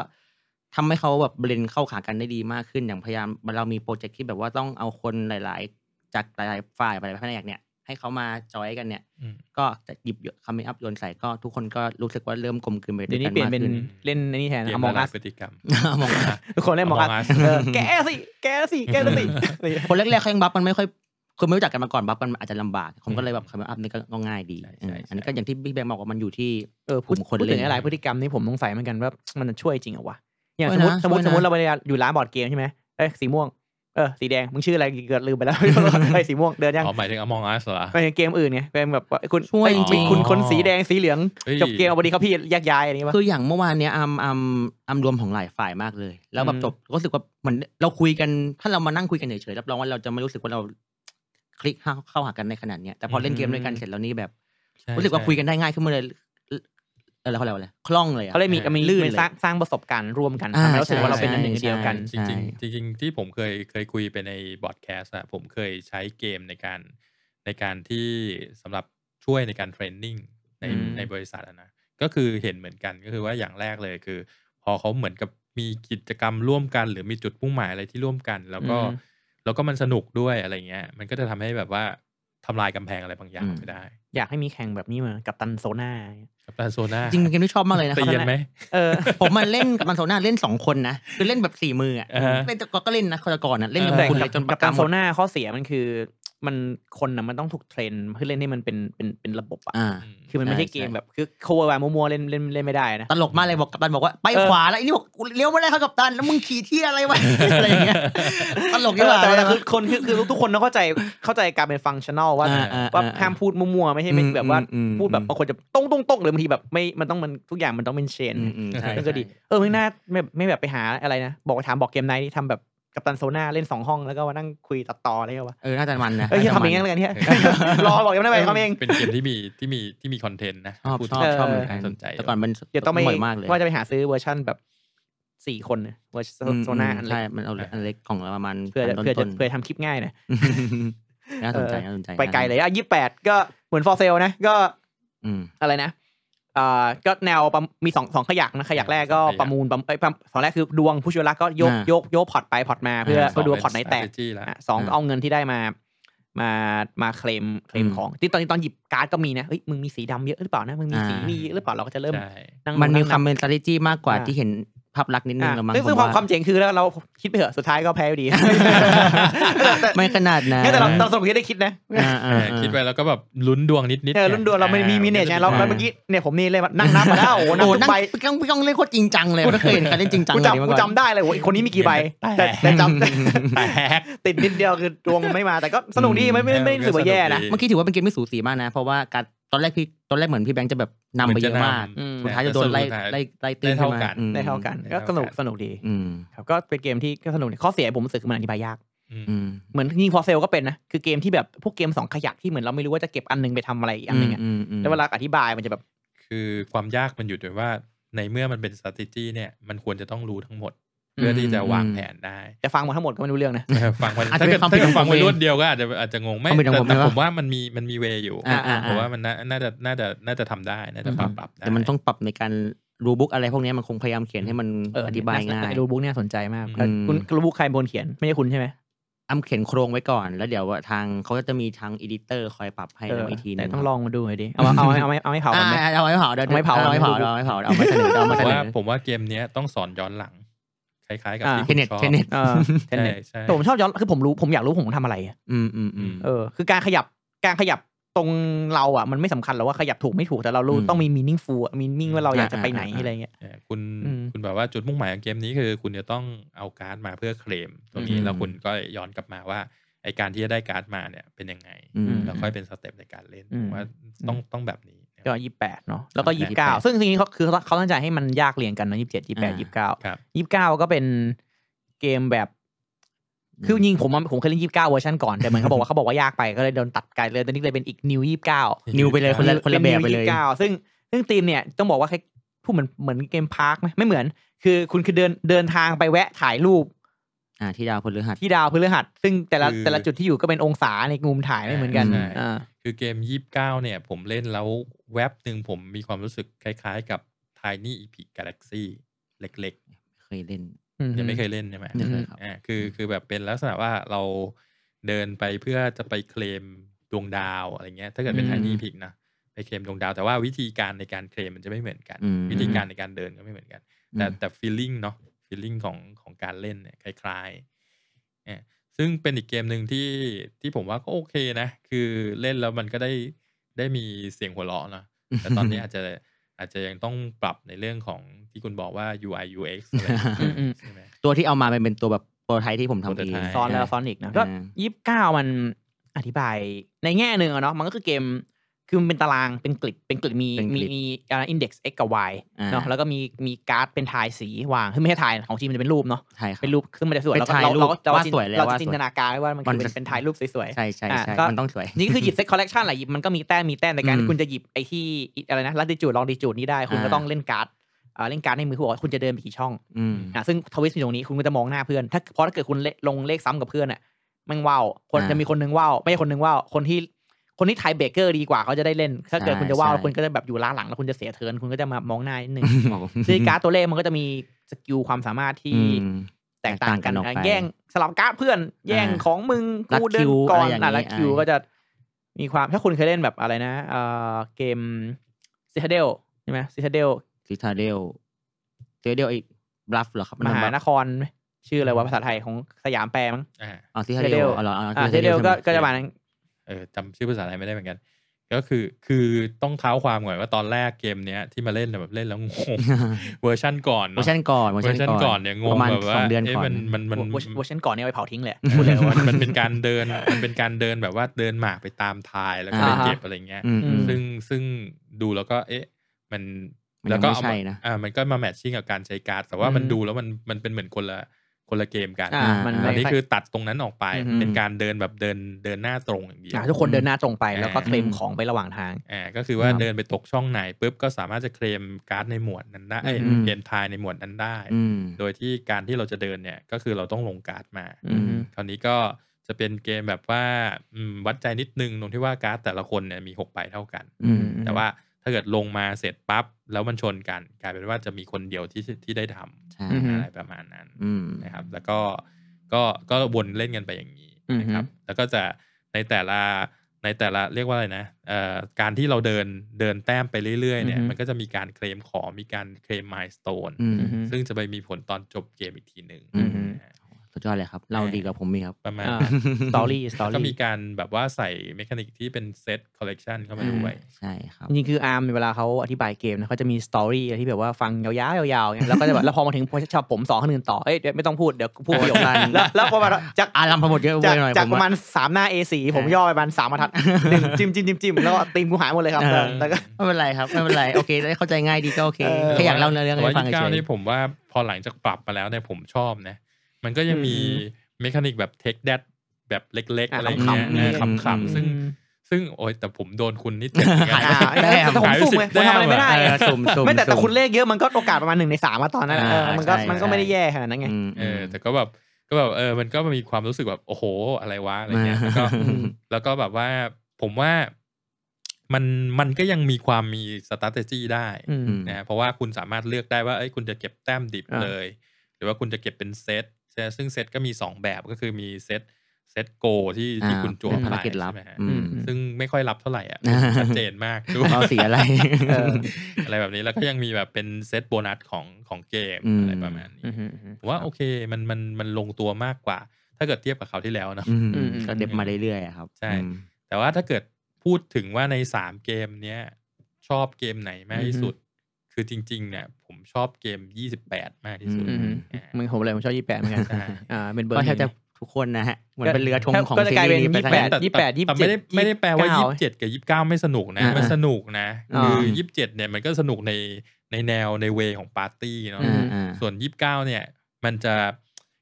Speaker 2: ทำให้เขาแบบเบลนเข้าขากันได้ดีมากขึ้นอย่างพยายามเรามีโปรเจกต์ที่แบบว่าต้องเอาคนหลาย ๆ จากหลายๆฝ่ายหลายๆแผนกเนี่ยให้เขามาจอยกันเนี่ย
Speaker 3: อืม
Speaker 2: ก็จะหยิบคาเมลอัพโยนใส่ก็ทุกคนก็รู้สึกว่าเริ่มกลมกลืนไปด้
Speaker 1: เดี๋
Speaker 2: วย
Speaker 1: วย นี้
Speaker 2: กัน
Speaker 1: เปลี่ยน
Speaker 2: มาก
Speaker 1: เป็น
Speaker 2: ขึ้น
Speaker 1: เล่นอันนี้แทน
Speaker 3: เก
Speaker 1: อ
Speaker 3: ม
Speaker 1: มอง
Speaker 3: ละ
Speaker 1: อั
Speaker 3: ลาย
Speaker 1: ส
Speaker 3: พฤติกรรม
Speaker 2: มอง
Speaker 1: ทุกคนเล่นมองอัส
Speaker 3: Among Us
Speaker 1: แกสิแกสิแกสิอะไรอย่างเงี้ย
Speaker 2: คนแรกๆเขายังบัฟมันไม่ค่อยคนไม่รู้จักกันมาก่อนบัฟมันอาจจะลำบากผมก็เลยแบบคำว่าอัพนี่ก็ง่ายดี
Speaker 3: ใช่
Speaker 2: เออ
Speaker 3: ใช่ใช่
Speaker 2: อันนี้ก็อย่างที่พี่แบงค์บอกว่ามันอยู่ที่
Speaker 1: เออพูด
Speaker 2: ผมคน
Speaker 1: พูดถึง
Speaker 2: [LAUGHS] เล่น
Speaker 1: หลายพฤติกรรมนี้ผมสงสัยเหมือนกันว่ามันจะช่วยจริงเหรอวะอย่าง
Speaker 2: ช่
Speaker 1: สม
Speaker 2: วย
Speaker 1: มติ
Speaker 2: นะ
Speaker 1: สมมติ
Speaker 2: ช่ว
Speaker 1: สม
Speaker 2: ยนะ
Speaker 1: มติเราไปอยู่ร้านบอร์ดเกมใช่ไหมเอ้ยสีม่วงเออสีแดงมึงชื่ออะไรเกิดลืมไปแล้ว ไอ้ยสีม่วงเดินยัง
Speaker 3: อ๋อหมายถึง Among Us เหรอ
Speaker 1: ไปเกมอื่นไงเป็นแบบว่าคุณ
Speaker 2: ช่วย
Speaker 1: เอ้
Speaker 2: จริง
Speaker 1: คุณคนสีแดงสีเหลือง
Speaker 3: เฮ้ย
Speaker 1: จบเกมเอาบดีครับพี่แยกย้ายอะไรอย่างเงี้ยปะ
Speaker 2: คืออย่างเมื่อวานเนี้ยอัมอัมอัมรวมของหลายฝ่ายมากเลย แล้วแบบ
Speaker 1: อืม
Speaker 2: จบก็รู้สึกว่าเหมือนเราคุยกันถ้าเรามานั่งคุยกันเฉยๆรับรองว่าเราจะไม่รู้สึกว่าเราคลิกเข้าเข้าหากันในขนาดเนี้ยแต่พอเล่นเกมด้วยกันเสร็จแล้วนี่แบบ
Speaker 3: ใช่
Speaker 2: รู้สึกว่า
Speaker 3: ใช่
Speaker 2: คุยกันได้ง่ายขึ้นมาเลยเอ่อเออแล้วเขาเรียกว่าอะไรคล่องเลยอะ
Speaker 1: เขาเลยมี
Speaker 3: เออ
Speaker 1: มี
Speaker 2: ลื่น
Speaker 1: มี
Speaker 2: เลย
Speaker 1: สร้างสร้างประสบการณ์ร่วมกัน
Speaker 2: อ่า
Speaker 1: ทำให้รู้สึกว่าเรา
Speaker 2: ใช่
Speaker 1: เป็นอันหนึ่ง
Speaker 2: ใช่
Speaker 1: เดียวกัน
Speaker 3: จริงจริง
Speaker 2: ใช่
Speaker 3: จริงๆที่ผมเคยเคยคุยไปในบอดแคสต์อะผมเคยใช้เกมในการในการที่สำหรับช่วยในการเทรนนิ่งใน
Speaker 1: อืม
Speaker 3: ในบริษัทอะนะก็คือเห็นเหมือนกันก็คือว่าอย่างแรกเลยคือ พอเขาเหมือนกับมีกิจกรรมร่วมกัน หรือมีจุดมุ่งหมายอะไรที่ร่วมกัน แล้วก็
Speaker 1: อืม
Speaker 3: แล้วก็มันสนุกด้วยอะไรเงี้ย มันก็จะทำให้แบบว่าทำลายกำแพงอะไรบางอย่าง
Speaker 2: อืม
Speaker 3: ไม่ได้
Speaker 1: อยากให้มีแข่งแบบนี้มากับตันโซน่า
Speaker 3: กับตาโซน่า
Speaker 2: จริงเป็นเกมที่ชอบมากเลยนะค
Speaker 3: ตี
Speaker 2: รับ
Speaker 3: กันไหม
Speaker 1: เออ
Speaker 2: ผมมันเล่นกับมันโซน่าเล่นสองคนนะคือเล่นแบบสี่มืออ่ะ
Speaker 3: อ่าฮะ
Speaker 2: เล่นแต่ก็เล่นนะคนละก่อนนะเล่นกับ
Speaker 1: แต่
Speaker 2: คุณเล
Speaker 1: กั
Speaker 2: ย
Speaker 1: บ
Speaker 2: จนปา
Speaker 1: กั
Speaker 2: ก
Speaker 1: บ
Speaker 2: กา
Speaker 1: การ
Speaker 2: หม
Speaker 1: โซ
Speaker 2: ด
Speaker 1: น่าข้อเสียมันคือ มันคนน่ะมันต้องถูกเทรนเพื่อเล่นให้มันเป็นเป็นเป็นระบบอะ
Speaker 2: อ่า
Speaker 3: อื
Speaker 1: คือมันไม่ใช่
Speaker 2: ใช่
Speaker 1: เกม
Speaker 2: ใช่
Speaker 1: แบบคือโความัวๆเล่นเล่นเล่นไม่ได้นะ
Speaker 2: ตลกมากเลยบอกกัปตันบอกว่าไป
Speaker 1: เออ
Speaker 2: ขวาแล้วไอ้นี่บอกกูเลี้ยวไม่ได้ครับกัปตันแล้วมึงขี่ที่อะไร [LAUGHS] วะ อะไรอย่างเงี้ยตลก
Speaker 1: เอ
Speaker 2: ยี่ห
Speaker 1: อ
Speaker 2: ว่า
Speaker 1: แต่แต่คือคนคือคือทุกคนต้องเข้าใจเข้าใจการเป็นฟังชั่นอลว่า
Speaker 2: อ่าอ่า
Speaker 1: ว่า
Speaker 2: อ่า
Speaker 1: ห้ามพูดมั่วๆไม่ใช่ไม่แบบว่า
Speaker 2: อืม
Speaker 1: พูดแบบบางคนจะตรงตรงตรงหรือบางทีแบบไม่มันต้องมันทุกอย่างมันต้องเป็นเชน
Speaker 2: อืมอืมใช่
Speaker 1: มันก็ดี เออไม่น่าไม่ไม่แบบไปหาอะไรนะ บอกว่าถามบอกเกมไนท์นี่ทำแบบกับตันโซน่าเล่นสองห้องแล้วก็มานั่งคุยตัดต่ออะไรกันวะ
Speaker 2: เออน่าจะมันนะ
Speaker 1: เอ้ย
Speaker 2: น่าจะ
Speaker 1: ทำ
Speaker 2: มั
Speaker 1: เอน งงั้นเลยเนี่ย [LAUGHS] รอบอกยังไม่ได้ไปทำเอง
Speaker 3: เป็นเกมที่มีที่มีที่มีคอนเทนต์นะ
Speaker 2: ชอบ
Speaker 3: พูด
Speaker 2: ชอบ
Speaker 3: ถึง
Speaker 2: ชอบเหมือนกั
Speaker 3: าน สนใจ
Speaker 2: แต่ก่อนมัน
Speaker 1: เดี๋ยวต้องไป
Speaker 2: บ่อยมากเลย
Speaker 1: ว่าจะไปหาซื้อเวอร์ชั่นแบบสี่คนเนี่ยเวอร์ชันโซน่าอันเล็
Speaker 2: ใช่
Speaker 1: ก
Speaker 2: มันเอาอันเล็กกล่องละประมาณ
Speaker 1: เพื่อจะ
Speaker 2: พัน
Speaker 1: เพื่อจะ
Speaker 2: ต้นๆ
Speaker 1: เพื่อทำคลิปง่ายหนะ
Speaker 2: น่าสนใจ
Speaker 1: เออ
Speaker 2: น่าสนใจ
Speaker 1: ไปไกลเลยอ่ะยี่แปดก็เหมือนฟอร์เซลนะก็
Speaker 2: อืม
Speaker 1: อะไรนะอ่าก็แนวประมมีสองสองขยักนะขยักแรกก็ประมูลประมเอ้ยประมสองแรกคือดวงผู้ช่วยรักก็โยกโยกโยกพอร์ตไปพอร์ตมาเพื่อเพื่อดูว่าพอร์ตไหนแตก
Speaker 3: จี้ละ
Speaker 1: อ่ะสองก็เอาเงินที่ได้มามามาเคลมเคลมของที่ตอนนี้ตอนหยิบการ์ดก็มีนะเอ้ยมึงมีสีดำเยอะหรือเปล่านะมึงมีสีนี่เยอะหรือเปล่าเราก็จะเริ่ม
Speaker 3: ใช่
Speaker 1: นั่ง
Speaker 2: มันมี
Speaker 1: ง
Speaker 2: ความเป็น s t r a t e g y มากกว่า
Speaker 1: อ่ะ
Speaker 2: ที่เห็นภาพลักษณ์นิดนึง
Speaker 1: อ่ะ
Speaker 2: ละมั้ง
Speaker 1: ซึ่งซึ่งค
Speaker 2: ผ
Speaker 1: วาม
Speaker 2: ว่า
Speaker 1: ความเจ๋งคือแล้วเราคิดไปเถอะสุดท้ายก็แพ้ [LAUGHS] อยู่ดี แต่
Speaker 2: ไม่ขนาดนะ
Speaker 1: แต่เราเราสรุปคิดได้คิดนะ
Speaker 2: อ่าอ่า
Speaker 3: เออคิดไปแล้วก็แบบลุ้นดวงนิดนิด
Speaker 1: เออรุ่นดวนเราไม่มีมีเนจไงเราเราเมื่อกี้เนี่ยผมนี่เลยนั่งนับมาแล้วโอ้โหนับทุ
Speaker 2: โอ้นั่
Speaker 1: ก
Speaker 2: ง
Speaker 1: ใบ
Speaker 2: พี่ก้องพี่ก้องเล่นโคตรจริงจังเลยไม่เคยเห็นใครเล่นจริงจัง
Speaker 1: กู
Speaker 2: แบบนี้
Speaker 1: จำกู
Speaker 2: มาก่อน
Speaker 1: จำได้เลยโอ้ยคนนี้มีกี่ใบแต่แต่จำ
Speaker 3: แตก
Speaker 1: ติดนิดเดียวคือดวงไม่มาแต่ก็สนุกดีไม่ไม่ไม่รู้สึกว่าแย่นะ
Speaker 2: เมื่อกี้ถือว่าเป็นเกมไม่สูสีมากนะ เพราะว่าการตอนแรกพี่ตอนแรกเหมือนพี่แบงค์จะแบบนำไปเยอะมาก
Speaker 1: อืม
Speaker 2: สุดท้ายจะโดนไล่ไล่ไล่ตี
Speaker 3: ได้เท่ากัน
Speaker 2: อืม
Speaker 1: ได้เท่ากันก็สนุกสนุกดี
Speaker 2: อืม
Speaker 1: ครับก็เป็นเกมที่ก็สนุกดีข้อเสียผมรู้สึกมันอธิบายยาก
Speaker 2: อืม
Speaker 1: เหมือนยิงพอเซลก็เป็นนะ คือเกมที่แบบพวกเกมสองขยักที่เหมือนเราไม่รู้ว่าจะเก็บอันหนึงไปทำอะไรอีกอันหนึงอะ
Speaker 2: มอืม
Speaker 1: แล้วเวลาอธิบายมันจะแบบ
Speaker 3: คือความยากมันอยู่ตรงว่าในเมื่อมันเป็น strategy เนี่ยมันควรจะต้องรู้ทั้งหมด เพื่อที่จะวางแผนได้
Speaker 1: จะฟังหมดทั้งหมดก็ไม่รู้เรื่องนะ
Speaker 3: ฟังมัน
Speaker 2: อาจจะเ
Speaker 3: ถ้า
Speaker 2: ป็
Speaker 3: เกิ
Speaker 2: น
Speaker 3: ด
Speaker 2: ความผิดข
Speaker 3: ถ้าเกิดฟั
Speaker 2: อง ง
Speaker 3: ไป
Speaker 2: เอง
Speaker 3: รวดเดียวก็อาจจะอาจจะงงไม่
Speaker 2: ความผิดของ
Speaker 3: แต่
Speaker 2: ผม
Speaker 3: แต่
Speaker 2: ไหมวะ
Speaker 3: ผมว่ามันมีมันมีเวอยู่
Speaker 2: อ่าอ่าอ่า
Speaker 3: ผมว่ามันน่าน่าจะน่าจะน่าจะน่าจะทำได้น่าจะปรับปรับได้
Speaker 2: แต่มันต้องปรับในการรูบุ๊กอะไรพวกเนี้ยมันคงพยายามเขียนให้มัน
Speaker 1: เ
Speaker 2: อธิบายง่าย
Speaker 1: รูบุ๊กเนี่ยสนใจมาก
Speaker 2: อืม
Speaker 1: คุณรูบุ๊กใครเป็นคนเขียนไม่ใช่คุณใช่ไหม
Speaker 2: อ้ำเขียนโครงไว้ก่อน แล้วเดี๋ยวว่าทางเขาก็จะมีทางอดิเตอร์คอยปรับให้
Speaker 1: เออ
Speaker 2: อีกทีหนึ
Speaker 1: แต่
Speaker 2: ง
Speaker 1: ต้องลองมาดูหน่อยดิ เอามาเอาเอาไม่เอาไม่เผากันไหม
Speaker 2: อ่เอาไว้เผาเดี๋ยว
Speaker 1: เอาไว้เผา
Speaker 2: เอาไว้เผา
Speaker 1: เอาไว้เผา
Speaker 2: เอาไว้เผาเอามาเสนอเอาา
Speaker 3: ผม
Speaker 2: ม เสน
Speaker 3: ว่า
Speaker 2: อ
Speaker 3: ผมว่าเกมเนี้ยต้องสอนย้อนหลัง คล้ายๆกับ
Speaker 1: อ่า
Speaker 3: ที่
Speaker 2: เท
Speaker 3: คุ
Speaker 2: น
Speaker 3: ณ
Speaker 2: เน็ต
Speaker 3: ชอบ
Speaker 2: เทนเน็ต
Speaker 1: เออเทน
Speaker 3: ใช่
Speaker 1: เน็ต
Speaker 3: ใช่
Speaker 1: แต่ผมชอบย้อนคือผมรู้ผมอยากรู้ผมทำอะไรอะ
Speaker 2: อืมอืมอืม
Speaker 3: อืม
Speaker 1: เออคือการขยับการขยับตรงเราอ่ะมันไม่สำคัญหรอกว่าขยับถูกไม่ถูกแต่เรารู้
Speaker 2: อืม
Speaker 1: ต้องมี meaningful อะ meaning ว่าเราอยากจะไปไหน
Speaker 2: อ่าอ่าอ่า
Speaker 1: อะไรเงี้ย
Speaker 3: เนี่ยคุณ
Speaker 1: อืม
Speaker 3: คุณแบบว่าจุดมุ่งหมายของเกมนี้คือ คุณจะต้องเอาการ์ดมาเพื่อเคลมตรงนี้
Speaker 2: อืม
Speaker 3: แล้วคุณก็ย้อนกลับมาว่าไอการที่จะได้การ์ดมาเนี่ยเป็นยังไง
Speaker 2: อืม
Speaker 3: แล้วค่อยเป็นสเต็ปในการเล่น
Speaker 1: อื
Speaker 3: ผม มว่าต้องต้องแบบนี้นะ
Speaker 1: ก็ยี่แปดเนาะแล้วก็
Speaker 3: 28
Speaker 1: ยี่สิบเก้าซึ่งจริงๆเขาคือเขาเขาตั้งใจให้มันยากเรียงกันเนอะยี่สิบเจ็ดยี่แปด
Speaker 2: อ่า
Speaker 1: ยี่สิบเก้า
Speaker 3: ครับ
Speaker 1: ยี่สิบเก้าก็เป็นเกมแบบ คือยิงๆผมอะผมเคยเล่นยี่สิบเก้าเวอร์ชันก่อนแต่เหมือนเขาบอกว่าเขาบอกว่ายากไปก็เลยโดนตัดไกลเลยตอนนี้เลยเป็นอีกนิวยี่สิบเก้า
Speaker 2: นิวไปเลยคนละคนละแบบไปเลย
Speaker 1: เก้าซึ่งซึ่งทีมเนี่ยต้องบอกว่าคล้ายผู้เหมือนเหมือนเกมพาร์คไหมไม่เหมือน คือคุณคือเดินเดินทางไปแวะถ่ายรูป
Speaker 2: อ่าที่ดาวพฤหัส
Speaker 1: ที่ดาวพฤหัส ซึ่งแต่ละ
Speaker 3: คือ
Speaker 1: แต่ละจุดที่อยู่ก็เป็นองศาในมุมถ่ายไม่เหมือนกัน
Speaker 2: ใช่
Speaker 1: อ่า
Speaker 3: คือเกมยี่บเก้าเนี่ย ผมเล่นแล้วแว็บหนึ่งผมมีความรู้สึกคล้ายๆ กับ Tiny Epic Galaxy เล็ก
Speaker 2: เคยเล่น
Speaker 3: ๆ ยังไม่เคยเล่นใช่ไหม
Speaker 2: ไม่เคยครับ
Speaker 3: อ่าคือคือแบบเป็นลักษณะว่าเราเดินไปเพื่อจะไปเคลมดวงดาวอะไรเงี้ย ถ้าเกิดเป็น
Speaker 1: อืม
Speaker 3: Tiny Epic นะไปเคลมดวงดาว แต่ว่าวิธีการในการเคลมมันจะไม่เหมือนกัน
Speaker 2: อืม
Speaker 3: วิธีการในการเดินก็ไม่เหมือนกัน แต่
Speaker 2: อืม
Speaker 3: แต่ feeling เนาะ feeling ของของการเล่นเนี่ยคล้ายๆเนี่ยซึ่งเป็นอีกเกมหนึ่งที่ที่ผมว่าก็โอเคนะ คือเล่นแล้วมันก็ได้ได้มีเสียงหัวเราะเนอะแต่ตอนนี้อาจจะอาจจะยังต้องปรับในเรื่องของที่คุณบอกว่า UI UX อะไร
Speaker 1: อืมอืม
Speaker 3: ใช่ไหม
Speaker 2: ตัวที่เอามาเป็นเป็นตัวแบบโปรไทที่ผมทำเอง
Speaker 3: prototype
Speaker 1: ซ้อนแล้วซ้อนอีกนะ
Speaker 2: อ่า
Speaker 1: ก็ยี่สิบเก้ามันอธิบายในแง่หนึ่งอะเนาะมันก็คือเกมคือมันเป็นตารางเป็นกริดเป็นกริดมี
Speaker 2: เป็นก
Speaker 1: มี
Speaker 2: ริด
Speaker 1: มีอ่าอินเด็กซ์ x กับ y
Speaker 2: อ่า
Speaker 1: เนาะแล้วก็มีมีการ์ดเป็นทายสีวางคือไม่ใช่ทายของจริงมันจะเป็นรูปเนาะ
Speaker 2: ใช่ครับ
Speaker 1: เป็นรูปซึ่งมันจะสวย
Speaker 2: เป็น
Speaker 1: แล้วก็
Speaker 2: ทาย
Speaker 1: เรา
Speaker 2: รูป
Speaker 1: เราเรา
Speaker 2: ว่า
Speaker 1: จิน
Speaker 2: สวยแล้ว
Speaker 1: เรา
Speaker 2: ว่าส
Speaker 1: จะ
Speaker 2: วย
Speaker 1: จินตนาการไว้ว่ามัน
Speaker 2: มั
Speaker 1: คื
Speaker 2: น
Speaker 1: อเป็
Speaker 2: จะ
Speaker 1: นเป็นทายรูปสวย
Speaker 2: ใช่ใช่ใช่
Speaker 1: อ่ะก็
Speaker 2: มันต้องสวย
Speaker 1: ๆนี่คือหยิบเซตคอลเลกชันแหละหยิบมันก็มีแต้มมีแต้มในการ
Speaker 2: อืม
Speaker 1: ที่คุณจะหยิบไอ้ที่อะไรนะลัดดิจูดลองดิจูดนี้ได้คุณก็
Speaker 2: อ่า
Speaker 1: ต้องเล่นการ์ดอ่าเล่นการ์ดในมือคุณบอกว่าคุณจะเดินไปกี่ช่อง
Speaker 2: อืม
Speaker 1: อ่ะซึ่งทวิสต์อยู่ตรงนี้คุณก็จะมองหน้าเพื่อน ถ้าเพราะถ้าเกิดคุณเลลงเลขซ้ำกับเพื่อนอ่ะแมันว่าวคน
Speaker 2: อ่า
Speaker 1: จะมีคนหนึงว่าวไม่ใช่คนหนึงว่าวคนที่คนที่ไทยเบรกเกอร์ดีกว่าเขาจะได้เล่น ถ้าเกิด
Speaker 2: ใช่
Speaker 1: คุณจะว่าว
Speaker 2: ใช่
Speaker 1: คุณก็จะแบบอยู่ล้าหลังแล้วคุณจะเสียเทิร์นคุณก็จะมามองหน้านิดนึง ซึ่งการ์ดตัวเลขมันก็จะมีสกิลความสามารถที่
Speaker 2: อืม
Speaker 1: แตกต่างกัน
Speaker 2: แตกต่างกันออกไป
Speaker 1: อ่ะแย่งสลับการ์ดเพื่อน แย่ง
Speaker 2: อ่า
Speaker 1: ของมึง
Speaker 2: ลัด
Speaker 1: กูเดิ
Speaker 2: คิ
Speaker 1: น
Speaker 2: ว
Speaker 1: ก่อน
Speaker 2: อะไรอย่าง
Speaker 1: อ่ะ
Speaker 2: นี้
Speaker 1: ลัดคิว
Speaker 2: อ่า
Speaker 1: ก็จะมีความถ้าคุณเคยเล่นแบบอะไรนะเอ่อเกมซิทาเดลใช่ไหมซิทาเดล
Speaker 2: ซิทาเดลซิทาเดลไอ้บลัฟเหรอครับ
Speaker 1: มหาน
Speaker 2: นะ
Speaker 1: ครไหมชื่ออะไรวะภาษาไทยของสยามแปลมั้ง
Speaker 3: อ่า
Speaker 2: อ๋อซิทาเดล
Speaker 1: Citadel
Speaker 2: อ๋อเหรออ๋อ
Speaker 1: อ่า
Speaker 2: Citadel
Speaker 1: เทเดลก็
Speaker 2: ใช่
Speaker 1: ก็จะป
Speaker 2: ไหม
Speaker 1: ระมาณนั้น
Speaker 3: เออจำชื่อภาษาไทยไม่ได้เหมือนกัน ก็คือคือต้องเท้าความก่อนว่าตอนแรกเกมเนี้ยที่มาเล่นน่ะแบบเล่นแล้วงง เวอร์ชันก่อน
Speaker 2: เวอ
Speaker 3: เนาะ
Speaker 2: ร์ชันก่อน
Speaker 3: เวอร์ชันก่อนเนี่ยง
Speaker 2: ป
Speaker 3: ง
Speaker 2: ระมาณ
Speaker 3: แบบ
Speaker 2: ส
Speaker 3: ว่า
Speaker 2: องเดือน
Speaker 3: เอ๊ะ
Speaker 2: ก่อน
Speaker 3: มันมันมัน
Speaker 1: เวอร์ชันเวอร์ชันก่อนเนี่ยเอาไปเผาทิ้งเลยอะ
Speaker 3: พู
Speaker 1: พู
Speaker 3: ด
Speaker 1: ด
Speaker 3: เล
Speaker 1: เลย ย
Speaker 3: ว่า
Speaker 1: ว่า
Speaker 3: มันเป็นการเดิน มันเป็นการเดินแบบว่าเดินหมากไปตามทายแล้วก็ไป
Speaker 1: อ่าฮะ
Speaker 3: เก็บอะไรเงี้ย
Speaker 2: อืม
Speaker 3: ซึ่งซึ่งดูแล้วก็ เอ๊ะ มัน
Speaker 2: มันยัง
Speaker 3: แล้วก็
Speaker 2: ไม่
Speaker 3: เอา
Speaker 2: ใช่
Speaker 3: มา
Speaker 2: นะ
Speaker 3: อ่ามันก็มาแมทชิ่งกับการใช้การ์ดแต่ว่ามัน
Speaker 1: อืม
Speaker 3: ดูแล้วมันมันเป็นเหมือนคนละคนละเกมกัน
Speaker 1: อ่ามัน
Speaker 3: อันนี้
Speaker 1: ไม่
Speaker 3: คือตัดตรงนั้นออกไป
Speaker 2: อืม
Speaker 3: เป็นการเดินแบบเดินเดินหน้าตรงอย่างเดียว
Speaker 1: อ่าทุกคนเดินหน้าตรงไปแล้วก็เคลม
Speaker 2: อืม
Speaker 1: ของไประหว่างทาง
Speaker 3: อ่าก็คือว่า
Speaker 1: ครับ
Speaker 3: เดินไปตกช่องไหนปุ๊บก็สามารถจะเคลมการ์ดในหมวดนั้นได้เอ้ย
Speaker 2: อืม
Speaker 3: เกมทายในหมวดนั้นได้
Speaker 2: อืม
Speaker 3: โดยที่การที่เราจะเดินเนี่ยก็คือเราต้องลงการ์ดมา
Speaker 1: อืม
Speaker 3: คราวนี้ก็จะเป็นเกมแบบว่าอืมวัดใจนิดนึงตรงที่ว่าการ์ดแต่ละคนเนี่ยมีหกใบเท่ากัน
Speaker 2: อืม
Speaker 3: แต่ว่าถ้าเกิดลงมาเสร็จปั๊บแล้วมันชนกัน กลายเป็นว่าจะมีคนเดียวที่ที่ได้ทำ
Speaker 2: ใช่
Speaker 1: อืม
Speaker 3: อะไรประมาณนั้น
Speaker 2: อืม
Speaker 3: นะครับแล้วก็ก็ก็วนเล่นกันไปอย่างนี้นะครับ แล้วก็จะในแต่ละในแต่ละเรียกว่าอะไรนะเอ่อการที่เราเดินเดินแต้มไปเรื่อยๆเนี่ย
Speaker 1: อือฮึ
Speaker 3: มันก็จะมีการเคลมของมีการเคลมมายสเตน
Speaker 2: อืม
Speaker 3: ซึ่งจะไปมีผลตอนจบเกมอีกทีหนึ่ง
Speaker 2: อือฮึ
Speaker 3: นะฮะ
Speaker 2: สุดยอดเลยครับเราดีกว่าผมมีครับ
Speaker 3: ประมาณ
Speaker 1: อ่า
Speaker 3: นั้น
Speaker 1: สตอรี่สตอ
Speaker 3: ก็มี
Speaker 1: รี่
Speaker 3: การแบบว่าใส่เมคานิกที่เป็นเซตคอลเลกชันเข้ามาด้วย
Speaker 2: ใช่ครับ
Speaker 1: จริงๆคืออาร์มเวลาเขาอธิบายเกมนะเขาจะมีสตอรี่ที่แบบว่าฟังยาวๆยาวๆเนี่ยแล้วก็จะแบบแล้วพอมาถึงพอชอบผมสองคนอื่นต่อเอ้ยเดี๋ยวไม่ต้องพูดเดี๋ยวพูดประโยคนั้นแล้วแล้วพอมาจาก
Speaker 2: อารมณ์พหมดเยอะเว้
Speaker 1: จาก
Speaker 2: ยหน่อย
Speaker 1: จาก
Speaker 2: ผม
Speaker 1: ประมา
Speaker 2: ว่า
Speaker 1: ณสามหน้า A4 ผม
Speaker 2: อ่า
Speaker 1: ย่อไปประมาณสามบรรทัดหนึ่งจิ้มจิ้มจิ้มจิ้มแล้วก็ตีมกูหายหมดเลยครับ
Speaker 2: เออ
Speaker 1: แต่ก็
Speaker 2: ไม่เป็นไรครับ ไม่เป็นไร โอเคได้เข้าใจง่ายดีก็โอเค
Speaker 1: เออ
Speaker 2: แค่อยากเล่าเรื่อง
Speaker 3: แต่
Speaker 2: ให้
Speaker 3: ว่า
Speaker 2: ฟังเฉ
Speaker 3: ยี่เก้าย นี่ผมว่าพอหลังจากปรับมาแล้วเนี่ยผมชอบนะ มันก็ยังมี
Speaker 1: อื
Speaker 3: เมคานิกแบบเทค a t แบบเล็กๆ
Speaker 1: อ่ะ
Speaker 3: อะไรเงี้ย
Speaker 1: ขำๆ
Speaker 3: เออ
Speaker 2: อืม
Speaker 3: ขำๆซึ่งซึ่งโอ้ยแต่ผมโดนคุณนี่เจ็บ
Speaker 2: หาย
Speaker 1: อ่า
Speaker 2: แต้ม
Speaker 1: แต่ผมสุ่มไงผมทำอะไรไม่ได้ไง
Speaker 2: สุ่มสุ่ม
Speaker 1: ไม่แต่แต่คุณเลขเยอะมันก็โอกาสประมาณหนึ่งในสามอะตอนนั้นอะ
Speaker 2: อ่า
Speaker 1: เออมันก็
Speaker 2: ใช่
Speaker 1: มันก็
Speaker 2: ใช่
Speaker 1: ไม่ได้แย่ขนาดนั้นไง
Speaker 2: อืม
Speaker 3: เออแต่ก็แบบก็แบบเออมันก็มีความรู้สึกแบบ โอ้โห อะไรวะอะไรเงี้ยแล้วก็
Speaker 1: อืม
Speaker 3: แล้วก็แบบว่าผมว่ามันมันก็ยังมีความมี s t r a t e g y ได้
Speaker 1: อืม
Speaker 3: นะเพราะว่าคุณสามารถเลือกได้ว่าเอ้ยคุณจะเก็บแต้มดิบ
Speaker 1: อ่า
Speaker 3: เลย หรือว่าคุณจะเก็บเป็นเซตใช่ไหมซึ่งเซตก็มีสองแบบก็คือมีเซตเซตโกที่ที่คุณจวบ
Speaker 2: เป็นภาร
Speaker 3: ไป
Speaker 2: กิจลับ
Speaker 3: ใช่ไหมฮะ
Speaker 2: อืม
Speaker 3: ซึ่งไม่ค่อยรับเท่าไหร่
Speaker 2: [LAUGHS]
Speaker 3: อ่ะ
Speaker 2: อ่า
Speaker 3: ชัดเจนมากดู
Speaker 2: เอาสีอะไร
Speaker 1: เออ
Speaker 3: อะไรแบบนี้แล้วก็ยังมีแบบเป็นเซตโบนัสของของเกม
Speaker 2: อืม
Speaker 3: อะไรประมาณนี้ ผมว่าโอเคมันมันมันลงตัวมากกว่า ถ้าเกิดเทียบกับคราวที่แล้วเนอะ
Speaker 2: อืม
Speaker 1: อืม
Speaker 2: ก็เด็บมาเรื่อยๆอะครับ
Speaker 3: ใช่
Speaker 2: อืม
Speaker 3: แต่ว่าถ้าเกิดพูดถึงว่าในสามเกมเนี้ยชอบเกมไหนมากที่สุด คือจริง ๆ เนี่ย ผมชอบเกม 28 มากที่สุด
Speaker 2: อืม
Speaker 3: อ่า
Speaker 1: มึงผมเลยผมชอบยี่แปดเหมือนกัน
Speaker 3: ใช่
Speaker 1: อ่าเป็นเบอร์
Speaker 2: ก็
Speaker 1: ห
Speaker 2: แท
Speaker 1: นึ่
Speaker 2: บ
Speaker 1: ง
Speaker 2: จะทุกคนนะฮะเหมือนเป็นเรือธงของ
Speaker 1: ก็จะ
Speaker 2: ซี
Speaker 1: กลายเป็
Speaker 2: รี
Speaker 1: น
Speaker 2: ส์นี้ไปทั้ง
Speaker 1: ยี่สิบแป
Speaker 2: นั้
Speaker 1: ด
Speaker 2: น
Speaker 3: แต่แต่ไม่ได้ไม่ได้แปลว่า
Speaker 1: เก้า
Speaker 3: 27 กับ 29 ไม่สนุกนะ
Speaker 2: อ่ามั
Speaker 3: มันสนุกนะ
Speaker 1: อ่า
Speaker 3: คือ 27 เนี่ยมันก็สนุกในในแนวในเวของปาร์ตี้เนาะ
Speaker 2: อ่าอ่า
Speaker 3: ส่วน 29 เนี่ยมันจะ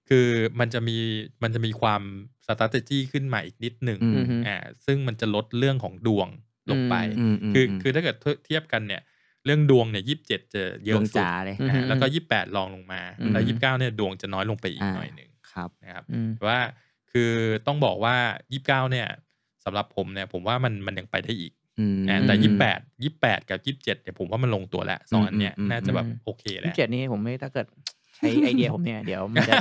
Speaker 3: คือมันจะมีมันจะมีความสต r a t e g y ขึ้นมาอีกนิดหนึ่ง
Speaker 2: อืม
Speaker 1: อือฮึ
Speaker 3: อ่าซึ่งมันจะลดเรื่องของดวงลงไป
Speaker 2: อืมม
Speaker 3: คือคือถ้าเกิดเทียบกันเนี่ย เรื่องดวงเนี่ยยี่สิบเจ็ดจะเย
Speaker 2: ดวง
Speaker 3: อะสุด
Speaker 2: จ๋าเลย
Speaker 1: อืม
Speaker 3: อ่าแล้วก็ยี่สิบแปดรองลงมา
Speaker 2: อืม
Speaker 3: แล้วยี่สิบเก้าเนี่ยดวงจะน้อยลงไปอีกหน่อยหนึ่ง
Speaker 2: ครับ
Speaker 3: นะครับ
Speaker 1: อืม
Speaker 3: แต่ว่าคือต้องบอกว่ายี่สิบเก้าเนี่ยสำหรับผมเนี่ยผมว่ามันมันยังไปได้อีก
Speaker 2: อืม
Speaker 3: นะแต่ยี่สิบแปดยี่สิบแปดกับยี่สิบเจ็ดเนี่ยผมว่ามันลงตัวแล้วสองอันเนี้ย
Speaker 2: อืม
Speaker 3: น่าจะแบบ
Speaker 1: อืม
Speaker 3: โอเคแล้
Speaker 1: ยี่
Speaker 3: ว
Speaker 1: เจ็ดนี่ผมไม่ถ้าเกิดใช้ไอเดี [LAUGHS] ยผมเนี่ยเดี๋ยวมันจะ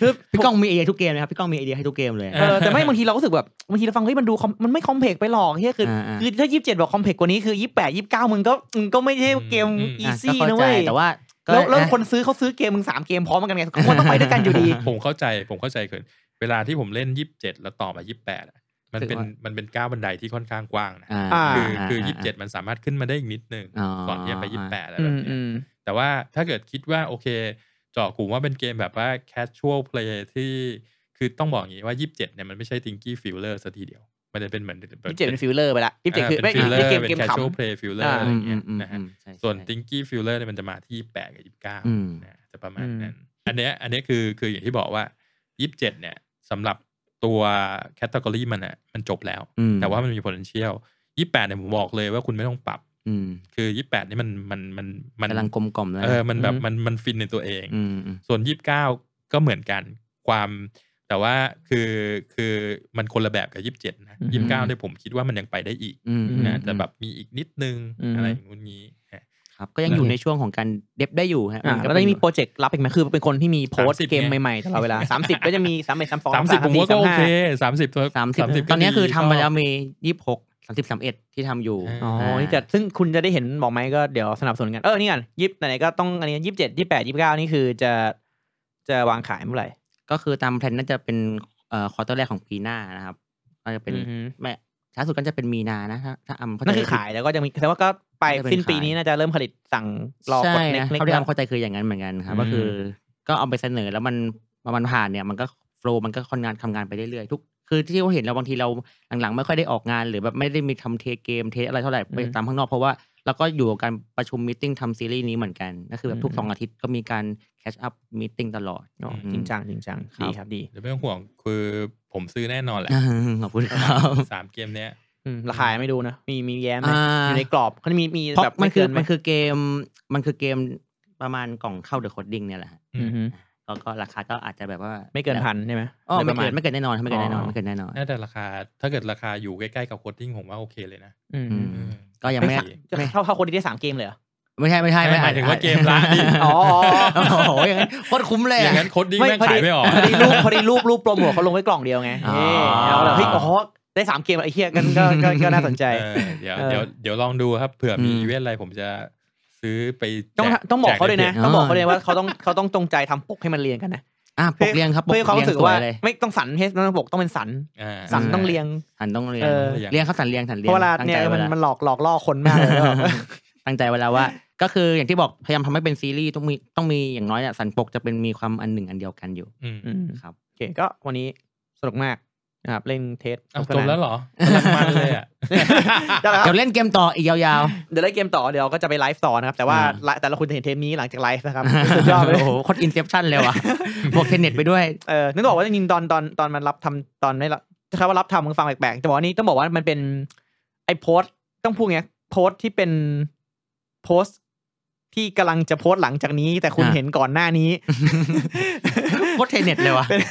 Speaker 2: คือพี่ก้องมีไอเดียทุกเกมนะครับพี่ก้องมีไอเดียให้ทุกเกมเลย
Speaker 1: [LAUGHS] เออแต่ [LAUGHS] ไม่บางทีเราก็รู้สึกแบบบางทีเราฟังเฮ้ยมันดู com- มันไม่คอมเพล็กไปหรอกเฮียคืออา
Speaker 2: อ่า
Speaker 1: คือถ้ายี่สิบเจ็ดบอกคอมเพล็กกว่านี้คือยี่แปดยี่เก้ามึงก็มึงก็ไม่ใช่เกม
Speaker 3: อืม
Speaker 1: อี
Speaker 2: อ่ะ
Speaker 1: ซี่
Speaker 2: ก็
Speaker 1: นะ
Speaker 2: เข้าใจ
Speaker 1: เว้ย
Speaker 2: แต่ว่าก็
Speaker 1: แล้วแล้ว
Speaker 2: ะ
Speaker 1: คนซื้อเขาซื้อเกมมึงสามเกมพร้อมกันไงมันต้องไปด้วยกันอยู่ดี
Speaker 3: [LAUGHS] ผมเข้าใจผมเข้าใจเขินเวลาที่ผมเล่นยี่สิบเจ็ดแล้วต่อมายี่สิบแปดมัน
Speaker 2: ถื
Speaker 3: เป็น
Speaker 2: อว่า
Speaker 3: มันเป็นก้าวบันไดที่ค่อนข้างกว้างนะ
Speaker 2: อ่า
Speaker 1: อ่า
Speaker 3: คือคือ
Speaker 2: อ่า
Speaker 3: ยี่สิบเจ็ดมันสามารถขึ้นมาได้อีกนิดนึง
Speaker 2: อ๋อ
Speaker 3: ก่อนที่จะไปยี่สิบแปดอะ
Speaker 1: อื
Speaker 3: ไรแบบ
Speaker 1: ม
Speaker 3: เนี้
Speaker 1: อื
Speaker 3: ย
Speaker 1: ม
Speaker 3: แต่ว่าถ้าเกิดคิดว่าโอเค เจาะกลุ่มว่าเป็นเกมแบบว่า casual play ที่คือต้องบอกอย่างนี้ว่ายี่สิบเจ็ดเนี่ยมันไม่ใช่ tinky filler ซะทีเดียว มันจะเป็นเหมือนแบบ
Speaker 1: ยี่สิบเจ็ดเป็นฟิลเลอร์ไปละยี่สิบเจ็ด
Speaker 3: า
Speaker 1: คือไม่
Speaker 3: เป็น filler
Speaker 1: เกม
Speaker 3: เป็น
Speaker 1: เกมข
Speaker 3: casual play filler
Speaker 1: อ่า
Speaker 3: อะไรอย่างเงี้ย
Speaker 2: อืม
Speaker 3: นะฮะ
Speaker 2: อืมอืมใช่
Speaker 3: ส่วน
Speaker 2: ใช่
Speaker 3: tinky filler เนี่ยมันจะมาที่แปดกับยี่สิบเก้า
Speaker 2: อืม
Speaker 3: นะจะประมาณนั้น อันเนี้ยอันเนี้ยคือคืออย่างที่บอกว่ายี่สิบเจ็ดเนี่ยสำหรับตัว category มันอ่ะมันจบแล้ว
Speaker 2: อืม
Speaker 3: แต่ว่ามันมี potential ยี่แปดเนี่ยผมบอกเลยว่าคุณไม่ต้องปรับ
Speaker 2: อืม
Speaker 3: คือยี่แปดนี่มันมันมันมัน
Speaker 2: กำลังกลมกล่อมแล้ว
Speaker 3: เออมันแบบ
Speaker 1: อืม
Speaker 3: มันมันฟินในตัวเอง
Speaker 2: อืมอืม
Speaker 3: ส่วนยี่บเก้าก็เหมือนกันความ แต่ว่าคือคือมันคนละแบบกับยี่บเจ็ดนะ
Speaker 1: อืม
Speaker 3: ยี่บเก้าเนี่ยผมคิดว่ามันยังไปได้อีก
Speaker 2: อืม
Speaker 1: อื
Speaker 3: นะแต่แบบมีอีกนิดนึง
Speaker 1: อืม
Speaker 3: อะไรอย่างงู้นงี้ฮะ
Speaker 2: ครับก็ยังอยู่ในช่วงของการเด็บได้อยู่ฮะ
Speaker 1: อ่า
Speaker 2: มันก็
Speaker 1: แล้ว
Speaker 2: เป็น
Speaker 1: ได้มีโปรเจกต์รับอีกไหมคือเป็นคนที่มีโพสต์
Speaker 3: 30
Speaker 1: เกม
Speaker 3: ไง
Speaker 1: ใหม่ๆตลอดเวลาสามสิบก็จะมีสามเอ็ดสามสอง
Speaker 3: สามสิบผมว่าก็โอเคสามสิบ
Speaker 2: สามสิบตอนนี้คือทำไปแล้วมียี่สิบหกสามสิบสามเอ็ดที่ทำอยู่
Speaker 1: อ๋อนี่จะซึ่งคุณจะได้เห็นบอกไหมก็เดี๋ยวสนับสนุนกัน เออนี่กันยิบไหนๆก็ต้องอันนี้ยี่สิบเจ็ดยี่แปดยี่เก้านี่คือจะจะวางขายเมื่อไหร่
Speaker 2: ก็คือตามแผนน่าจะเป็นเอ่อควอเตอร์แรกของปีหน้านะครับก็ ก็จะเป็น
Speaker 1: อือฮึ
Speaker 2: ไม่ช้าสุดก็จะเป็นมีนานะถ้าถ้าอำ
Speaker 1: นั่นคือขายแล้วก็จะมีแต่ว่าก็ไปสิ้นปีนี้น่าจะเริ่มผลิตสั่งรอก
Speaker 2: ใช่
Speaker 1: ดเน็ก
Speaker 2: นะ
Speaker 1: เน็ก
Speaker 2: เขาที่อำเข้าใจคืออย่างนั้นเหมือนกันครับก็คืออก็เอาไปเสนอแล้วมันพอมันผ่านเนี่ยมันก็โฟล์มันก็คนงานทำงานไปเรื่อยๆทุกคือที่เราเห็นเราบางทีเราหลังๆ ไม่ค่อยได้ออกงานหรือแบบไม่ได้มีทำเทเกมเทอะไรเท่าไหร่ไปตามข้างนอกเพราะว่าเราก็อยู่กับการประชุมมิ팅ทำซีรีส์นี้เหมือนกันก็คือแบบทุกสองอาทิตย์ก็มีการแคชอัพมิ팅ตลอด
Speaker 1: อ๋อจริงจังจริงจัง
Speaker 2: ครับ
Speaker 1: ดีครับดี
Speaker 3: เดี๋ยวไม่ต้องห่วงคือผมซื้อแน่นอนแหละ
Speaker 2: [LAUGHS] ขอบคุณครับ
Speaker 3: สามเกมเนี้ย
Speaker 1: อืมราคาไม่ดูนะมีมีแย้มไหม
Speaker 2: อ่
Speaker 1: อา ยู่ในกรอบเขาจะมีมี
Speaker 2: เพราะ
Speaker 1: แบบ
Speaker 2: มันคือ
Speaker 1: ไเกิไห
Speaker 2: มันคือเกมมันคือเกมประมาณกล่องเข้าเดอะโคดดิ้งเนี่ยแหละฮะ
Speaker 1: อฮึ
Speaker 2: ก็ก็ราคาก็อาจจะแบบว่า
Speaker 1: ไม่เกินพันใช่ไหม
Speaker 2: อ๋อ
Speaker 1: โดยป
Speaker 2: ไม่
Speaker 1: ระา
Speaker 2: เกิ
Speaker 1: ณ
Speaker 2: นไม่เกินแน่นอนไม่เกินแน่นอน
Speaker 1: อ๋อ
Speaker 2: ไม่เกินแน่นอน
Speaker 3: น่าจะราคา ถ้าเกิดราคาอยู่ใกล้ๆกับโคดดิ้งผมว่าโอเคเลยนะ
Speaker 1: อืม
Speaker 2: อืม
Speaker 3: อืม
Speaker 2: ก็ยังไม่
Speaker 3: ไม่
Speaker 1: จะเท่าเท่าคนที่ได้สามเกมเลยเหรอ
Speaker 2: ไม่ใช่ไม่ใช่
Speaker 3: ไม่หมายถึงว่าเกมละดิ
Speaker 1: อ๋อ
Speaker 2: โอ้โหอย่างนั้นโคตรคุ้มเลย
Speaker 3: อ
Speaker 2: อะ
Speaker 3: ย่างนั้นโคดดิ้งแม่ง
Speaker 1: พอ
Speaker 3: ขายไม่ออก
Speaker 1: พอดีรูปพอดีรูปรูปโปรโมทเขาลงไว้กล่องเดียวไง
Speaker 2: อ๋อ
Speaker 1: เอ้เราเลยเฮ้ยอ๋อได้สามเกมไอ้เหี้ยกันก็ก็ก็น่าสนใจ
Speaker 3: เออ
Speaker 1: เออ
Speaker 3: เดี๋ยวเดี๋ยวเดี๋ยวลองดูครับเผื่อมี
Speaker 2: อืม
Speaker 3: อีเวนต์อะไรผมจะซื้อไป
Speaker 1: ต้อง
Speaker 3: แจก
Speaker 1: ต้องบอกเขาด้วยนะ
Speaker 2: แจกในเพจ
Speaker 1: ต้องบอกเขาด้วยว่าเขาต้องเขาต้องจงใจทำปกให้มันเรียงกันนะ
Speaker 2: อ่ะปกเรียงครับปก
Speaker 1: เพื่อให้เขา
Speaker 2: เรียง
Speaker 1: รู้สึก
Speaker 2: สว
Speaker 1: ว่าย
Speaker 2: เลย
Speaker 1: ไม่ต้องสันให้ต้องปกต้องเป็นสัน
Speaker 3: อ่า
Speaker 1: สันต้องเรียง
Speaker 2: หันต้องเรียง
Speaker 1: เออ
Speaker 2: เรียงครับสันเรียงสันเรี
Speaker 1: เพ
Speaker 2: ย
Speaker 1: ราะ
Speaker 2: ง
Speaker 1: เวลา
Speaker 2: ตั้ง
Speaker 1: เนี่ย
Speaker 2: ใจไว้
Speaker 1: มัน
Speaker 2: แล้ว
Speaker 1: มันหลอกหลอกล่อคนมาก [LAUGHS] เลยแล้วแบบ
Speaker 2: ตั้งใจไว้แล้วว่า ก็คืออย่างที่บอกพยายามทำให้เป็นซีรีส์ต้องมีต้องมีอย่างน้อยเนี่ยสันปกจะเป็นมีความอันหนึ่งอันเดียวกันอยู่
Speaker 3: อืม
Speaker 1: อืม
Speaker 2: ครับ
Speaker 1: โอเคก็วันนี้สนุกมากนะครับเล่นเทส
Speaker 3: เอา
Speaker 1: ส
Speaker 3: จ
Speaker 1: นุ
Speaker 3: บ
Speaker 1: กสนาน
Speaker 3: แล้วเหรอำลังมันเลยอ่ะ
Speaker 1: ได้แล้วครับ
Speaker 2: เดี๋ยวเล่นเกมต่ออีกยาว
Speaker 1: เดี๋ยวเล่นเกมต่อเดี๋ยวก็จะไปไลฟ์ต่อนะครับ แต่ว่า
Speaker 2: อ่า
Speaker 1: ไลฟ์แต่ละคนจะเห็นเทปนี้หลังจากไล
Speaker 2: [LAUGHS]
Speaker 1: ฟ์นะครับ
Speaker 2: ๆ
Speaker 1: สุดยอดเลย
Speaker 2: โอ้โหโคตรอินเซพชันเลยว่ะบวกเทนเน็ตไปด้วย
Speaker 1: เออนึกบอกว่าจริงๆตอนตอนตอนมันรับทำตอนไม่รับจะคำว่ารับทำมันฟังแปลกๆแต่บอกว่านี่ต้องบอกว่ามันเป็นไอโพสต์ต้องพูดไงโพสต์ที่เป็นโพสต์ที่กำลังจะโพสต์หลังจากนี้ แต่คุณ
Speaker 2: อ่า
Speaker 1: เห็นก่อนหน้านี้ [LAUGHS]
Speaker 2: โคตรเทนเน็ตเลยว่ะ
Speaker 1: เป็น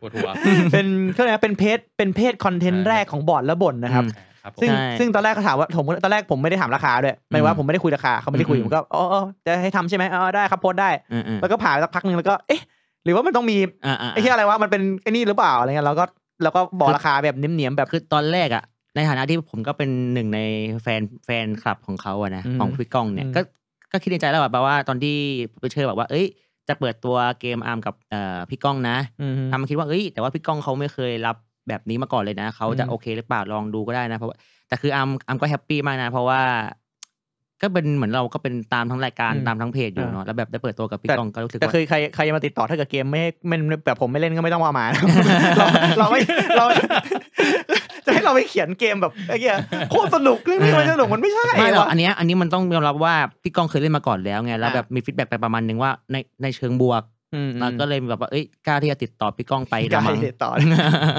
Speaker 3: ปวดหัว
Speaker 1: เป็นเขาเรียกอะไรนะเป็นเพจเป็นเพจคอนเทนต์แรกของบอร์ดและบ่นนะครับ
Speaker 3: อ่าครับผ
Speaker 1: ซึ่ง
Speaker 3: ม
Speaker 2: ใช่
Speaker 1: ซึ่งตอนแรกเขาถามว่าผมตอนแรกผมไม่ได้ถามราคาด้วยหมายถึงว่า
Speaker 2: อืม
Speaker 1: ผมไม่ได้คุยราคาเขาไม่ได้คุย
Speaker 2: อืม
Speaker 1: ผมก็อ๋ออ๋อจะให้ทำใช่ไหมอ๋อได้ครับโพสต์ได้
Speaker 2: อืมๆ
Speaker 1: แล้วก็ผ่านไปสักพักหนึ่งแล้วก็เอ๊ะ หรือว่ามันต้องมี
Speaker 2: อ่าๆ
Speaker 1: ไอ้ที่อะไรวะมันเป็นไอ้นี่หรือเปล่าอะไรเงี้ยเราก็เราก็บอกราคาแบบเนียมๆแบบ
Speaker 2: คือตอนแรกอะในฐานะที่ผมก็เป็นหนึ่งในแฟนแฟนคลับของเขาอะนะ
Speaker 1: อืม
Speaker 2: ของพี่ก้องเนี่ย
Speaker 1: อืม
Speaker 2: ก็ก็คิดในใจแล้วอะแบบว่าตอนที่ไปเชิญแบบว่า เอ้ย จะเปิดตัวเกมอาร์มกับเอ่อพี่ก้องนะ ทำมาคิดว่าเอ้ยแต่ว่าพี่ก้องเขาไม่เคยรับแบบนี้มาก่อนเลยนะเขาจะ
Speaker 1: อืม
Speaker 2: โอเคหรือเปล่าลองดูก็ได้นะเพราะว่าแต่คืออัมอัมก็แฮปปี้มากนะ เพราะว่า ก็เป็นเหมือนเราก็เป็นตามทั้งรายการตามทั้งเพจอยู่เนาะแล้วแบบได้เปิดตัวกับพี่ก้องก็รู้สึก
Speaker 1: แต่
Speaker 2: ว่า
Speaker 1: คือใครใครจะมาติดต่อถ้าเกิดเกมไม่ให้มันแบบผมไม่เล่นก็ไม่ต้องเอามา
Speaker 2: [LAUGHS]
Speaker 1: เราเราไม่เรา จะให้เราไปเขียนเกมแบบไอ้เงี้ยโคตรสนุกเรื่องนี้มันสนุกมันไม่ใช่
Speaker 2: ไม่หรอก
Speaker 1: วะ
Speaker 2: อันเนี้ยอันนี้มันต้องยอมรับว่าพี่ก้องเคยเล่นมาก่อนแล้วไงแล้ว
Speaker 1: อ่ะ
Speaker 2: แบบมีฟีดแบ็กไปประมาณนึงว่าในในเชิงบวก
Speaker 1: อืม
Speaker 2: แล้วก็เลยแบบว่าเอ้ยกล้าที่จะติดต่อพี่ก้องไป
Speaker 1: ไม่
Speaker 2: ละ
Speaker 1: ได้
Speaker 2: มั้ง
Speaker 1: ติดต่อ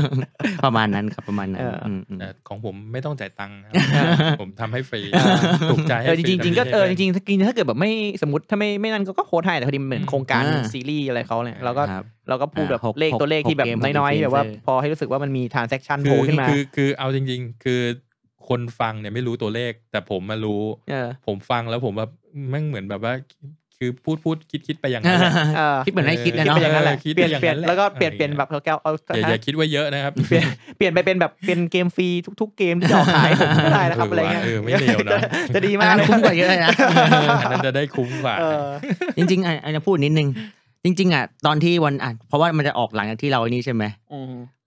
Speaker 2: [LAUGHS] ประมาณนั้นครับประมาณนั้น
Speaker 1: เอออื
Speaker 2: มอืม
Speaker 3: แต่ของผมไม่ต้องจ่ายตังค์นะครับ
Speaker 1: [LAUGHS]
Speaker 3: ผมทำให้ฟรี
Speaker 1: เออ
Speaker 3: ถูกใจ
Speaker 1: เอ
Speaker 3: ให้
Speaker 1: อ
Speaker 3: ฟ
Speaker 1: จริงๆจริงๆก็
Speaker 3: ทำให้
Speaker 1: เออจ
Speaker 3: ได้
Speaker 1: ริงๆถ้ากินถ้าเกิดแบบไม่สมมติถ้าไม่ไม่นั่นก็ก็โพสต์ให้แต่พอดีมันเหมือน
Speaker 3: อืม
Speaker 1: โครงการ
Speaker 2: อ่า
Speaker 1: ซีรีส์อะไรเขาเนี่ยเราก็
Speaker 2: ครับ
Speaker 1: เราก็พูดแบบ
Speaker 2: อ่าหก
Speaker 1: เลข
Speaker 2: หก
Speaker 1: ตัวเลขที่แบบ
Speaker 2: หกเกมของ
Speaker 1: น้อยๆ
Speaker 2: influencer
Speaker 1: แบบว่าพอให้รู้สึกว่ามันมี transaction โผ
Speaker 3: คื
Speaker 1: ล่
Speaker 3: อ
Speaker 1: ขึ้นมา
Speaker 3: คือคือเอาจริง ๆ คือคนฟังเนี่ยไม่รู้ตัวเลข แต่ผมมารู้
Speaker 1: เออ
Speaker 3: ผมฟังแล้วผมแบบแม่งเหมือนแบบว่า คือพูดพูดคิดคิดไปอย่างนั้นแหละ
Speaker 1: เออ
Speaker 2: คิดเหมือนให้คิดเลย
Speaker 1: คิด
Speaker 2: เนาะ
Speaker 1: ไปอย่างนั้นแหละ
Speaker 3: เออคิด
Speaker 1: เปลี่ยน
Speaker 3: ไปอย่าง
Speaker 1: เปลี่ยน
Speaker 3: นั้นแหละ
Speaker 1: แล้วก็เปลี่ยน
Speaker 3: อะไรอ
Speaker 1: เปลี่ย
Speaker 3: ย่าง
Speaker 1: นแบบแก้วเอา
Speaker 3: อย่าอย่าคิดไว้เยอะนะครับ
Speaker 1: เปลี่ยนเปลี่ยนไปเป็นแบบเป็นเกมฟรีทุก ๆ เกมที่จะออกขายผมก็ได้นะครับอะไรเงี้ย
Speaker 3: เออไม่เลว
Speaker 1: [LAUGHS]
Speaker 3: นะ
Speaker 1: จะดี
Speaker 2: อัน
Speaker 1: มาก
Speaker 2: นั้
Speaker 1: เล
Speaker 2: น
Speaker 1: ย
Speaker 2: คุ้มกว่าเยอะเลยนะ [LAUGHS]
Speaker 3: อันนั้นจะได้คุ้มกว่า
Speaker 1: เออ
Speaker 2: จริงๆอ่ะอันนี้พูดนิดนึง จริง ๆ อ่ะ ตอนที่วันอ่ะเพราะว่ามันจะออกหลังจากที่เราไอ้นี่ใช่ไหม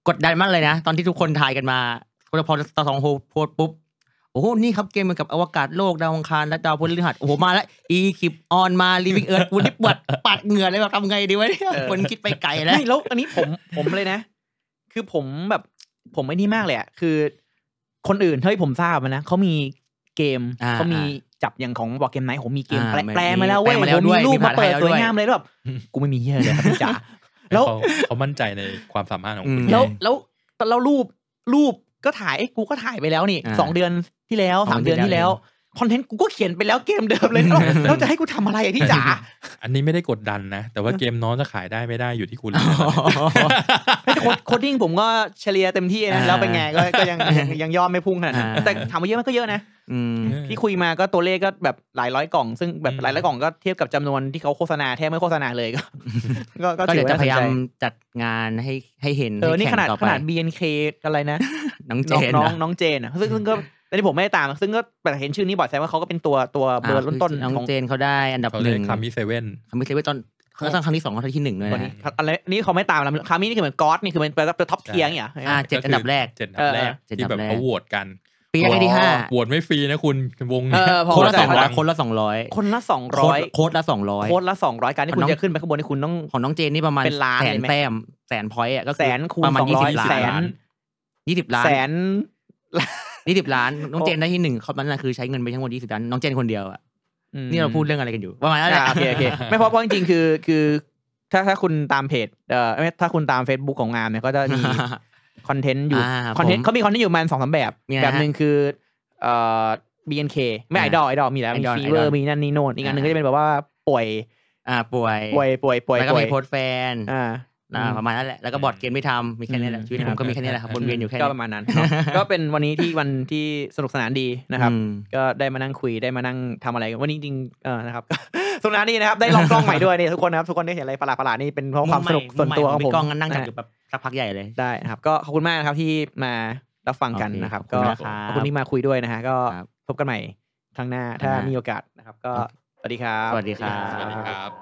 Speaker 2: กดดันมากเลยนะ ตอนที่ทุกคนทายกันมาพอตอนสองโฮโพสต์ปุ๊บ โอ้โห นี่ครับเกมเกี่ยวกับอวกาศโลก ดาวอังคาร และดาวพฤหัส โอ้โห มาแล้ว อีคิปออนมาลิวิงเอิร์ดวุ้นปวดปัดเหงื่อเลยแบบทำไงดีวะเนี่ย
Speaker 1: เออ
Speaker 2: คนคิดไปไกลแล้ว
Speaker 1: ไม่แล้วอันนี้ผมผมเลยนะ คือผมแบบ ผมไม่นี่มากเลยอ่ะคือคนอื่นเท่าที่ผมทราบมานะเขามีเกม
Speaker 2: อ่า
Speaker 1: เขามีจับอย่างของบอกเกมไหนผมมีเกม
Speaker 2: อ่า
Speaker 1: แปล
Speaker 2: มี
Speaker 1: แปลมาแล้วเว้ย
Speaker 2: แปลมาแล้ว
Speaker 1: ผม
Speaker 2: ด้ว
Speaker 1: มี
Speaker 2: ย
Speaker 1: รูป
Speaker 2: มี
Speaker 1: มาเปิด
Speaker 2: ภาษาไทย
Speaker 1: สวย
Speaker 2: ด้วย
Speaker 1: งามเลยแล้วแบบกูไม่มีเฮียเลยครับพี่จ๋า แล้
Speaker 3: แล้ว วเขามั่นใจในความสามารถของคุณ
Speaker 2: อืม
Speaker 1: แล้วแล้วแล้วรูปรูปก็ถ่ายไอ้ยกูก็ถ่ายไปแล้วนี่
Speaker 2: อ่า
Speaker 1: สองเดือนที่แล้วสาม
Speaker 2: สองเดื
Speaker 1: เดือ
Speaker 2: อน น
Speaker 1: ที่แล้ว
Speaker 2: ที่แล้
Speaker 1: คอนเทนต์กูก็เขียนไปแล้วเกมเดิม [LAUGHS] เลยแล้วแล้วจะให้กูทำอะไรอะพี่จ๋า
Speaker 3: อันนี้ไม่ได้กดดันนะ แต่ว่าเกมน้องจะขายได้ไม่ได้อยู่ที่คุณเลยนะ
Speaker 1: ไม่แต่โคดโคดดิ้งผมก็เฉลี่ยเต็มที่นะ
Speaker 2: อ่า
Speaker 1: แล้วเป็นไงก็ก็ยังยัง
Speaker 2: [LAUGHS]
Speaker 1: ยังยอดไม่พุ่งขนาดนั้น
Speaker 2: อ่า
Speaker 1: แต่ถามว่าเยอะมันก็เยอะนะ
Speaker 2: [LAUGHS] อืม
Speaker 1: ที่คุยมาก็ตัวเลขก็แบบหลายร้อยกล่อง ซึ่งแบบ
Speaker 3: อืม
Speaker 1: หลายร้อยกล่องก็เทียบกับจำนวนที่เขาโฆษณาแทบไม่โฆษณาเลยก็ ก็ก็
Speaker 2: ก็
Speaker 1: ถื
Speaker 2: เดี๋ย
Speaker 1: อ
Speaker 2: ว
Speaker 1: ว่า
Speaker 2: จะพยายาม
Speaker 1: น่สนใจ
Speaker 2: จัดงานให้ให้เห็น
Speaker 1: เออ
Speaker 2: ให้
Speaker 1: นี่
Speaker 2: แข่
Speaker 1: ข
Speaker 2: ง
Speaker 1: นาด
Speaker 2: ต่อ
Speaker 1: ข
Speaker 2: ไป
Speaker 1: นาด BNK อะไรนะ
Speaker 2: น้องเจ
Speaker 1: น้องน้อ
Speaker 2: น
Speaker 1: ง
Speaker 2: นะ
Speaker 1: น้องเจนอะซึ่งซึ่งก็อันนี้ผมไม่ได้ตาม ซึ่งก็แต่เห็นชื่อนี้บ่อยแสดงว่าเขาก็เป็นตัวตัวเบอร์ต้นๆข
Speaker 2: น้อ
Speaker 1: อง ง
Speaker 2: เจนเขาได้อันดับ
Speaker 3: เขา
Speaker 2: ห
Speaker 3: เรีย
Speaker 2: นึ่
Speaker 3: ก
Speaker 2: ง
Speaker 3: คามิเซเว่น
Speaker 2: คามิเซเว่ตอน ก็ต้องครั้งที่สองครั้งที่หนึ่งด้วย
Speaker 1: คน
Speaker 2: นะ
Speaker 1: นี้
Speaker 2: ฮะ
Speaker 1: อะไรนี่เขาไม่ตามแล้วคามินี่คือเหมือนก๊อตนี่คือมันเป็นท็อปเทียงอย่างเงี้ย
Speaker 2: อ่าเจ็ดอันดับแรก
Speaker 3: เจ็ดอัน
Speaker 1: เอ
Speaker 3: ดั
Speaker 1: อ
Speaker 3: บแรก
Speaker 2: เจ็ด
Speaker 3: ที่
Speaker 2: อันดั
Speaker 3: แบบ บ
Speaker 2: แรก
Speaker 3: เขาโหวตกัน
Speaker 2: ปีแรกที่ห้า
Speaker 3: โหวตไม่ฟรีนะคุณวง
Speaker 1: เออพอ
Speaker 2: คนละ
Speaker 1: โหวต
Speaker 2: สองร้อย
Speaker 3: 200
Speaker 2: คนละสองร้อย
Speaker 1: คนละสองร้อย
Speaker 2: โค้ดละสองร้อย
Speaker 1: โค้ดละสองร้อยการที่คุณ
Speaker 2: น้อง
Speaker 1: จะขึ้นไปข้างบนนี่คุณต้อง
Speaker 2: ของน้องเจนนี่ประมาณ
Speaker 1: เป็นล้าน
Speaker 2: แสน
Speaker 1: เลยไหม
Speaker 2: แต้มแสนพอยต์อ่ะก็คือ
Speaker 1: แสนคูณ
Speaker 2: ประมาณ
Speaker 1: สอง
Speaker 2: ยี่
Speaker 1: ร้อ
Speaker 2: สิ
Speaker 1: ย
Speaker 2: บล้า
Speaker 1: แสน
Speaker 2: นยี่สิบล้าน
Speaker 1: แสน
Speaker 2: ยี่สิบล้านน้อง
Speaker 1: โอ้
Speaker 2: เจนได้ที่หนึ่งเขานั้นนะคือใช้เงินไปทั้งหมดยี่สิบล้านน้องเจนคนเดียวอ่ะนี่เราพูดเรื่องอะไรกันอยู่ประมาณนั้นแหละ
Speaker 1: อ่าโอเคโอ
Speaker 2: [LAUGHS]
Speaker 1: เคไม่เพราะเพราะจริงๆคือคือถ้าถ้าคุณตามเพจเอ่อไม่ถ้าคุณตาม Facebook ของงามเนี่ยก็จะมี คอนเทนต์อยู่
Speaker 2: อ่า
Speaker 1: คอนเทน
Speaker 2: ผ
Speaker 1: ต์
Speaker 2: ม
Speaker 1: เขามีคอนเทนต์อยู่ประมาณสองสามแบบ
Speaker 2: มีอะไรฮะ
Speaker 1: แบบหนึ่งคือเอ่อ BNK ไม่ไอ
Speaker 2: อ่า
Speaker 1: ดอลไอดอลมีแล้ว มี
Speaker 2: Idol
Speaker 1: ฟีเวอ
Speaker 2: Idol
Speaker 1: ร์มีนั่นนี่โน่นอีกอันหนึ่ง
Speaker 2: อ่า
Speaker 1: ก็จะเป็นแบบว่าป่วย
Speaker 2: อ่าป่วย
Speaker 1: ป่วยป่วยป่วย
Speaker 2: แล้วก็
Speaker 1: ป่วย
Speaker 2: มีโพสต์แฟน
Speaker 1: อ่า
Speaker 2: อ่าประมาณนั้นแหละแล้วก็บอร์ดเกมไม่ทำมีแค่นี้แหละชีวิตผมก็มีแค่นี้แหละครับวนเวียนอยู่แค่
Speaker 1: ก็
Speaker 2: นี้
Speaker 1: ประมาณนั้นเนาะ
Speaker 2: [LAUGHS]
Speaker 1: ก็เป็นวันนี้ที่วันที่สนุกสนานดีนะครับ
Speaker 2: อืม
Speaker 1: ก็ได้มานั่งคุยได้มานั่งทำอะไรกันวันนี้จริงๆเออนะครับ [LAUGHS] สนุกสนานดีนะครับได้ลองกล้องใหม่ด้วยนี่ทุกคนนะครับทุกคนได้เห็นอะไรประหลาดๆนี่เป็นเพราะความสนุกส่วนตัวของผม
Speaker 2: กล้องนั่งจับ
Speaker 1: นะ
Speaker 2: อยู่แบบสักพักใหญ่เลย
Speaker 1: ได้นะครับ ก็ขอบคุณมากนะครับที่มารับฟังกัน
Speaker 2: โอเค
Speaker 1: นะครับ
Speaker 2: ขอ
Speaker 1: ก็
Speaker 2: บคุณนะครับ
Speaker 1: ขอบคุณที่มาคุยด้วยนะฮะก็
Speaker 2: ครับ
Speaker 1: พบกันใหม่ครั้งหน้าถ้า
Speaker 2: ครั้งหน้ามี
Speaker 1: มีโอกาสนะครับ ก็
Speaker 2: ครับ
Speaker 1: สวัสดีครับ
Speaker 2: สวัสดีครั
Speaker 3: สวัสดีครับ